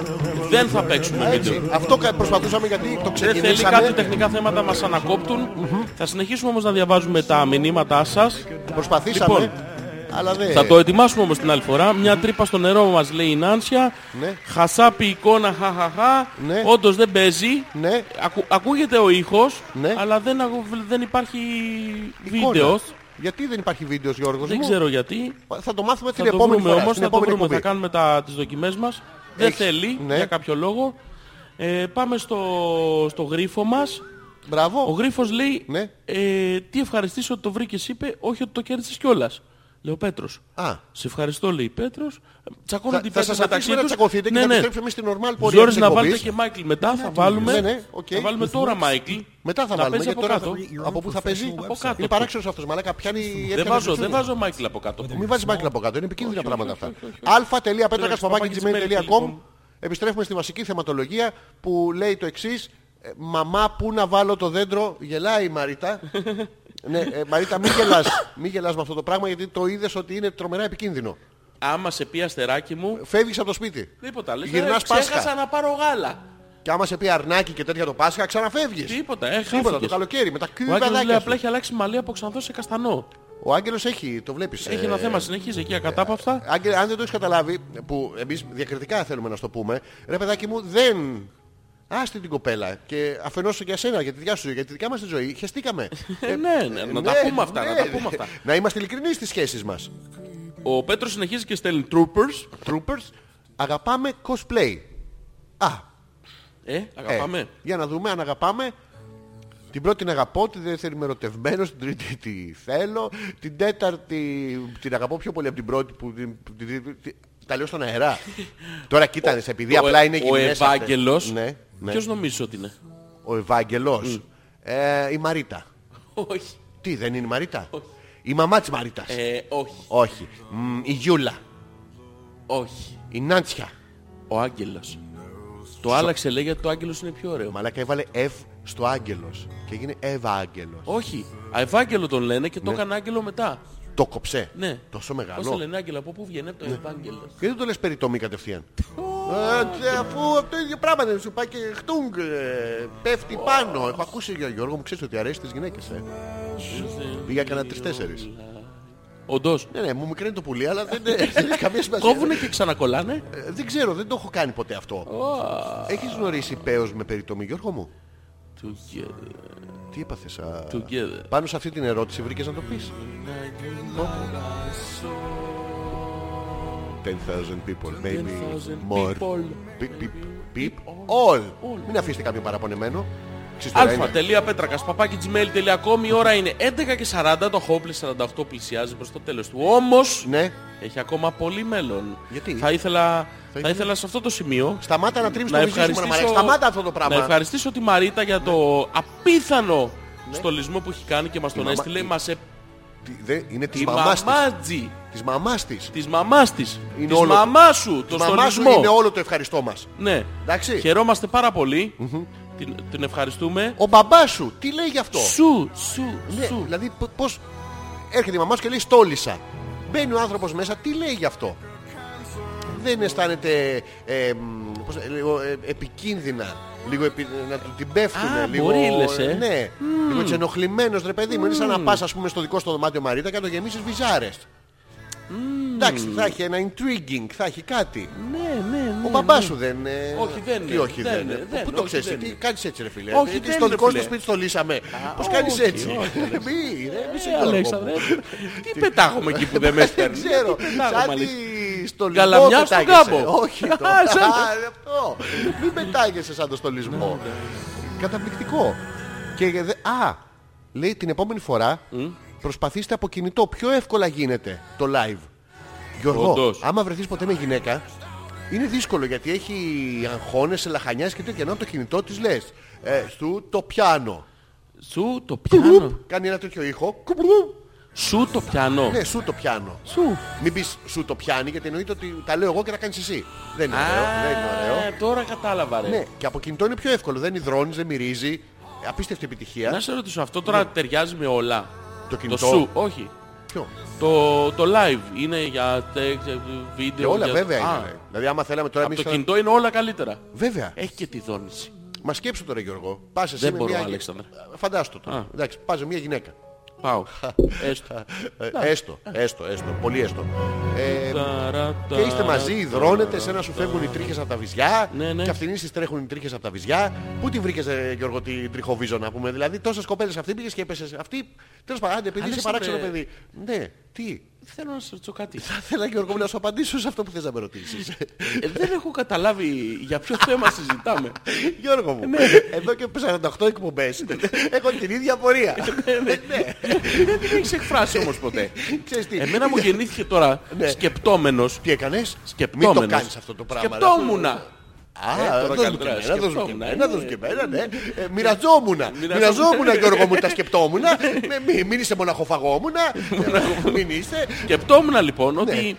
Δεν θα παίξουμε Έτσι. βίντεο. Αυτό κα- προσπαθούσαμε γιατί το Δεν θέλει κάτι, ξεκινήσαμε. τεχνικά θέματα μας ανακόπτουν. Θα συνεχίσουμε όμως να διαβάζουμε τα μηνύματά σας. Προσπαθήσαμε. ναι. Λοιπόν. Αλλά δεν. Θα το ετοιμάσουμε όμως την άλλη φορά. Μια τρύπα στο νερό μας λέει η Νάνσια. Ναι. Χασάπι εικόνα, χαχαχά. Ναι. Όντως δεν παίζει. Ναι. Ακου- ακούγεται ο ήχος, Ναι. αλλά δεν, αγου- δεν υπάρχει Εικόνα. βίντεος. Γιατί δεν υπάρχει βίντεος Γιώργος Δεν μου? ξέρω γιατί. Θα το μάθουμε την θα το επόμενη βρούμε φορά. όμως, στην θα το επόμενη βρούμε. Θα εκπομπή. κάνουμε τα, τις δοκιμές μας. Δεν Έχεις- θέλει, ναι. για κάποιο λόγο. Ε, πάμε στο, στο γρίφο μας. Ο Μπράβο. γρίφος λέει, Ναι. ε, τι ευχαριστήσω ότι το βρήκες είπε, όχι ότι το κέρδισες κιόλας. Λέω Πέτρος. Α. Σε ευχαριστώ, λέει Πέτρος. Τσακώνω Θα, την θα σας αφήσουμε να τσακωθείτε και θα επιστρέψουμε εμείς στην normal πορεία Ζόρις της Ναι, να εκπομπής. βάλετε και Μάικλ μετά, θα βάλουμε. Ναι, ναι, οκ. Θα βάλουμε τώρα Μάικλ. Μετά θα να βάλουμε. παίζει Γιατί από τώρα κάτω. θα- από πού θα παίζει. Από κάτω. Είναι παράξενος αυτός. Μαλάκα πιάνει. Δεν βάζω, δεν βάζω Μάικλ από κάτω. Μην βάζεις μάκρυνα από κάτω. Είναι επικίνδυνα πράγματα αυτά. αλφα.πέτρακα.gmail.com λοιπόν. Επιστρέφουμε στη βασική θεματολογία που λέει το εξής. Ε, Μαμά, πού να βάλω το δέντρο, γελάει η Μαρίτα. ναι, ε, Μαρίτα, μην γελάς, μην γελάς με αυτό το πράγμα γιατί το είδες ότι είναι τρομερά επικίνδυνο. Άμα σε πει αστεράκι μου, Φεύγεις από το σπίτι. τίποτα. Λες, Γυρνάς «Ε, Ξέχασα Πάσχα. να πάρω γάλα. Και άμα σε πει αρνάκι και τέτοια το Πάσχα, ξαναφεύγεις. Τίποτα, ε, Τίποτα, το χάθηκες. καλοκαίρι με τα Ο Άγγελος λέει κρυβαδάκια. απλά σου. έχει αλλάξει μαλλί από ξανθό σε καστανό. Ο Άγγελος έχει, το βλέπεις. Έχει ε, ένα θέμα, συνεχίζει εκεί ακατάπαυστα. Άγγελε, αν δεν το έχεις καταλάβει, που εμείς διακριτικά θέλουμε να σου το πούμε, ρε παιδάκι μου, δεν. Άστε την κοπέλα. Και αφενός για σένα, για τη δικιά σου ζωή, για τη δικιά μας τη ζωή, χεστήκαμε. Ε, ναι, ναι, να τα Ναι, πούμε αυτά, να ναι. τα πούμε αυτά. Να είμαστε ειλικρινείς στις σχέσεις μας. Ο Πέτρος συνεχίζει και στέλνει troopers. Troopers, αγαπάμε cosplay. Α, Ε, ε, αγαπάμε. για να δούμε αν αγαπάμε. Την πρώτη την αγαπώ, τη δεύτερη είμαι ερωτευμένος, την τρίτη τη θέλω, την τέταρτη την αγαπώ πιο πολύ από την πρώτη που την, την- την- την- τα λέω στον αερά. Τώρα κοίτανες, επειδή Ο- απλά είναι Ο γυμνές αυτές. Ευάγγελος. Ναι, ναι. Ποιος νομίζεις ότι είναι. Ο Ευάγγελος. Ε, η Μαρίτα. Όχι. Τι, δεν είναι η Μαρίτα. Η μαμά της Μαρίτας. Ε, όχι. Όχι. Μ, η Γιούλα. Όχι. Η Νάντσια. Ο Άγγελος. Το άλλαξε λέει γιατί το Άγγελος είναι πιο ωραίο. Μαλάκα έβαλε Ευ στο Άγγελος. Και έγινε Ευάγγελος. Όχι. Αευάγγελο τον λένε και το Ναι. έκανε Άγγελο μετά. Το κοψέ. Ναι. Τόσο Πώς το μεγάλο. λένε Άγγελο, από πού βγαίνει Ναι. από το Ευάγγελο. Και δεν το λες περιτομή κατευθείαν. Ε, τε, Αφού αυτό το ίδιο πράγμα δεν σου πάει και χτούγκ, ε, πέφτει πάνω. Έχω ακούσει για Γιώργο μου, ξέρεις ότι αρέσει τις γυναίκες. ε. Πήγα κανένα τρεις-τέσσερις. Όντως. Ναι, ναι, μου μικραίνει το πουλί, αλλά δεν δεν έχει καμία σημασία. Κόβουνε και ξανακολλάνε. Ε, Δεν ξέρω, δεν το έχω κάνει ποτέ αυτό. Έχεις γνωρίσει πέος με περιτομή, Γιώργο μου. Together. Τι έπαθες, α... Together. Πάνω σε αυτή την ερώτηση βρήκες να το πεις. Πω, πω. 10,000 people, maybe 10,000 more. people. Beep, beep, beep, all. Μην αφήσετε κάποιον παραπονεμένο. Ξέρεις τώρα είναι. αλφα.πέτρακας παπάκι gmail.com Η ώρα είναι 11 και 40 Το Hopeless 48 πλησιάζει προς το τέλος του Όμως Ναι. έχει ακόμα πολύ μέλλον Γιατί? Θα ήθελα, θα ήθελα- ήθελα σε αυτό το σημείο Σταμάτα να τρίβεις να το βυζί σου, μωρέ, ευχαριστήσω, Σταμάτα αυτό το πράγμα. να ευχαριστήσω τη Μαρίτα για το απίθανο στολισμό που έχει κάνει και μας τον μαμά- έστειλε. Ναι. η- Μας ε- Τι- δε- Είναι της η μαμάς της. μαμάτζη Της μαμάς της. της μαμάς της, Είναι της όλο- μαμάς σου, το Της μαμάς σου στολισμό. είναι όλο το ευχαριστώ μας. Ναι. Εντάξει. Χαιρόμαστε πάρα πολύ. Την, την ευχαριστούμε. Ο μπαμπάς σου τι λέει γι' αυτό. Σου, σου, Ναι, σου. δηλαδή π- πώς έρχεται η μαμά σου και λέει στόλισα. Μπαίνει ο άνθρωπος μέσα, τι λέει γι' αυτό. Δεν αισθάνεται ε, μ, πώς, ε, λίγο, ε, επικίνδυνα. Λίγο επι- να του την πέφτουνε. Α, λίγο, μπορεί, λες, ε. Ναι, λίγο έτσι ενοχλημένος ρε παιδί μου. Είναι σαν να πας ας πούμε στο δικό σου το δωμάτιο Μαρίτα και να το γεμίσεις βυζάρες. Εντάξει, θα έχει ένα intriguing, θα έχει κάτι. Ναι, ναι, ναι. Ο μπαμπάς σου δεν είναι. Όχι, δεν Τι είναι, όχι δεν δεν είναι, είναι. δεν, Πού το όχι, ξέρεις, δεν τι είναι. κάνεις έτσι, ρε φίλε. Όχι, Ε, δεν Στο είναι, δικό σου φίλε. σπίτι το λύσαμε. Πώς κάνεις όχι, έτσι. όχι, Ρε, Μη, ρε, μη σε Ε, κόλλω. Αλέξανδρε, τι πετάγομαι εκεί που δεν με Δεν έφτιαξε. ναι. ξέρω. Σαν τη στολισμό Καλαμιά στον πετάγεσαι. κάμπο. Όχι. το- Α, σαν- Α, αυτό. Μην πετάγεσαι σαν το στολισμό. Ναι, Καταπληκτικό. Και δε- α, λέει την επόμενη φορά προσπαθήστε από κινητό. Πιο εύκολα γίνεται το live. Γιώργο, Όντως. άμα βρεθείς ποτέ με γυναίκα, είναι δύσκολο γιατί έχει αγχώνες, λαχανιάς και τέτοια. Ενώ από το κινητό της λες, ε, σου το πιάνω. Σου το πιάνω. Κάνει ένα τέτοιο ήχο. Κουμπρουμ. Σου το πιάνω. Ναι, σου το πιάνω. Σου. Μην πεις σου το πιάνει γιατί εννοείται ότι τα λέω εγώ και τα κάνεις εσύ. Δεν είναι Α, ε, ωραίο. Δεν είναι ωραίο. Τώρα κατάλαβα, ρε. Ναι, και από κινητό είναι πιο εύκολο. Δεν υδρώνεις, δεν μυρίζει. Ε, Απίστευτη επιτυχία. Να σε ρωτήσω, αυτό τώρα ταιριάζει με όλα. Ναι. Το κινητό. σου, όχι. Ποιο. Το, το live είναι για text, ε, βίντεο. Και όλα για... βέβαια Α, είναι. Δηλαδή άμα θέλαμε τώρα Από εμείς... το θα- κινητό είναι όλα καλύτερα. Βέβαια. Έχει και τη δόνηση. Μα σκέψου τώρα Γιώργο. Πας εσύ Δεν με μπορώ, μια... Ε, Αλέξανδρε. Φαντάστο τώρα. Α. Εντάξει, πας με μια γυναίκα. Πάω. Έστω. Ε, έστω, έστω, έστω. Πολύ έστω. Ε, Ταρα, και είστε ταρα, μαζί, υδρώνετε, σε ένα σου φεύγουν οι τρίχες από τα βυζιά Ναι, ναι. και αυτήν της τρέχουν οι τρίχες από τα βυζιά. Πού τη βρήκες ε, Γιώργο την τριχοβίζο να πούμε, δηλαδή τόσες κοπέλες αυτή πήγες και έπεσες αυτή. Τέλος πάντων, άντε, επειδή είσαι Αλέξανδρε. παράξενο παιδί. Ναι, τι. Θέλω να σε ρωτήσω κάτι. Θα ήθελα Γιώργο μου, να σου απαντήσω σε αυτό που θες να με ρωτήσεις. Ε, δεν έχω καταλάβει για ποιο θέμα συζητάμε. Γιώργο μου, εδώ και 48 εκπομπές έχω την ίδια απορία. δεν την έχεις εκφράσει όμως ποτέ. Ξέρεις τι, Εμένα μου γεννήθηκε τώρα Ναι. σκεπτόμενος. τι έκανες, μην Σκεπτόμενος. το κάνεις αυτό το πράγμα. ρε. Σκεπτόμουνα. Ε, Α, τώρα δώσ' μου και καλύτερα, εμένα, δώσ' μου και σκεπτόμουν, εμένα, ναι. δώσ' μου και εμένα, ναι. Ε, Μοιραζόμουνα, μοιραζόμουνα Γιώργο μου, τα σκεπτόμουνα. Ναι, μη- Μην είσαι μοναχοφαγόμουνα, Ε, μην είσαι. Σκεπτόμουν λοιπόν ότι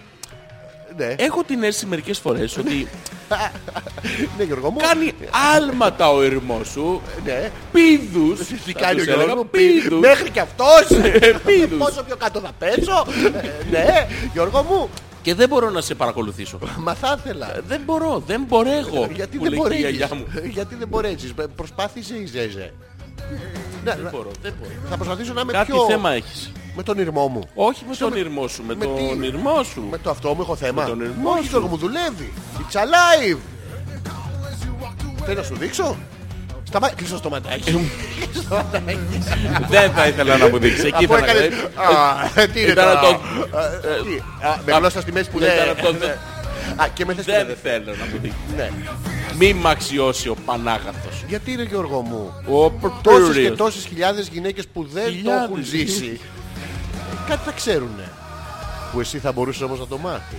Ναι, έχω την αίσθηση μερικές φορές ότι ναι Γιώργο μου. κάνει άλματα ο ερημός σου. Ναι. Πίδους. Τι θα κάνει ο τους έλεγα, Γιώργος μου, Πίδους. Ε, μέχρι και αυτός. Πίδους. Πόσο πιο κάτω θα πέσω. Ε, Ναι, Γιώργο μου, Και δεν μπορώ να σε παρακολουθήσω. μα θα ήθελα. Δεν μπορώ, δεν μπορέγω. Γιατί Ε, δεν μου λέει και η μπορέσεις, γιαγιά μου. γιατί δεν μπορέσεις, Ε, προσπάθησε η Ζέζε. Ναι, Δεν μπορώ, δεν μπορώ. θα προσπαθήσω να είμαι Λοιπόν, Κάτι πιο... θέμα έχεις. Με τον ήρμό μου. Όχι με τον ήρμό σου, με με τι? τον ήρμό σου. Με το αυτό μου έχω θέμα. Με τον ερμό Όχι, σου. Γιώργο μου δουλεύει. It's alive. Θέλω να σου δείξω. Σταμά... Κλείσω το στοματάκι. Κλείσω το ματάκι. Δεν θα ήθελα να μου δείξει. Εκεί Αφού θα έκανες... Α, τι είναι Ήταν τώρα. το- Α, τι, Ε, α, ναι, Με γλώσσα στη μέση που Δεν δεν... ήταν αυτό, δεν- Α, και με θες που Δεν δεν- θέλω να μου δείξει. Ναι. Μη μ' αξιώσει ο Πανάγαθος. Γιατί είναι Γιώργο μου. Ο Τόσες και Προτέριος. τόσες χιλιάδες γυναίκες που δεν το Χιλιάδες. έχουν ζήσει. Κάτι θα ξέρουνε. Που εσύ θα μπορούσες όμως να το μάθεις.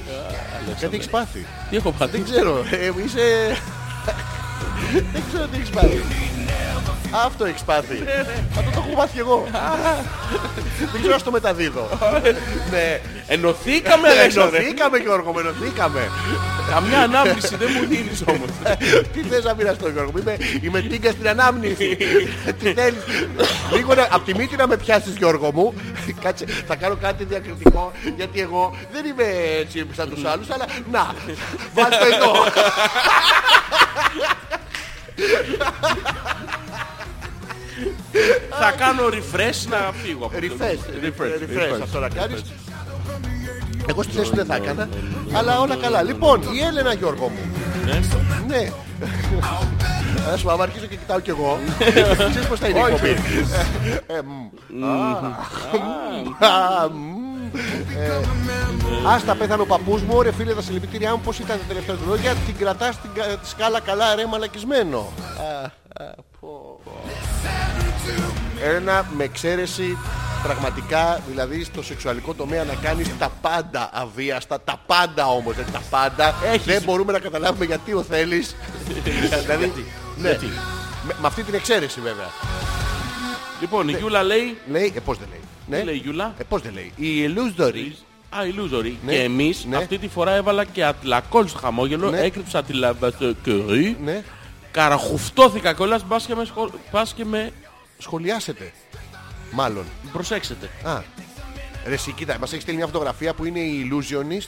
Κάτι έχεις πάθει. Τι έχω πατήσει. Δεν ξέρω, ε, είσαι... Δεν ξέρω τι έχεις πάθει. Αυτό έχεις Ναι, πάθει. Αυτό το έχω πάθει κι εγώ. Δεν ξέρω αν στο μεταδίδω. Ναι, Ενωθήκαμε, Αλέξανδρε. ενωθήκαμε Γιώργο, μου, ενωθήκαμε. Καμιά ανάμνηση δεν μου δίνεις όμως. Τι θες να μοιραστώ Γιώργο, μου, είμαι, είμαι τίγκα στην ανάμνηση. Τι θέλεις. Λίγο να, απ' τη μύτη να με πιάσεις Γιώργο μου. Κάτσε, θα κάνω κάτι διακριτικό, γιατί εγώ δεν είμαι έτσι σαν τους άλλους, αλλά να, βάλτε εδώ. Θα κάνω refresh να φύγω από αυτό. Refresh, ε, Refresh, refresh refresh. αυτό να κάνεις. Εγώ στη θέση σου δεν θα έκανα, αλλά όλα καλά. Λοιπόν, η Έλενα Γιώργο μου. Ναι. Ας πούμε, άμα αρχίσω και κοιτάω κι εγώ, ξέρεις πώς θα είναι η εκπομπή. Ε, μ. Α, α, μ. Ε, Άστα πέθανε ο παππούς μου, ρε φίλε τα συλληπιτήριά μου πώς ήταν τα τελευταία του λόγια Την κρατάς την κα- τη σκάλα καλά ρε μαλακισμένο Α, α, πω. Ένα με εξαίρεση πραγματικά, δηλαδή στο σεξουαλικό τομέα να κάνεις τα πάντα αβίαστα, τα πάντα όμως, δεν τα πάντα. Δεν μπορούμε να καταλάβουμε γιατί ο θέλεις. δηλαδή, ναι. Με, με αυτή την εξαίρεση βέβαια. Λοιπόν, η Γιούλα λέει. Λέει, ε, πώς δεν λέει. Ναι. Τι λέει η Γιούλα. ε, Ε, πώς δεν λέει. Η Illusory. Α, illusory. Ναι. Και εμείς Ναι. αυτή τη φορά έβαλα και ατλακόλ στο χαμόγελο, Ναι. έκρυψα τη λαμπατοκυρή. Ναι. Καραχουφτώθηκα κιόλας, μπας και με. Σχολ... πας και με... Σχολιάσετε. Μάλλον. Προσέξετε. Α. Ρε εσύ, κοίτα, μας έχεις στείλει μια φωτογραφία που είναι η Illusionist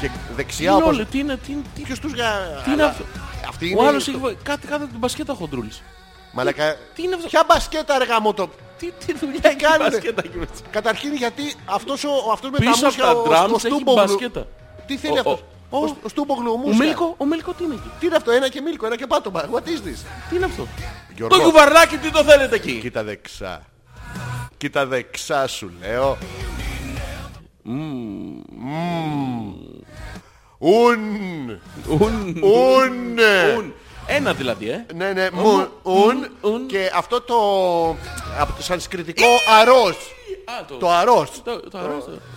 και Τι δεξιά είναι όπως... όλοι, τι είναι, τι είναι, τι... Ποιος τους γα... Τι είναι αλλά- αυτό. Αυτή είναι... Ο άλλος έχει βο- κάτι κάτω από την μπασκέτα ο χοντρούλης. Μαλακα... τι είναι αυτό? Ποια μπασκέτα ρε γαμότο. Τι, τι δουλειά έχει η κάνουνε. μπασκέτα εκεί μέσα. Καταρχήν γιατί αυτός, ο, αυτός με Πίσω τα από μουσια, τα ο, ο drums έχει Στούμπογλου- μπασκέτα. Τι θέλει Ο- αυτός. ο- Ο, ο- ο, Στούμπογλου Ο μουσια. Μίλκο, ο Μίλκο τι είναι εκεί. Τι είναι αυτό, ένα και μίλκο, ένα και πάτωμα. What is this. Τι είναι αυτό. Γιώργο, Το κουβαρνάκι τι το θέλετε εκεί. Κοίτα δεξά. Κοίτα δεξά σου λέω. Ουν. Ουν, Ουν. ουν. Ένα δηλαδή, ε. Ναι, ναι, μουν. Ουν. ουν. Και αυτό το. από το Σανσκριτικό αρός. Α, το- Το Ε. αρός. Το, το, το,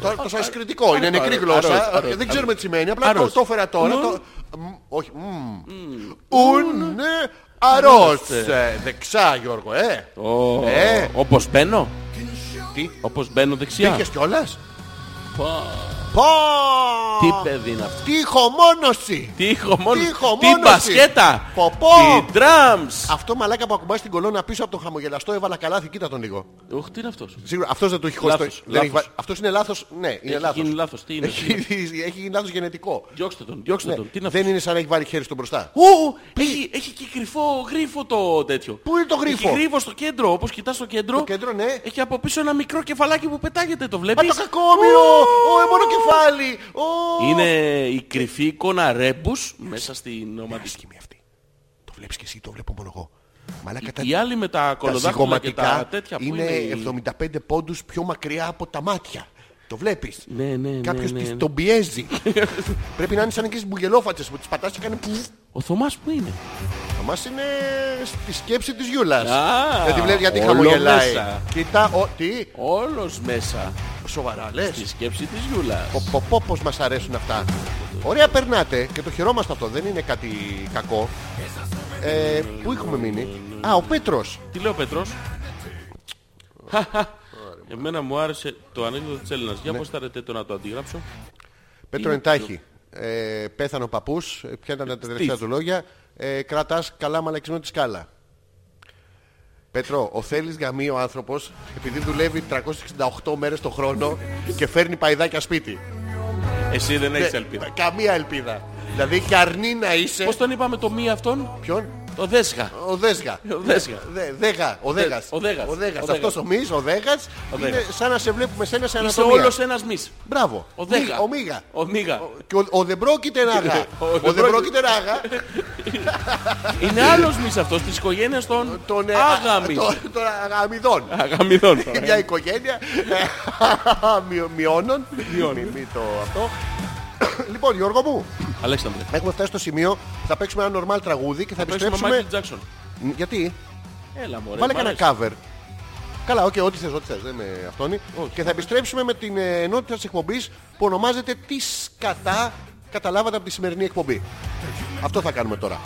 Το, το σανσκριτικό είναι νεκρή γλώσσα. Δεν ξέρουμε τι σημαίνει. Απλά το, Αρρώς. το έφερα τώρα. Νουν. Το, μ, όχι. μ. Ουν. Αρός. Ε, Δεξά, Γιώργο, ε. Ε. Όπως μπαίνω. Τι? Όπως μπαίνω δεξιά. Πήγες κιόλας. Τι Πω. παιδί είναι αυτό. Τι χωμόνωση. Τι χωμόνωση. Τι χωμόνωση. Τι μπασκέτα. Ποπό. Τι drums. Αυτό μαλάκα που ακουμπάς την κολόνα πίσω από τον χαμογελαστό έβαλα καλάθι, κοίτα τον λίγο. Οχ, τι είναι αυτός. Σίγουρα αυτός δεν του έχει χωρίσει. Λάθος, το- δεν έχει λάθος. βα- Αυτός είναι λάθος, ναι, είναι Έχει λάθος. γίνει λάθος. Τι είναι. Έχει, έχει γίνει λάθος γενετικό. Διώξτε τον, διώξτε Ναι, τον. Τι είναι αυτό. Δεν είναι σαν να έχει βάλει χέρι στον μπροστά. Ου, έχει, έχει και κρυφό γρίφο το τέτοιο. Πού είναι το γρίφο? Έχει γρίφο στο κέντρο. Όπως κοιτάς στο κέντρο. Το κέντρο, ναι. Έχει από πίσω ένα μικρό κεφαλάκι που πετάγεται. Το Μα βλέπεις. το κακόμοιρο! Ω, ε, μόνο κεφάλι! Ω! Είναι η κρυφή εικόνα ρέμπους μέσα στην ομαδική. Άσχημη αυτή. Το βλέπεις και εσύ, το βλέπω μόνο εγώ. Μαλάκα τα, Οι άλλοι με τα τα κολοδάχτυλα και τα ζυγωματικά τέτοια που είναι, είναι... οι- 75 πόντους πιο μακριά από τα μάτια. Το βλέπεις. Ναι, ναι, ναι, Κάποιος ναι, της ναι. τον πιέζει. Πρέπει να είναι σαν εκείνες τις μπουγελόφατσες που τις πατάς και κάνει πουφ. Ο Θωμάς που είναι. Θα μας είναι στη σκέψη της Γιούλας. Α, Γιατί βλέπεις γιατί όλο χαμογελάει. μέσα. Κοίτα, ο, τι, Όλος μέσα σοβαρά λες. στη σκέψη της Γιούλας. Πω, πω, πω, πως μας αρέσουν αυτά. Ωραία περνάτε και το χαιρόμαστε αυτό, δεν είναι κάτι κακό. Ε, πού έχουμε μείνει. Α, ο Πέτρος. Τι λέει ο Πέτρος. Εμένα μου άρεσε το ανέκδοτο της Έλληνας. Ναι. Για πώς θα ρετέ το να το αντιγράψω. Πέτρο εντάχει. Ε, πέθανε ο παππούς. Ε, Ποια ήταν τα τελευταία Στίβ. του λόγια. Ε, κρατάς καλά μαλακισμένο τη σκάλα. Πέτρο, ο Θέλης γαμεί ο άνθρωπος επειδή δουλεύει 368 μέρες το χρόνο και φέρνει παϊδάκια σπίτι. Εσύ δεν έχεις ελπίδα. Ε, Καμία ελπίδα. Δηλαδή και αρνεί να είσαι. Πώς τον είπαμε το μη αυτόν. Ποιον? Το Δέσχα. Ο Δέσγα. Ο Δέσγα. Δε- Δέγα. Ο Δέγας. ο Δέγας. Ο Δέγας. Ο Δέγας. Αυτός ο Μης, ο Δέγας, Ο είναι Δέγας. σαν να σε βλέπουμε σένα σε Είσαι ανατομία. όλος ένας μης. Μπράβο. Ο Δέγα. Μη- Ο Μίγα. Ο Μίγα. Και ο, ο δεν πρόκειται να αγά. Ο ο δεν δεν πρόκειται- πρόκειται να αγά. Είναι άλλος μης αυτός της οικογένειας των Τον ε, Άγαμη. τον- Τον αγαμιδών. Αγαμιδών. Μια οικογένεια ε, μειω- μειώνων. Μη, μη το αυτό. Λοιπόν, Γιώργο μου, Αλέξανδρε. έχουμε φτάσει στο σημείο που θα παίξουμε ένα normal τραγούδι και θα, Παίξουμε επιστρέψουμε. Μάικλ Τζάξον. Γιατί, Έλα μωρέ. Βάλε μ' κανένα αρέσει. cover. Καλά, οκ, ό,τι θες, ό,τι θες, δεν με αυτόνι. Και θα επιστρέψουμε με την ε, ενότητα της εκπομπής που ονομάζεται Τι σκατά καταλάβατε από τη σημερινή εκπομπή. Αυτό θα κάνουμε τώρα.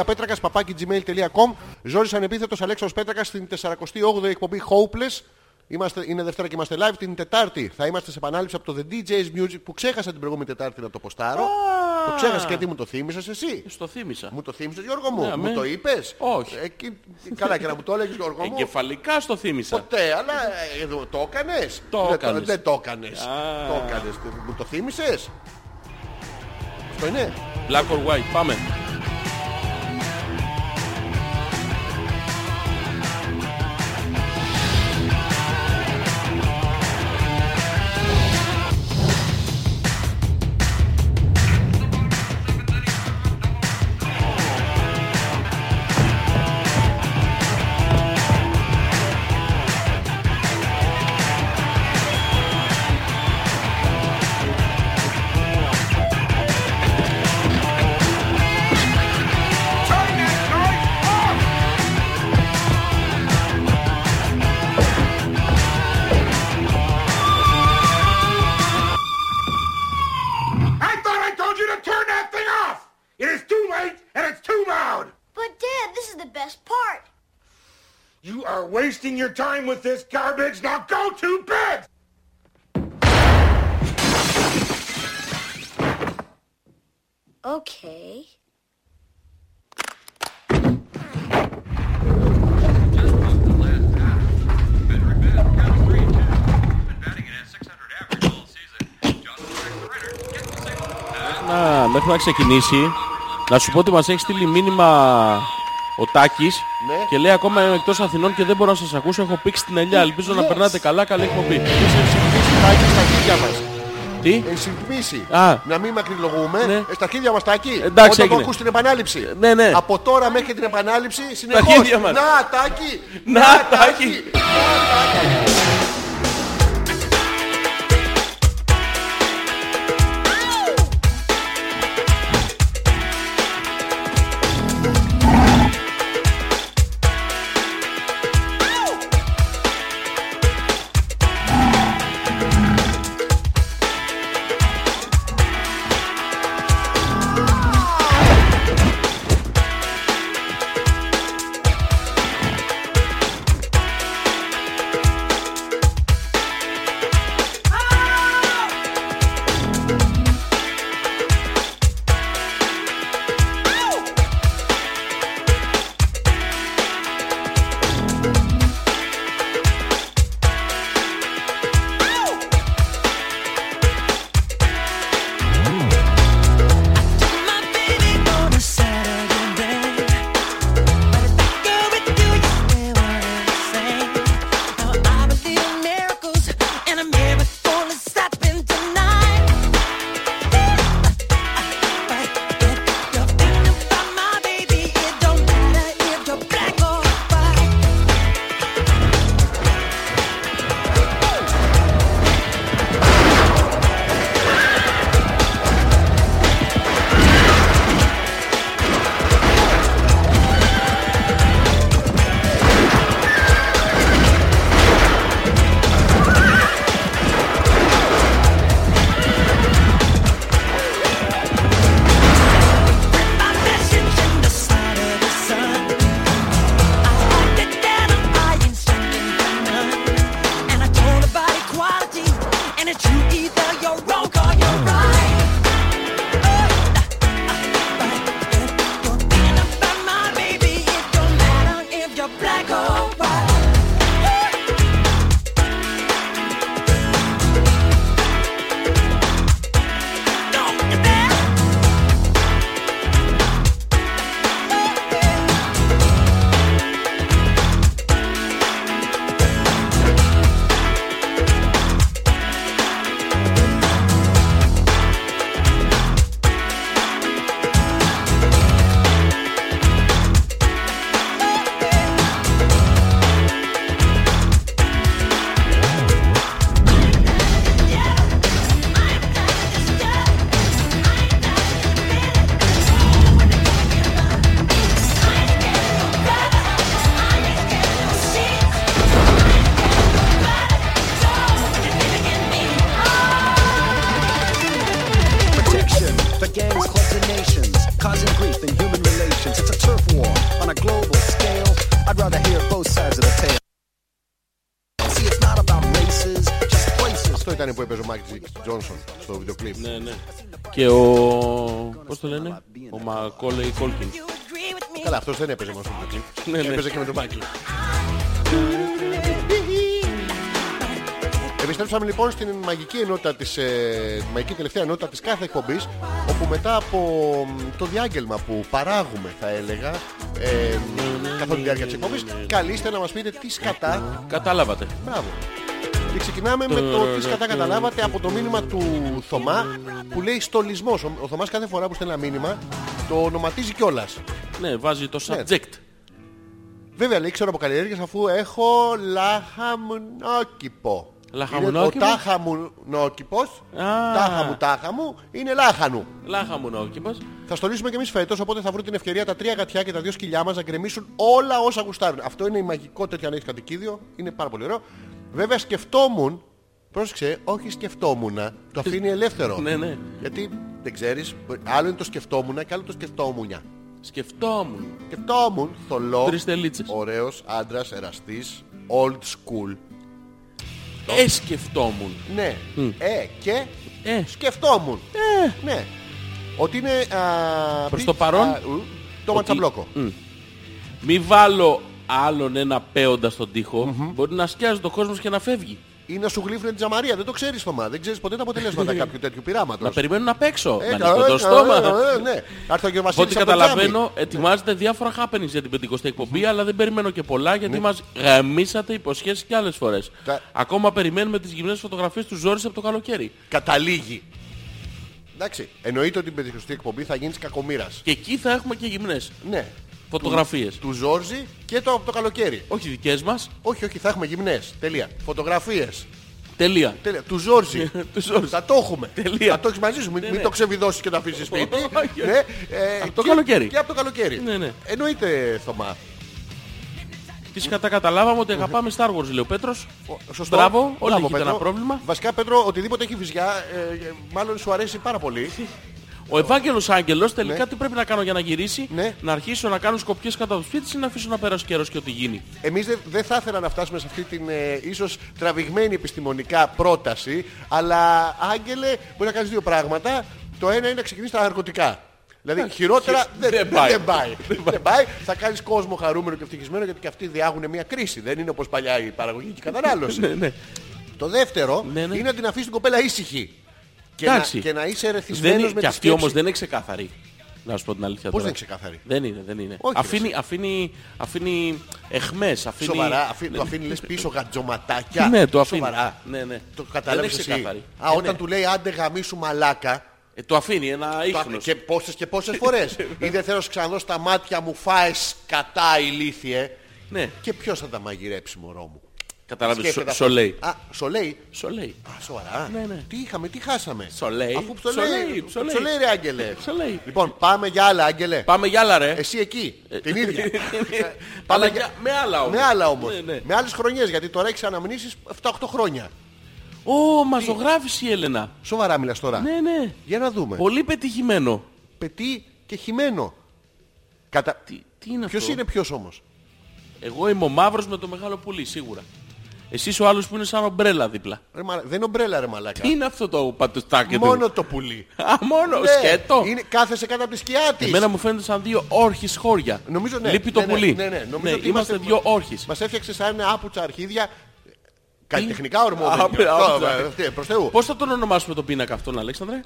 α.πέτρακας παπάκι gmail.com Ζόρις ανεπίθετος Αλέξανδρος Πέτρακας στην 48η εκπομπή Hopeless. Είμαστε, είναι Δευτέρα και είμαστε live. Την Τετάρτη θα είμαστε σε επανάληψη από το The DJ's Music που ξέχασα την προηγούμενη Τετάρτη να το ποστάρω. Το ξέχασα γιατί μου το θύμισες εσύ. Στο θύμισα. Μου το θύμισες Γιώργο μου, Ναι, μου με. το είπες Όχι. Ε, Ε, και- καλά και να μου το έλεγες Γιώργο μου. Εγκεφαλικά στο θύμισα. Ποτέ, αλλά ε, ε, το έκανες Το Δεν έκανες. Δεν το έκανες Α. Το έκανες, Ε, μου το θύμισες Αυτό είναι. Black or white. Πάμε. Black wasting your time with this garbage. Now go to bed! Okay. Να, μέχρι να ξεκινήσει, να σου πω ότι μας έχεις στείλει μήνυμα ο Τάκης Ναι. και λέει ακόμα είμαι εκτός Αθηνών και δεν μπορώ να σας ακούσω, έχω πήξει την ελιά, ελπίζω να περνάτε καλά, καλή εκπομπή. Είσαι ενσυγκμίσει τάκι στα αρχίδια μας. Τι, Ενσυγκμίσει. Α. Να μην μακριλογούμε. Ναι. Ε, Στα αρχίδια μας τάκι. Εντάξει, Όταν το έγινε. ακούς την επανάληψη. Ναι, ναι. Από τώρα μέχρι την επανάληψη συνεχώς. αρχίδια μας. Να τάκι. Να, Τάκη. Να τάκι. My baby on a Saturday day, but it's like, girl, what do you say? What you say? Now I believe in miracles, and a miracle is happening tonight. You're thinking about my baby. It don't matter if you're black or white. My message in the sight of the sun. I like it that I'm lying, second to none. And I told about equality, and it's you either you're wrong or you're right. You're thinking about my baby. It don't matter if you're black or white. Don't you dare protection for gangs, clubs, and nations, causing grief in human relations. It's a turf war on a global scale. I'd rather hear both sides of the tale. See, it's not about races, just places. Αυτό ήταν που έπαιζε ο Μάικλ Τζόνσον στο βίντεο κλιπ. ναι, ναι. Και ο... πώς το λένε, ο Μακόλεϊ Κόλκιν. you agree with me? Καλά, αυτός δεν έπαιζε μόνο στο βίντεο κλιπ. Ναι, ναι. Έπαιζε και με τον Μάικλ. Επιστρέψαμε λοιπόν στην μαγική ενότητα της, ε, τη μαγική τελευταία ενότητα της κάθε εκπομπής όπου μετά από μ, το διάγγελμα που παράγουμε θα έλεγα ε, καθ' όλη τη διάρκεια της εκπομπής καλείστε να μας πείτε τι σκατά Κατάλαβατε. μπράβο και ξεκινάμε με το τι σκατά καταλάβατε από το μήνυμα του Θωμά που λέει στολισμός ο, ο Θωμάς κάθε φορά που στέλνει ένα μήνυμα το ονοματίζει κιόλας Ναι, βάζει το Ναι. subject. Βέβαια λέει ξέρω από καλλιέργειες αφού έχω λαχαμουνόκηπο. Λαχαμουνόκηπο? Είναι Ο τάχαμουνόκηπος, Α. τάχα μου τάχα μου, είναι λάχανου. Λάχα μου νόκιμας. Θα στολίσουμε κι εμείς φέτος, οπότε θα βρουν την ευκαιρία τα τρία γατιά και τα δύο σκυλιά μας να γκρεμίσουν όλα όσα γουστάρουν. Αυτό είναι η μαγικό τέτοιο αν έχεις κατοικίδιο, είναι πάρα πολύ ωραίο. Βέβαια σκεφτόμουν, πρόσεξε, όχι σκεφτόμουν, το αφήνει ελεύθερο. Ναι, ναι. Γιατί δεν ξέρεις, άλλο είναι το σκεφτόμουν και άλλο το σκεφτόμουνια. Σκεφτόμουν. Σκεφτόμουν, θολό, Τρεις τελίτσες. ωραίος, άντρας, εραστής, old school. Ε, σκεφτόμουν. Ναι. Ε, και Ε. σκεφτόμουν. Ναι. Ότι είναι... α, Προς πι- το παρόν, α, ου, Το ματσαμπλόκο. Μη βάλω άλλον ένα παίοντα στον τοίχο. Μπορεί να σκιάζει το κόσμος και να φεύγει. Ή να σου γλύφουνε τη ζαμαρία. Δεν το ξέρεις Θωμά. Δεν ξέρεις ποτέ τα αποτελέσματα κάποιου τέτοιου Να πειράματος. περιμένουν απ' έξω. Ε, να καλά, ανοιχτό το ε, στόμα. ε, ε, Ναι. Άρθα και ο Από ό,τι Βασίλης από το τζάμι. καταλαβαίνω, ετοιμάζετε διάφορα happenings για την πεντηκοστή εκπομπή, αλλά δεν περιμένω και πολλά γιατί μας γαμίσατε υποσχέσεις και άλλες φορές. Τα- Ακόμα περιμένουμε τις γυμνές φωτογραφίες του Ζόρις από το καλοκαίρι. Καταλήγει. Εντάξει. Εννοείται ότι με τη σωστή εκπομπή θα γίνεις κακομήρας. Και εκεί θα έχουμε και γυμνές Ναι. φωτογραφίες. Του Ζόρζι και το από το καλοκαίρι. Όχι δικές μας. Όχι, όχι, θα έχουμε γυμνές. Τελεία. Φωτογραφίες. Τελεία. Τέλεια. Του Ζόρζι. Του Ζόρζι. Θα το έχουμε. Τελεία. Θα το έχεις μαζί σου. Μην, Ναι, μην ναι. το ξεβιδώσεις και το αφήσεις σπίτι. Όχι, όχι. ε, Από το και- καλοκαίρι. Και από το καλοκαίρι. Ναι, ναι. Εννοείται, Θωμά. Τις κατά καταλάβαμε ότι αγαπάμε Star Wars, λέει ο Πέτρος. Ο- Σωστό. Μπράβο, όλα Μπράβο, εκεί ήταν Πέτρο. ένα πρόβλημα. Βασικά, Πέτρο, οτιδήποτε έχει βυζιά, ε, ε, μάλλον σου αρέσει πάρα πολύ. Ο Ευάγγελος Άγγελος τελικά τι πρέπει να κάνω για να γυρίσει, Ναι. να αρχίσω να κάνω σκοπιές κατά το σπίτι ή να αφήσω να περάσει καιρός και ό,τι γίνει. Εμείς δεν δεν θα ήθελα να φτάσουμε σε αυτή την ε, ίσως τραβηγμένη επιστημονικά πρόταση, αλλά Άγγελε μπορεί να κάνεις δύο πράγματα. Το ένα είναι να ξεκινήσεις τα ναρκωτικά. Δηλαδή χειρότερα δεν, δεν δεν πάει. πάει. Δεν πάει. Θα κάνεις κόσμο χαρούμενο και ευτυχισμένο γιατί και αυτοί διάγουν μια κρίση. Δεν είναι όπως παλιά η παραγωγή και η κατανάλωση. Ναι, ναι. το δεύτερο Ναι, ναι. είναι να την αφήσεις την κοπέλα ήσυχη. Και να, Εντάξει. και να είσαι Δεν ερεθισμένος είναι, με και τη αυτή όμως σκέψη. δεν είναι ξεκάθαρη. Να σου πω την αλήθεια. Πώς τώρα. δεν είναι ξεκάθαρη? Δεν είναι, δεν είναι. Όχι, αφήνει, αφήνει, αφήνει εχμές. Αφήνει... Σοβαρά, αφή, το αφήνει λες πίσω γατζωματάκια. Ναι, το αφήνει. Σοβαρά. Ναι, ναι. Το Δεν κατάλαβες είναι εσύ. ξεκάθαρη. Α, Ε, όταν ναι. του λέει άντε γαμίσου μαλάκα, Ε, το αφήνει ένα Το- ίχνος. Και πόσες και πόσες φορές. Ή δεν θέλω να σου ξαναδώ στα μάτια μου, φάες κατά ηλίθιε. Ναι. Και ποιος θα τα μαγειρέψει, μωρό μου. Κατάλαβες. Σκέφτεται αυτό. Σολέι. Α, σολέι. Σολέι. Α, σοβαρά. Ναι, ναι. Τι είχαμε, τι χάσαμε. Σολέι. Αφού Σολέι, ψολέι. ψολέι. Ψολέι, ρε, Άγγελε. Σολέι. Λοιπόν, πάμε για άλλα, Άγγελε. Πάμε για άλλα, ρε. Εσύ εκεί. Ε, Την ίδια. Πάμε Αλλά για... με άλλα όμως. Με άλλα όμως. Ναι, ναι. Με άλλες χρονιές. Γιατί τώρα έχεις αναμνήσεις 7-8 χρόνια. Ω, μαζογράφηση η Έλενα. Σοβαρά μιλάς τώρα. Ναι, ναι. Για να δούμε. Πολύ πετυχημένο. Πετή και χυμένο. Κατα... Τι, τι είναι Ποιος αυτό. είναι ποιος όμως. Εγώ είμαι ο μαύρος με το μεγάλο πουλί, σίγουρα. Εσύ ο άλλος που είναι σαν ομπρέλα δίπλα. Ρε μαλα- Δεν είναι ομπρέλα ρε μαλάκα. Τι είναι αυτό το πατουστάκι του. Μόνο το πουλί. Α, μόνο Ναι, σκέτο. Είναι, κάθεσαι κάτω από τη σκιά της. Εμένα μου φαίνεται σαν δύο όρχε χώρια. Νομίζω ναι. Λείπει ναι, το ναι, πουλί. Ναι, ναι, Νομίζω ότι είμαστε δύο όρχες. Μας έφτιαξε σαν άπουτσα αρχίδια. Καλλιτεχνικά ορμόδια. Άπουτσα, άπουτσα. Προς Θεού. Πώς θα τον ονομάσουμε τον πίνακα αυτόν, Αλέξανδρε.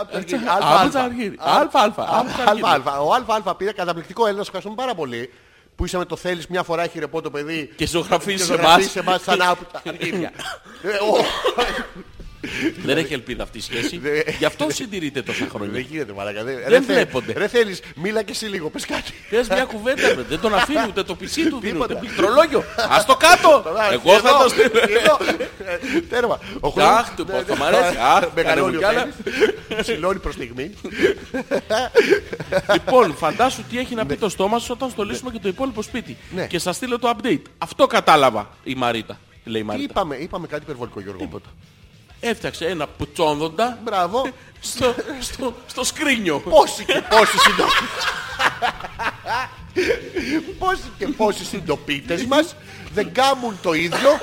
Άπουτσα, έτσι, αλφα, άπουτσα αλφα. αρχίδι. Α, Αλφα, αλφα, α, άπουτσα αλφα, αρχίδι. αλφα. Ο Αλφα Αλφα πήρε καταπληκτικό Έλληνα. Σας Ευχαριστούμε πάρα πολύ που είσαμε το θέλεις μια φορά έχει ρεπό το παιδί. Και ζωγραφίζει σε ζωγραφίζει εμάς. σε εμάς σαν άπουτσα αρχίδια. Ε, ο- Δεν έχει ελπίδα αυτή η σχέση. Δεν- Γι' αυτό συντηρείται τόσα Δεν χρόνια. γίνεται μαλάκα. Δεν, θε- Δεν βλέπονται. Δεν θέλεις. Μίλα και εσύ λίγο. Πες κάτι. Πες μια κουβέντα, ρε. δεν τον αφήνει ούτε το πισί του, δίνει ούτε Τίποτα. πληκτρολόγιο. Ας το κάτω! Τώρα, Εγώ θα εδώ, το στείλω. εδώ. Ε, Τέρμα. Ο ε, Αχ, του πω, θα μ' αρέσει. Αχ, Μεγαλώνει κάνουμε ο κι άλλα. Φένης. Ψηλώνει προς στιγμή. Λοιπόν, φαντάσου τι έχει να πει το στόμα σου όταν στολίσουμε και το υπόλοιπο σπίτι. Ναι. Και σας στείλω το update. Αυτό κατάλαβα η Μαρίτα. Λέει η Τι Μαρίτα. είπαμε, είπαμε κάτι υπερβολικό Γιώργο. μου. Έφτιαξε ένα πουτσόνδοντα Μπράβο. στο, στο, στο σκρίνιο. Πόσοι και πόσοι συντοπίτες. Πόσοι και πόσοι συντοπίτες μας δεν κάνουν το ίδιο.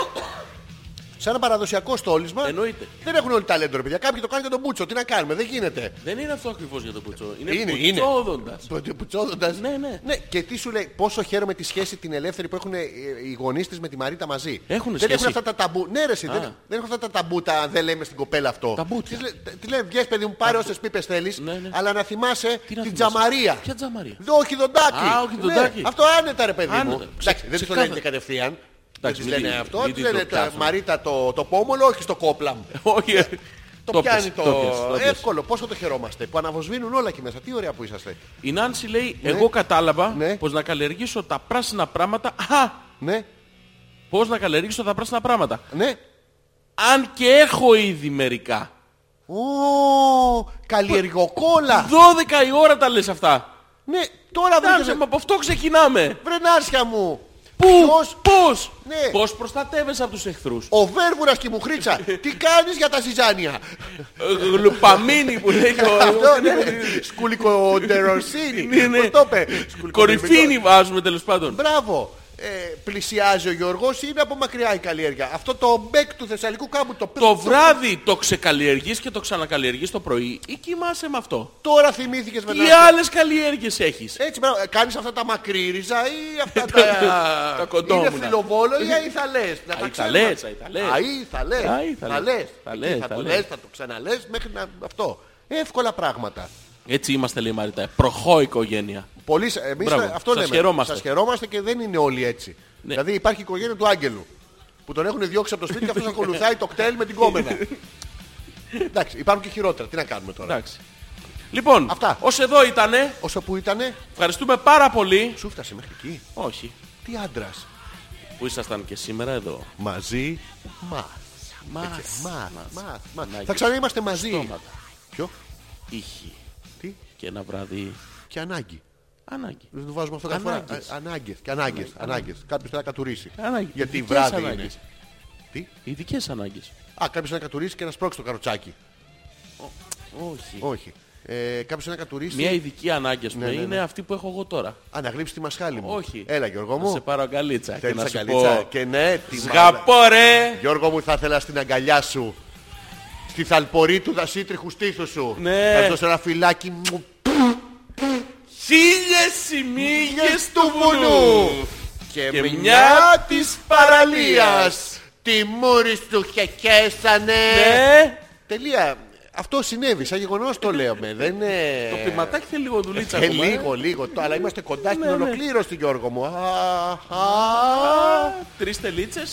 Σαν ένα παραδοσιακό στόλισμα. Εννοείται. Δεν έχουν όλοι ταλέντο, ρε παιδιά. Κάποιοι το κάνουν και τον μπούτσο. Τι να κάνουμε, δεν γίνεται. Δεν είναι αυτό ακριβώς για τον Πουτσό. Είναι, Είναι, είναι. πουτσόδοντας. Πουτσόδοντας. Ναι, ναι. Και τι σου λέει, πόσο χαίρομαι τη σχέση την ελεύθερη που έχουν ε, οι γονείς της με τη Μαρίτα μαζί. Έχουνε δεν σχέση. έχουν αυτά τα ταμπού. Ναι, ρε, εσύ, δεν, δεν έχουν αυτά τα ταμπού, τα, αν δεν λέμε στην κοπέλα αυτό. Ταμπούτια. Της λέ- Τι, λένε, βγες παιδί μου, πάρε όσες πίπες θέλεις, Ναι, ναι. αλλά να θυμάσαι Τι να την θυμάσαι? τζαμαρία. Ποια τζαμαρία? Δε, όχι δοντάκι. Ναι, Α, όχι, δοντάκι. αυτό άνετα, ρε παιδί Άνετα. μου. Εντάξει, δεν Σε του το κάθε- λένε και κατευθείαν. Δεν Εντάξει, της μην λένε τη- αυτό. μην Της τη το λένε τα- πιάσουμε. Μαρίτα το, το πόμολο, όχι στο κόπλαμ. Όχι. ε. Το, πες, πιάνει το, πιες, πιες. εύκολο. Πόσο το χαιρόμαστε που αναβοσβήνουν όλα εκεί μέσα. Τι ωραία που είσαστε. Η Νάνση λέει, εγώ κατάλαβα Ναι. πως να καλλιεργήσω τα πράσινα πράγματα. Α, Ναι, πως να καλλιεργήσω τα πράσινα πράγματα. ναι. Αν και έχω ήδη μερικά. Ω, καλλιεργοκόλα. 12 η ώρα τα λες αυτά. Ναι, τώρα Κάτσε, βρήκες... μα από αυτό ξεκινάμε. Βρενάσια μου. Πού, Ποιος- πώς, Ναι. πώς προστατεύεσαι από τους εχθρούς. Ο Βέρβουρας και η Μουχρίτσα. Τι κάνεις για τα συζάνια. Ε, Γλουπαμίνη που λέει Αυτό το... ναι. Σκουλικοντεροσίνη. Ναι, ναι. Πώς το είπε. Σκουλικοντεροσίνη. Κορυφίνη βάζουμε τέλος πάντων. Μπράβο. ε, πλησιάζει ο Γιώργος είναι από μακριά η καλλιέργεια. Αυτό το μπέκ του Θεσσαλικού κάμπου το, Το βράδυ το ξεκαλλιεργείς και το ξανακαλλιεργείς το πρωί ή κοιμάσαι με αυτό. Τώρα θυμήθηκες μετά. Τι άλλες καλλιέργειες έχεις. Έτσι, μπράβο. ε, κάνεις αυτά τα μακρύριζα ή αυτά τα... Ε, Τα κοντόμουνα. Είναι φιλοβόλο ή αϊθαλές. Να τα Αϊθαλές, ξέρουμε. αϊθαλές. Αϊθαλές. Αϊθαλές. Θα Θα λες, θα το λες. λες, θα το ξαναλες μέχρι να... Αυτό. Εύκολα πράγματα. Έτσι είμαστε λέει η Μαρίτα. Ε, Προχώ οικογένεια. Πολύ, σ- εμείς Μπράβο. θα- αυτό Σας λέμε. χαιρόμαστε. Σας χαιρόμαστε και δεν είναι όλοι έτσι. Ναι. Δηλαδή υπάρχει η οικογένεια του Άγγελου που τον έχουν διώξει από το σπίτι και αυτός ακολουθάει το κτέλ με την κόμενα. Εντάξει, υπάρχουν και χειρότερα. Τι να κάνουμε τώρα. Εντάξει. Λοιπόν, Αυτά. ως εδώ ήτανε. Όσο που ήτανε, Ευχαριστούμε πάρα πολύ. σου φτάσε μέχρι εκεί. Όχι. Τι άντρας. Που ήσασταν και σήμερα εδώ. Μαζί μας. Μας. Έτσι, Μας. Μας. Μας. μας. Ανάγκη. Θα ξανά είμαστε μαζί. Στόματα. Ποιο. Ήχη. Τι. Και ένα βράδυ. Και ανάγκη. Ανάγκη. Δεν το βάζουμε αυτό κάθε φορά. Ανάγκες. Α, Ανάγκες. Και ανάγκες. Ανάγκες. Κάποιος θέλει να κατουρίσει. Ανάγκη. Γιατί η Ειδικές βράδυ είναι. ανάγκες. Τι. Ειδικές ανάγκες. Α, κάποιος θέλει να κατουρίσει και να σπρώξει το καροτσάκι. Όχι. Όχι. Ε, κάποιος θέλει να κατουρίσει. Μια ειδική ανάγκη, ας πούμε, ναι, ναι. είναι αυτή που έχω εγώ τώρα. Α, να γλύψει τη μασχάλη μου. Όχι. Έλα, Γιώργο Να σε μου. πάρω αγκαλίτσα και Θέλεις να σου αγκαλίτσα. πω... Και ναι, τη μάνα. Σγαπώ ρε! Γιώργο μου, θα ήθελα στην αγκαλιά σου. Στη θαλπορή του δασίτριχου στήθους σου. Ναι. Θα σου δώσω ένα φυλάκι μου. Χίλιες σημείγες του βουνού! βουνού. Και, Και μια, μια της της παραλίας. Τη μούρη του χεκέσανε. Ε, Τελεία. Αυτό συνέβη, σαν γεγονός το λέω με. Δεν είναι... το πηματάκι θέλει λίγο δουλίτσα Ε, ακόμα, ε. λίγο, λίγο. Το, αλλά είμαστε κοντά στην Ναι, ναι. ολοκλήρωση, Γιώργο μου. Α, α. Τρεις τελίτσες.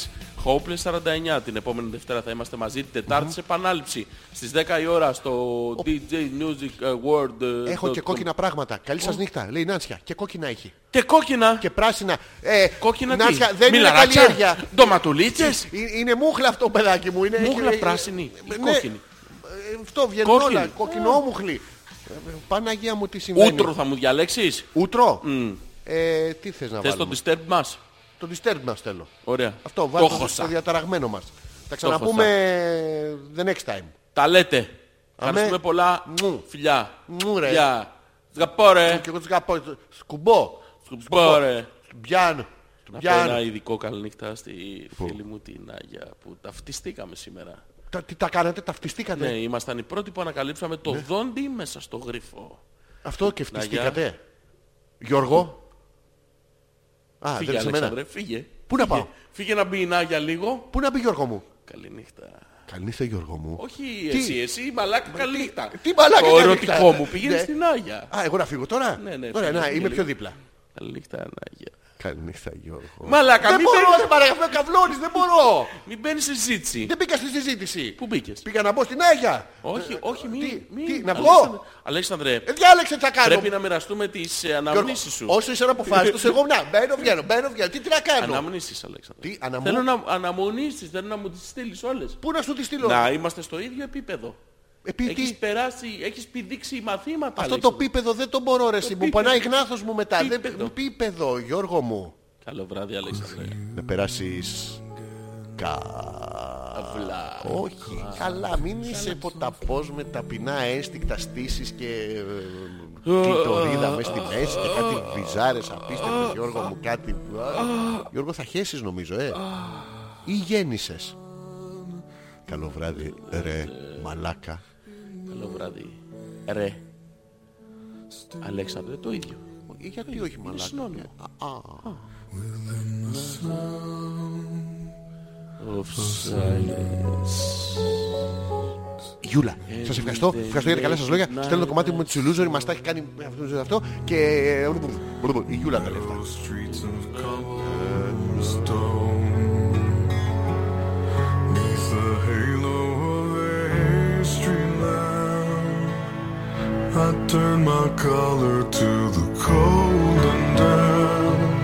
Hopeless 49. Την επόμενη Δευτέρα θα είμαστε μαζί. Την Τετάρτη σε επανάληψη στις 10 η ώρα στο DJ Music Award. ε, Έχω το- και το- κόκκινα πράγματα. Καλή σας νύχτα, λέει η Νάνσια. Και κόκκινα έχει. Και κόκκινα. Και πράσινα. Ε, Κόκκινα τι. Νάνσια, δεν είναι Μιλαράκια, καλλιέργεια. ντοματουλίτσες. Ε, Είναι μούχλα αυτό, παιδάκι μου. Είναι, Μούχλα έχει- πράσινη ή Ναι. κόκκινη? Ε, Αυτό βγαίνει Κόκκινη. όλα. Κοκκινόμουχλη. Ε, Παναγία μου, τι συμβαίνει. Ούτρο θα μου διαλέξεις. Ούτρο. Ε, τι θες να Θες το βάλουμε. disturb μας. Το disturb μας θέλω. Ωραία. Αυτό το βάλουμε στο χωσα. διαταραγμένο μας. Θα ξαναπούμε the next time. Τα λέτε. Αμέ. Ευχαριστούμε πολλά. Μου. Φιλιά. Μου, ρε. Φιλιά. Σγαπώ, ρε. Και εγώ τους αγαπώ. Σκουμπό. Σκουμπό, ρε. Στον πιάνω. Στον Να πω ένα πιάνω. ειδικό καληνύχτα στη φίλη μου την Άγια που ταυτιστήκαμε σήμερα. Τα- Τι τα κάνατε, ταυτιστήκατε. Ναι, ήμασταν οι πρώτοι που ανακαλύψαμε το Ναι. δόντι μέσα στο γρίφο. Αυτό και φτιστήκατε. Γιώργο. Α, δεν Φύγε, είσαι εμένα. Αλέξανδρε, φύγε. Πού να Φύγε. πάω? Φύγε να μπει η Νάγια λίγο. Πού να πει Γιώργο μου. Καληνύχτα. Καληνύχτα Γιώργο μου. Όχι Τι? εσύ, εσύ, μαλάκα, καληνύχτα. τι μαλάκα, Το καληνύχτα. ερωτικό μου πήγαινε Ναι. στην Άγια. Α, εγώ να φύγω τώρα. Ναι, ναι, Ωραία, φύγε, να, φύγε είμαι λίγο. πιο δίπλα. Καληνύχτα, Νάγια. Καληνύχτα Γιώργο. Μαλάκα, Δεν μην μπορώ, μπαίνεις- δεν παραγγελώ, με καβλώνεις, δεν μπορώ. μην μπαίνει σε συζήτηση. Δεν μπήκα στη συζήτηση. Πού μπήκες? Πήγα να μπω στην Άγια. Όχι, όχι, τι, μην. μην. τι, να βγω? Αλέξανδρε- Αλέξανδρε, Ε, διάλεξε τι θα κάνω. πρέπει να μοιραστούμε τις ε, Γιώργο, αναμνήσεις σου. Όσο είσαι αποφάσιστος, εγώ να μπαίνω, βγαίνω, μπαίνω, βγαίνω. Τι, τι να κάνω. Αναμνήσεις, Αλέξανδρε. Τι, αναμού- Θέλω να αναμονήσεις, θέλω να μου τις στείλεις όλες. Πού να σου τη στείλω. Να είμαστε στο ίδιο επίπεδο. Επί τι. Έχεις περάσει, έχεις πηδήξει μαθήματα. Αυτό το Αλέξανδρε. πίπεδο δεν το μπορώ ρε εσύ. Μου πίπεδο. πανάει γνάθος μου μετά. Δεν- Πίπεδο. Πίπεδο, Γιώργο μου. Καλό βράδυ, Αλέξανδρε. Να περάσεις Κα... Αυλά. Όχι, καλά, μην είσαι ποταπός με ταπεινά ένστικτα στήσεις και ε, κλειτορίδα μες στη μέση και κάτι βυζάρες απίστευτες, Γιώργο μου, κάτι... Γιώργο, θα χέσεις νομίζω, ε. Ή γέννησες. Καλό βράδυ, ρε, μαλάκα. Καλό βράδυ. Ρε. Αλέξανδρε, το ίδιο. Ή Γιατί όχι Είναι μαλάκα. συνώνυμο. Of silence. Γιούλα, σας ευχαριστώ. Ευχαριστώ για τα καλά σας λόγια. Στέλνω το κομμάτι μου με τους Illusory, μας τα έχει κάνει αυτό- αυτό και... Η Γιούλα τα λέει αυτά. streets of cobblestone. Neath the halo of a history lamp, I turn my collar to the cold and damp.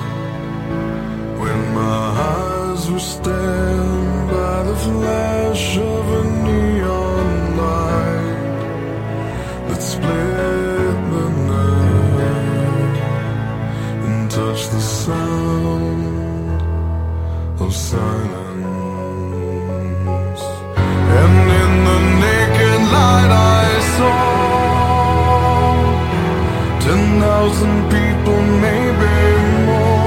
When my eyes were stained by the flash of a neon light that split the night and touch the sound of silence. And in the naked light I saw ten thousand people, maybe more.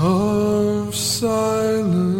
of silence.